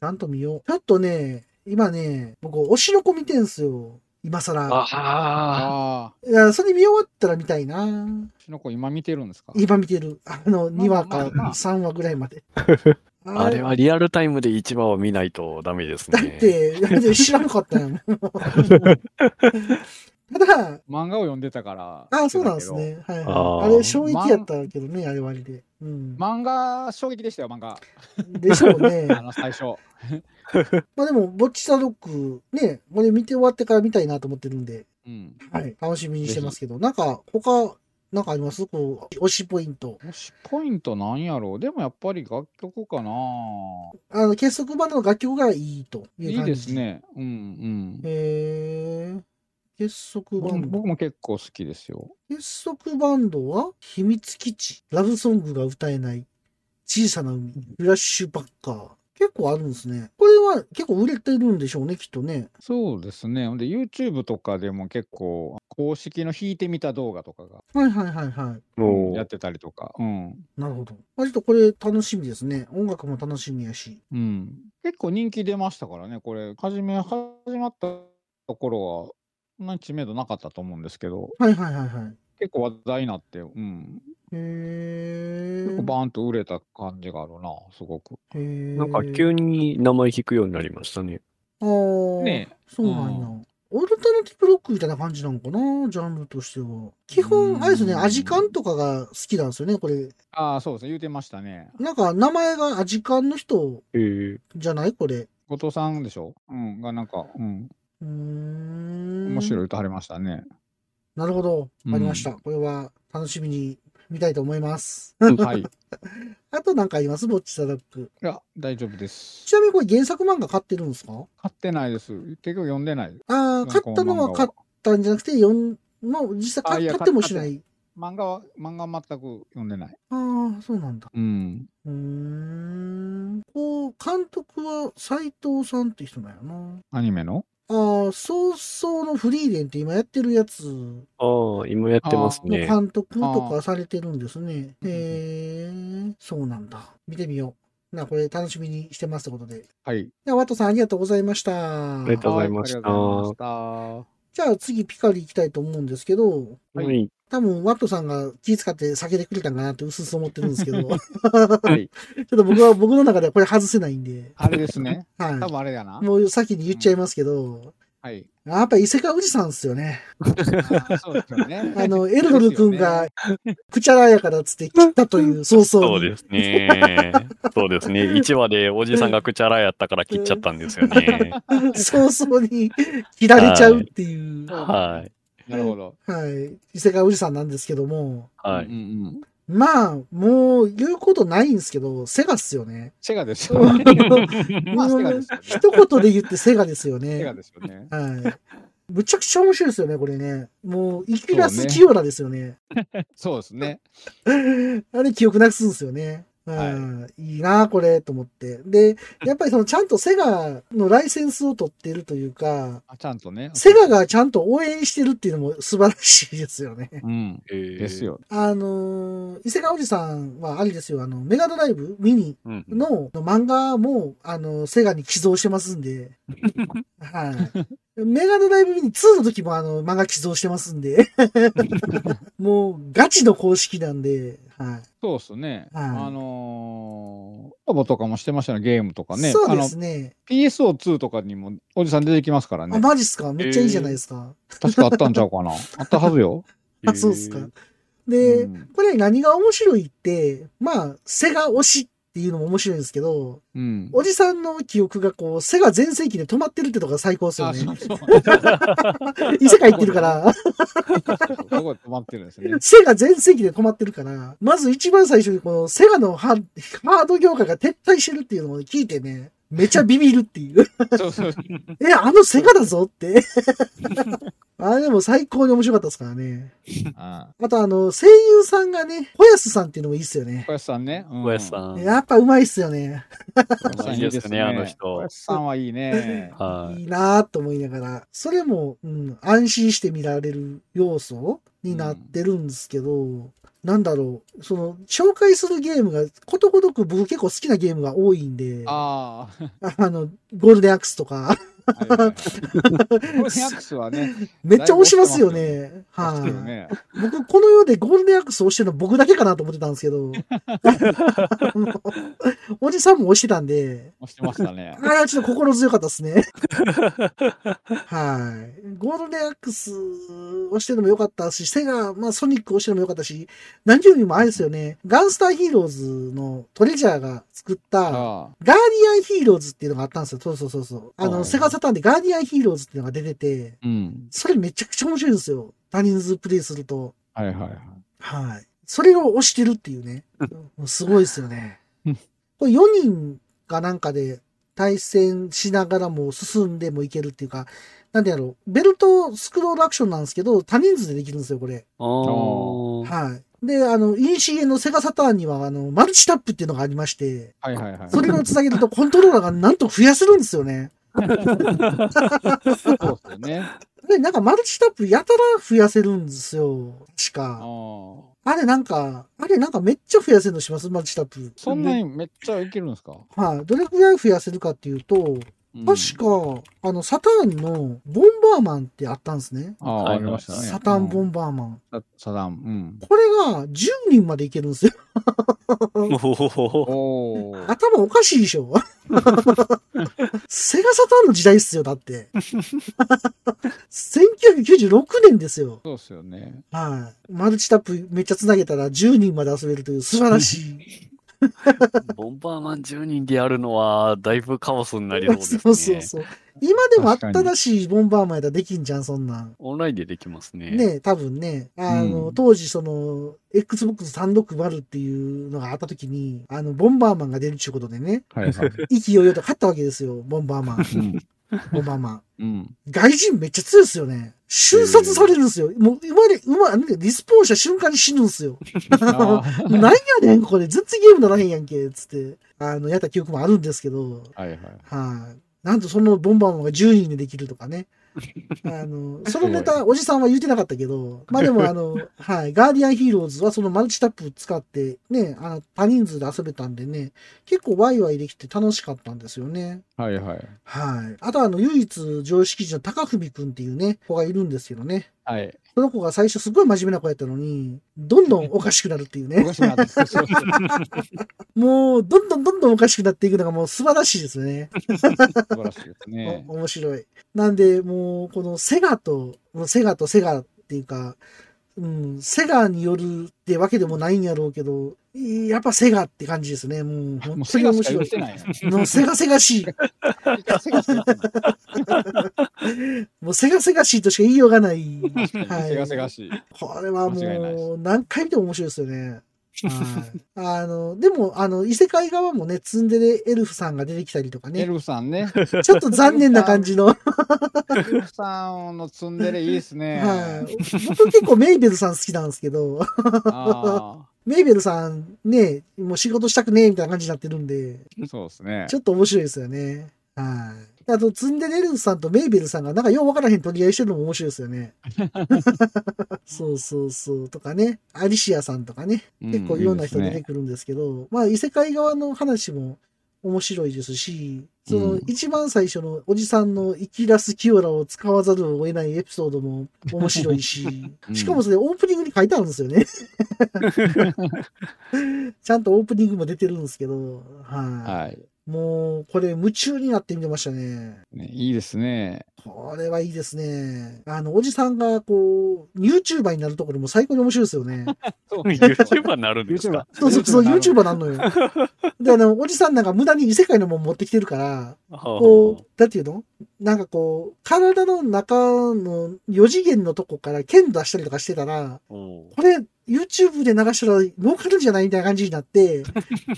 Speaker 1: ちゃんと見よう。ちょっとね、今ね、僕、推しの子見てんすよ。今更。
Speaker 3: あ
Speaker 4: ああ、
Speaker 1: いや、それ見終わったら見たいなぁ
Speaker 4: うちの子今見てるんですか。
Speaker 1: 今見てる。あの、
Speaker 4: まあ
Speaker 1: 2話
Speaker 4: ま
Speaker 1: か
Speaker 4: あまあ
Speaker 1: 3話ぐらいまで。
Speaker 3: ーあれはリアルタイムで一話を見ないとダメです
Speaker 1: だっ
Speaker 3: ね。
Speaker 1: て、だって知らなかったんやもん。ただ、
Speaker 4: 漫画を読んでたから。
Speaker 1: ああ、そうなんです。ね。はい
Speaker 3: あ
Speaker 1: はい。
Speaker 3: ー
Speaker 1: あれ、衝撃やったけどね、あれ割で。うん。
Speaker 4: 漫画衝撃でしたよ、漫画。
Speaker 1: でしょう ね。
Speaker 4: あの最初。
Speaker 1: まあでも、ボッチサドック、ね、これ見て終わってから見たいなと思ってるんで、
Speaker 4: うん。
Speaker 1: はい、楽しみにしてますけど、なんか、他、なんかありますこう、推しポイント。
Speaker 4: 推しポイントなんやろうでもやっぱり楽曲かな
Speaker 1: あの、結束バンドの楽曲がいいという
Speaker 4: いい
Speaker 1: 感じ。
Speaker 4: です。ね。うんうん。
Speaker 1: へー。結束バ
Speaker 4: 僕
Speaker 1: ンド。
Speaker 4: 僕も結構好きですよ。
Speaker 1: 結束バンドは、秘密基地、ラブソングが歌えない、小さな海、フラッシュバッカー、結構あるんですね。これは結構売れてるんでしょうね、きっとね。
Speaker 4: そうですね。ほんで、YouTube とかでも結構、公式の弾いてみた動画とかが
Speaker 1: はいはいはいはい。
Speaker 4: うんやってたりとか。うん。
Speaker 1: なるほど。まあ、ちょっとこれ楽しみですね。音楽も楽しみやし。
Speaker 4: うん。結構人気出ましたからね、これ。初め、始まった頃は、そんなに知名度なかったと思うんですけど、
Speaker 1: はいはいはいはい。
Speaker 4: 結構話題になって、うん。
Speaker 1: へ
Speaker 4: 結構
Speaker 1: ー
Speaker 4: バーンと売れた感じがあるな、すごく。
Speaker 1: へー。
Speaker 3: なんか急に名前聞くようになりましたね。
Speaker 1: ああ、
Speaker 4: ね
Speaker 1: そうなんや
Speaker 4: う。
Speaker 1: オルタナティブロックみたいな感じなのかなジャンルとしては。基本、あれですね、
Speaker 4: うん
Speaker 1: アジカンとかが好きなんですよね、これ。
Speaker 4: ああ、そうですね、言うてましたね。
Speaker 1: なんか、名前がアジカンの人
Speaker 3: えー、
Speaker 1: じゃないこれ。
Speaker 4: 後藤さんでしょうん。がなんか、うん。
Speaker 1: うーん。
Speaker 4: 面白い歌はれましたね。
Speaker 1: なるほど。
Speaker 4: うん
Speaker 1: ありました。これは楽しみに見たいと思います。
Speaker 4: はい。い
Speaker 1: あとなんかありますぼっちサダック。
Speaker 4: や、大丈夫です
Speaker 1: ち。なみにこれ原作漫画買ってるんですか
Speaker 4: 買ってないです。結局読んでない。
Speaker 1: ああ、買ったのは買ったんじゃなくて、読ん、の、実際
Speaker 4: あ
Speaker 1: 買
Speaker 4: いや
Speaker 1: 買ってもしない。
Speaker 4: 漫画は、漫画は全く読んでない。
Speaker 1: ああ、そうなんだ。
Speaker 4: うん。
Speaker 1: うーん。こう、監督は斎藤さんって人なんやな。
Speaker 4: アニメの
Speaker 1: ああ、早々のフリーレンって今やってるやつの
Speaker 3: ああ、今やってますね。
Speaker 1: 監督と
Speaker 4: あ
Speaker 1: かされてるんですね。
Speaker 4: うん
Speaker 1: へえ、そうなんだ。見てみよう。な、これ楽しみにしてますってことで。
Speaker 4: はい。
Speaker 1: では、ワトさんありがとうございました。
Speaker 3: りがとうございました
Speaker 4: はありがとうございました。は
Speaker 1: じゃあ次ピカリ行きたいと思うんですけど、
Speaker 4: はい
Speaker 3: はい。
Speaker 1: 多分ワットさんが気遣って避けてくれたんかなって薄々思ってるんですけど、ち
Speaker 4: い。
Speaker 1: ょっと僕は僕の中ではこれ外せないんで、
Speaker 4: あれですね。多
Speaker 1: は。。
Speaker 4: 分あれだない
Speaker 1: もう先に言っちゃいますけど、
Speaker 4: はい。
Speaker 1: やっぱ伊勢川おじさんっすよね。
Speaker 4: あーそうですよね。
Speaker 1: あの、エルドル君が、くちゃらやからっつって切ったという、そうそ
Speaker 3: そう
Speaker 1: う。
Speaker 3: ですね。 そうですね。1話でおじさんがくちゃらやったから切っちゃったんですよね。
Speaker 1: そうそうに切られちゃうっていう、
Speaker 3: はい。
Speaker 4: なるほど。
Speaker 1: はい。伊勢川おじさんなんですけども、
Speaker 3: は
Speaker 4: う
Speaker 3: い。
Speaker 4: んうん。
Speaker 1: まあ、もう言うことないんですけど、セガっすよね。
Speaker 4: セガですよね。 まあ、セガですよね。
Speaker 1: 一言で言ってセガですよ
Speaker 4: セガ
Speaker 1: ね。
Speaker 4: ですよね。
Speaker 1: はい。むちゃくちゃ面白いですよね、これね。もう、イキラ
Speaker 4: そう
Speaker 1: ス
Speaker 4: ね
Speaker 1: キオラですよね。
Speaker 4: そうですね。
Speaker 1: あれ、記憶なくすんですよね。はい、いいなあこれ、と思って。で、やっぱりその、ちゃんとセガのライセンスを取ってるというか、
Speaker 4: あちゃんとね。
Speaker 1: セガがちゃんと応援してるっていうのも素晴らしいですよね。
Speaker 4: うん。
Speaker 3: えー
Speaker 4: です。よ。
Speaker 1: あのー伊勢川おじさんはあれですよ、あの、メガドライブミニ
Speaker 3: うん。
Speaker 1: のの漫画も、あの、セガに寄贈してますんで。はい。メガドライブミニ2の時もあの、漫画寄贈してますん で。もう、ガチの公式なんで、は
Speaker 4: そうですね。
Speaker 1: はい
Speaker 4: あのー、コラボとかもしてましたね、ゲームとか
Speaker 1: い。
Speaker 4: ね。
Speaker 1: そう
Speaker 4: あ
Speaker 1: で
Speaker 4: の
Speaker 1: すね。
Speaker 4: PSO2 とかにもおじさん出てきますから
Speaker 1: あ、
Speaker 4: ね。
Speaker 1: マジっすかめっちゃいいじゃないですか。
Speaker 4: 確かあったんちゃうかな。あったは ずよ。
Speaker 1: あ、そうっすか。
Speaker 4: う
Speaker 1: で、
Speaker 4: ん。
Speaker 1: これ何が面白いって、まあ、セガ推しっていうのも面白いんですけど、
Speaker 4: うん。
Speaker 1: おじさんの記憶がこう、セガ全盛期で止まってるってとこが最高ですよ
Speaker 4: あ、
Speaker 1: ね
Speaker 4: そ。うそう。
Speaker 1: 異世界行ってるから。
Speaker 4: どこで止まってるんで すね。
Speaker 1: セガ全盛期で止まってるから、まず一番最初にこのセガのハンハード業界が撤退してるっていうのを聞いてね、めちゃビビるって いう。
Speaker 4: そうそう。
Speaker 1: え、あのセガだぞって。 あれでも最高に面白かったですからね。
Speaker 4: あ
Speaker 1: あとあの、声優さんがね、ホヤスさんっていうのもいいっすよね
Speaker 4: 小。安さんね。うん
Speaker 3: 小安さん。
Speaker 1: やっぱうまいっすよね。
Speaker 4: 小安さんいいですね、
Speaker 3: いいですねあの人
Speaker 4: 小安さんはいいね。
Speaker 3: はい。
Speaker 1: いいなぁと思いながら、それも、うん、安心して見られる要素になってるんですけど、なんだろう、その、紹介するゲームが、ことごとく僕結構好きなゲームが多いんで、あ
Speaker 4: ああ。
Speaker 1: の、ゴールデンアクスと か、
Speaker 4: はいはいはいこれ、ニャックスはね、
Speaker 1: めっちゃ押しますよね。
Speaker 4: 知ってる
Speaker 1: はい、
Speaker 4: ね。
Speaker 1: 僕、この世でゴールデンアクス押してるの僕だけかなと思ってたんですけ ど、おじさんも押してたんで、
Speaker 4: 押してましたね
Speaker 1: あ。れはちょっと心強かったですね。はい。ゴールデンアックスをしてるのも良かったし、セガ、まあソニックをしてるのも良かったし、何十人もあれですよね。ガンスターヒーローズのトレジャーが作った、
Speaker 4: あ
Speaker 1: ガーディアンヒーローズっていうのがあったんですよ。そうそうそうそう。あ
Speaker 4: は
Speaker 1: の、
Speaker 4: い
Speaker 1: セガサターンでガーディアンヒーローズっていうのが出てて、
Speaker 4: あ。うん。
Speaker 1: それめちゃくちゃ面白いんですよ。他人数プレイすると。
Speaker 4: はいはいはい。
Speaker 1: はい。それを押してるっていうね。もうすごいですよね
Speaker 4: うん。
Speaker 1: これ4人がなんかで対戦しながらも進んでもいけるっていうか、なんでやろう。ベルトスクロールアクションなんですけど、多人数でできるんですよ、これ。
Speaker 3: ああ。
Speaker 1: はい。で、あの、インシエのセガサターンには、あの、マルチタップっていうのがありまして、
Speaker 4: はいはいはい。
Speaker 1: それをつなげるとコントローラーがなんと増やせるんですよね。
Speaker 4: そうですよね。
Speaker 1: で、なんかマルチタップやたら増やせるんですよ。確
Speaker 4: あ
Speaker 1: か。
Speaker 4: ー
Speaker 1: あれなんか、あれなんかめっちゃ増やせるのしますマルチタップ。
Speaker 4: そんなにめっちゃいけるんですか、
Speaker 1: はい、どれくらい増やせるかっていうと、
Speaker 4: うん
Speaker 1: 確か、あの、サターンのボンバーマンってあったんですね。
Speaker 4: ああ、ありましたね。
Speaker 1: サターンボ
Speaker 4: ン、
Speaker 1: ンバーマン。
Speaker 4: サターン。
Speaker 1: これが10人までいけるんですよ。
Speaker 3: おほほ
Speaker 4: うん。
Speaker 3: ほ
Speaker 4: おお。
Speaker 1: 頭おかしいでしょセガサターンの時代っすよ、だって。1996年ですよ。
Speaker 4: そうですよね。
Speaker 1: はい。マルチタップめっちゃ繋げたら10人まで遊べるという素晴らしい。
Speaker 3: ボンバーマン10人でやるのは、だいぶカオスに なりそうですね。
Speaker 1: そうそうそう。今でもあったらしいボンバーマンやったらできんじゃん、そんなん。
Speaker 3: オンラインでできますね。
Speaker 1: ねえ、多分ね、あの、
Speaker 4: うん
Speaker 1: 当時その、Xbox360 っていうのがあった時に、あの、ボンバーマンが出るっちゅうことでね、
Speaker 4: はいはい。
Speaker 1: 意気揚々と勝ったわけですよ、ボンバーマン、
Speaker 4: うん。
Speaker 1: ボンバーマン。
Speaker 4: うん。
Speaker 1: 外人めっちゃ強いですよね。瞬殺されるんですよ。もう、生まれ、生まれ、リスポーンした瞬間に死ぬんですよ。
Speaker 4: あー
Speaker 1: なんやねん、これ。全然ゲームならへんやんけ、つって。あの、やった記憶もあるんですけど、
Speaker 4: はいはい。
Speaker 1: はい、なんとそのボンバーマンが10人でできるとかね。 あの、そのネタ、おじさんは言ってなかったけど、まあでもあ の、はい、ガーディアンヒーローズはそのマルチタップ使って、ね、あの、多人数で遊べたんでね、結構ワイワイできて楽しかったんですよね。
Speaker 4: はいはい。
Speaker 1: はい。あとあの、唯一常識人の高文くんっていうね、子がいるんですけどね。
Speaker 4: はい。
Speaker 1: その子が最初すごい真面目な子やったのに、どんどんおかしくなるっていう
Speaker 4: お
Speaker 1: ね。
Speaker 4: かしなですけど。
Speaker 1: もう、どんどんどんどんおかしくなっていくのがもう素晴らしいですよね。
Speaker 4: 素晴らしいですね。
Speaker 1: お面白い。なんで、もう、このセガと、セガとセガっていうか、うん、セガによるってわけでもないんやろうけど、やっぱセガって感じですね。もう、
Speaker 4: も
Speaker 1: 本
Speaker 4: う
Speaker 1: 当
Speaker 4: セ
Speaker 1: に
Speaker 4: ガ
Speaker 1: 面
Speaker 4: しか
Speaker 1: 白
Speaker 4: 言っ
Speaker 1: い。
Speaker 4: てないね。
Speaker 1: もうセガセガしい。
Speaker 4: セガしか言ってない
Speaker 1: もうセガセガしいとしか言いようがない。はい
Speaker 4: セガセガしい。
Speaker 1: これは
Speaker 4: 間違いないで
Speaker 1: もう、何回見ても面白いですよ ね。はい、あのでもあの異世界側もねツンデレエルフさんが出てきたりとか
Speaker 4: エ
Speaker 1: ね
Speaker 4: ルフさんね。
Speaker 1: ちょっと残念な感じ の
Speaker 4: エルフさんのツンデレいいですね。
Speaker 1: はい。僕結構メイベルさん好きなんですけど、
Speaker 4: あ
Speaker 1: メイベルさんね、もう仕事したくねえみたいな感じになってるんで、
Speaker 4: あ、そうですね
Speaker 1: ち。ょっと面白いですよね。はい。あと、ツンデレルフさんとメイベルさんがなんかようわからへん取り合いしてるのも面白いですよね。そうそうそう。とかね、アリシアさんとかね、結構いろんな人出てくるんですけど、まあ異世界側の話も面白いですし、その
Speaker 4: うん
Speaker 1: 一番最初のおじさんの生き出すキオラを使わざるを得ないエピソードも面白いし、
Speaker 4: うん
Speaker 1: しかもそれオープニングに書いてあるんですよね。ちゃんとオープニングも出てるんですけど、はい、
Speaker 4: はい。
Speaker 1: もうこれ夢中になって見てましたね。
Speaker 4: ねいいですね。
Speaker 1: これはいいですね。あの、おじさんがこう、YouTuber になるところも最高に面白いですよね。
Speaker 4: そう
Speaker 3: YouTuber になるんですか
Speaker 1: そうそうそう、
Speaker 4: YouTube
Speaker 1: YouTuber なんのよ。 で、あの、おじさんなんか無駄に異世界のもん持ってきてるから、
Speaker 3: は
Speaker 1: こう、なんていうのなんかこう、体の中の4次元のとこから剣出したりとかしてたら、
Speaker 3: あおう
Speaker 1: これ、YouTube で流したら儲かるんじゃないみたいな感じになって、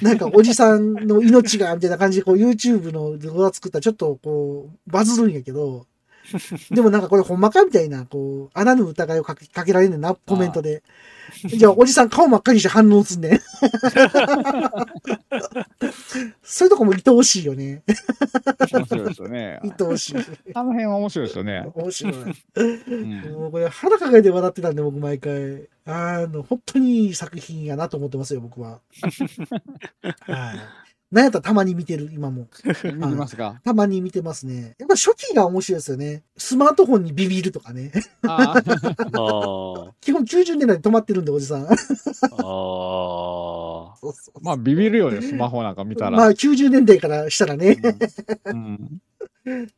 Speaker 1: なんかおじさんの命が、みたいな感じで、こう YouTube の動画作ったらちょっとこう、バズるんやけど、でもなんかこれほんまかみたいな、こう、穴の疑いをかけかけられんねんな、コメントで。じゃあおじさん顔真っ赤にして反応すんねん。そういうとこも愛おしいよね。
Speaker 4: 面白いですよね。
Speaker 1: 愛おしい。
Speaker 4: あの辺は面白いですよね。
Speaker 1: 面白い。
Speaker 4: うん
Speaker 1: もうこれ腹抱えて笑ってたんで僕毎回。あの、本当にいい作品やなと思ってますよ、僕 は。はい。なんやったらたまに見てる、今も。
Speaker 4: 見てますか。
Speaker 1: たまに見てますね。やっぱ初期が面白いですよね。スマートフォンにビビるとかね。
Speaker 4: あー
Speaker 3: あ
Speaker 1: 基本90年代で止まってるんで、おじさん。
Speaker 3: あ、あ
Speaker 1: そうそう
Speaker 4: まあ、ビビるよね、スマホなんか見た
Speaker 1: まあ
Speaker 4: ら。
Speaker 1: 90年代からしたらね。
Speaker 4: うん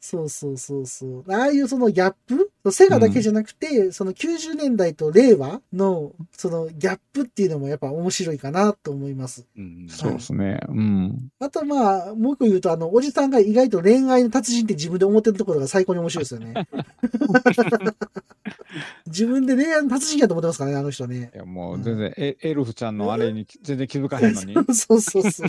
Speaker 1: そうそうそうそう。ああいうそのギャップセガだけじゃなくて、その90年代と令和のそのギャップっていうのもやっぱ面白いかなと思います。
Speaker 3: うん
Speaker 4: そうですね。うん。
Speaker 1: あとまあ、もう一個言うと、あの、おじさんが意外と恋愛の達人って自分で思ってるところが最高に面白いですよね。自分で恋愛の達人やと思ってますからね、あの人ね。
Speaker 4: いや、もう全然、えエルフちゃんのあれに全然気づかへ んのに。
Speaker 1: そうそうそうそう。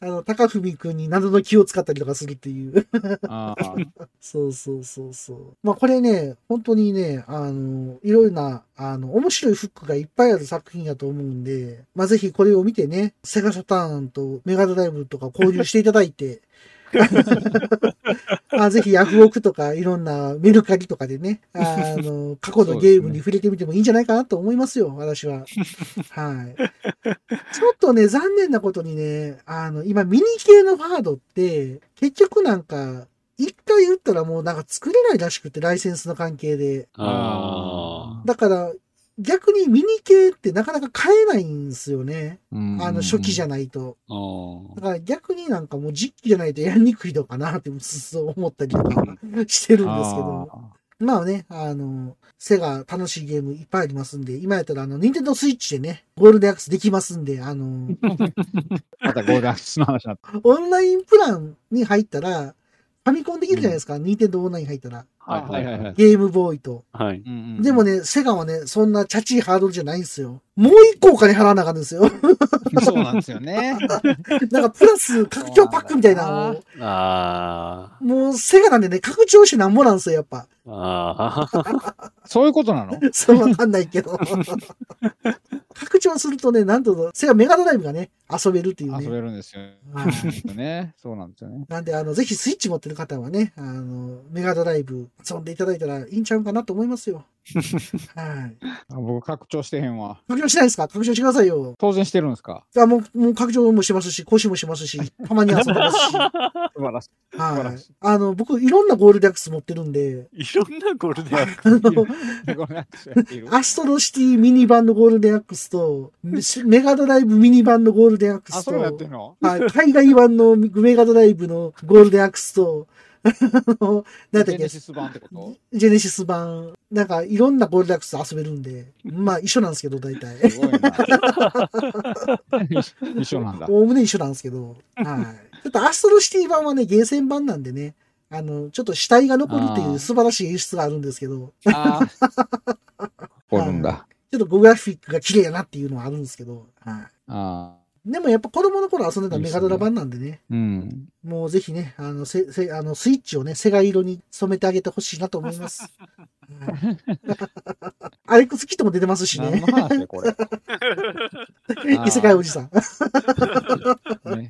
Speaker 1: あの、高文くんに謎の気を使ったりとかするっていう。
Speaker 4: ああ。
Speaker 1: そうそうそうそう。まあこれね、本当にね、あの、いろいろな、あの、面白いフックがいっぱいある作品やと思うんで、まあぜひこれを見てね、セガサターンとメガドライブとか購入していただいて、まあぜひヤフオクとかいろんなメルカリとかでね、あの、過去のゲームに触れてみてもいいんじゃないかなと思いますよ、私は。はい。ちょっとね、残念なことにね、あの、今ミニ系のハードって、結局なんか、一回打ったらもうなんか作れないらしくて、ライセンスの関係で。
Speaker 3: あ
Speaker 1: だから、逆にミニ系ってなかなか買えないんですよね。あの、初期じゃ
Speaker 4: ん。
Speaker 1: ないと。
Speaker 3: あー。
Speaker 1: だから逆になんかもう実機じゃないとやりにくいのかなって、そう思ったりとかしてるんですけど。
Speaker 4: あ
Speaker 1: まあね、あの、セガ楽しいゲームいっぱいありますんで、今やったらあの、ニンテンドースイッチでね、ゴールデンアクセスできますんで、あ の、
Speaker 4: ーまたゴールデンアクセスの話になった。
Speaker 1: オンラインプランに入ったら、ファミコンできるじゃないですか、ニンテンドーオンライン入ったら。
Speaker 3: はいはいはいはい。
Speaker 1: ゲームボーイと。
Speaker 3: はい。
Speaker 1: でも
Speaker 4: ね、
Speaker 1: ね、セガはね、そんなチャチいハードルじゃないんですよ。もう一個お金払わなあかんんです よ。
Speaker 4: そうなんですよね。
Speaker 1: なんかプラス拡張パックみたいなのを。
Speaker 3: あ
Speaker 1: もうセガなんでね、拡張しなんもなんですよ、やっ ぱ。
Speaker 3: あ。ああ。
Speaker 4: そういうことなの
Speaker 1: そうわかんないけど。拡張するとね、なんとぞ、セガメガドライブがね、遊べるっていう
Speaker 4: 遊
Speaker 1: ね。
Speaker 4: べるんですよ
Speaker 1: はい
Speaker 4: ね。そうなんですよね。
Speaker 1: なんで、あの、ぜひスイッチ持ってる方はね、あの、メガドライブ遊んでいただいたらいいんちゃうかなと思いますよ。 はい。
Speaker 4: あ僕、拡張してへんわ。
Speaker 1: 拡張しないですか拡張してくださいよ。
Speaker 4: 当然してるんで すか
Speaker 1: あもう、もう拡張もしますし、更新もしますし、たまに遊んでますし。
Speaker 4: 素晴らしい。晴
Speaker 1: は
Speaker 4: ら
Speaker 1: い
Speaker 4: しい。
Speaker 1: あの、僕、いろんなゴールデンアックス持ってるんで、
Speaker 3: いろんなゴールデンアク
Speaker 1: あ の、
Speaker 4: ごめんなさいいる
Speaker 1: アストロシティミニ版のゴールデンアックスと、メメガドライブミニ版のゴールデンアック
Speaker 4: あ、
Speaker 1: ス
Speaker 4: それもやって
Speaker 1: と
Speaker 4: ん、の
Speaker 1: はい、海外版のメガドライブのゴールデンアックスと、 あの、なんだ
Speaker 4: ジ
Speaker 1: っ
Speaker 4: ェネ
Speaker 1: け、
Speaker 4: シス版ってこと
Speaker 1: ジェネシス版、なんかいろんなゴールデンアックス遊べるんで、まあ一緒なんですけど、大体。
Speaker 4: すごいな。 一緒なんだ。
Speaker 1: おおむね一緒なんですけど、はい。ちょっとアストロシティ版はね、ゲーセン版なんでね、あの、ちょっと死体が残るって
Speaker 4: あ
Speaker 1: いう
Speaker 4: ー
Speaker 1: 素晴らしい演出があるんですけど、
Speaker 4: あおるんだ。
Speaker 1: ちょっとグラフィックが綺麗やなっていうのはあるんですけど、は
Speaker 4: あ
Speaker 1: い。でもやっぱ子供の頃遊んでたメガドラ版なんでね、
Speaker 4: ーうん。
Speaker 1: もうぜひね、あの、せ、せ、あの、スイッチをね、セガ色に染めてあげてほしいなと思います。はいアレックスキットも出てますし
Speaker 4: 何
Speaker 1: ね。
Speaker 4: の話だこ れ。ー
Speaker 1: 異世界おじさん。
Speaker 4: ね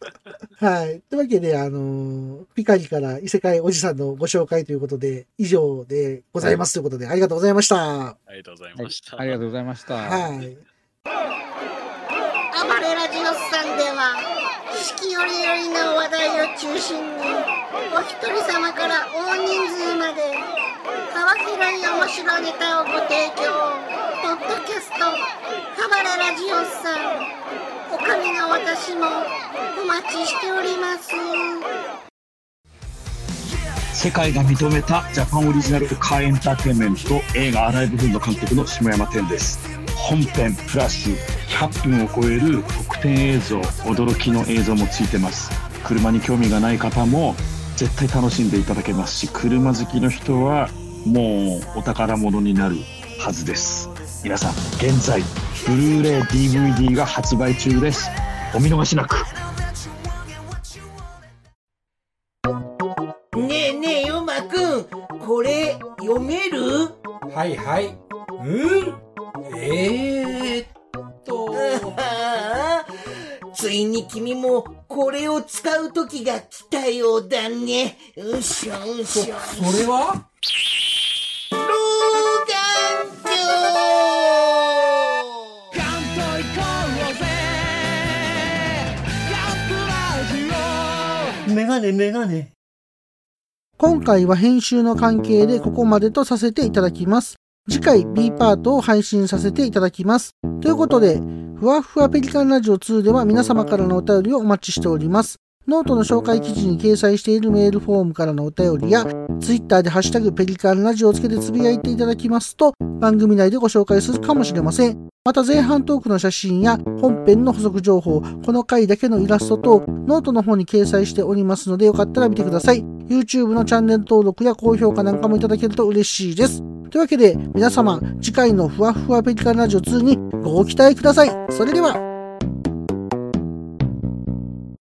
Speaker 1: はい。というわけで、あのーピカリから異世界おじさんのご紹介ということで、以上でございますということで、ありがとうございました。
Speaker 3: ありがとうござい
Speaker 4: はい
Speaker 3: ました。
Speaker 4: ありがとうございました。
Speaker 1: はい。
Speaker 10: 暴れラジオスさんでは四季折々の話題を中心にお一人様から大人数まで幅広い面白ネタをご提供ポッドキャスト「暴れラジオスさん」おかみの私もお待ちしております。
Speaker 11: 世界が認めたジャパンオリジナルカーエンターテインメント映画「アライブ・フード」監督の下山天です本編プラス100分を超える特典映像驚きの映像もついてます車に興味がない方も絶対楽しんでいただけますし車好きの人はもうお宝物になるはずです皆さん現在ブルーレイ DVD が発売中ですお見逃しなく
Speaker 10: ねえねえ、ヨマくん、これ、読める
Speaker 7: はいはい。うんえーっと。
Speaker 10: ついに君も、これを使う時が来たようだね。うしょうしょ。
Speaker 7: それは
Speaker 10: 老眼鏡
Speaker 1: 今回は編集の関係でここまでとさせていただきます。次回 B パートを配信させていただきます。ということで、ふわふわペリカンラジオ2では皆様からのお便りをお待ちしております。ノートの紹介記事に掲載しているメールフォームからのお便りや、Twitter でハッシュタグペリカンラジオをつけてつぶやいていただきますと、番組内でご紹介するかもしれません。また前半トークの写真や本編の補足情報、この回だけのイラスト等、ノートの方に掲載しておりますので、よかったら見てください。YouTube のチャンネル登録や高評価なんかもいただけると嬉しいです。というわけで、皆様、次回のふわふわペリカンラジオ2にご期待ください。それでは。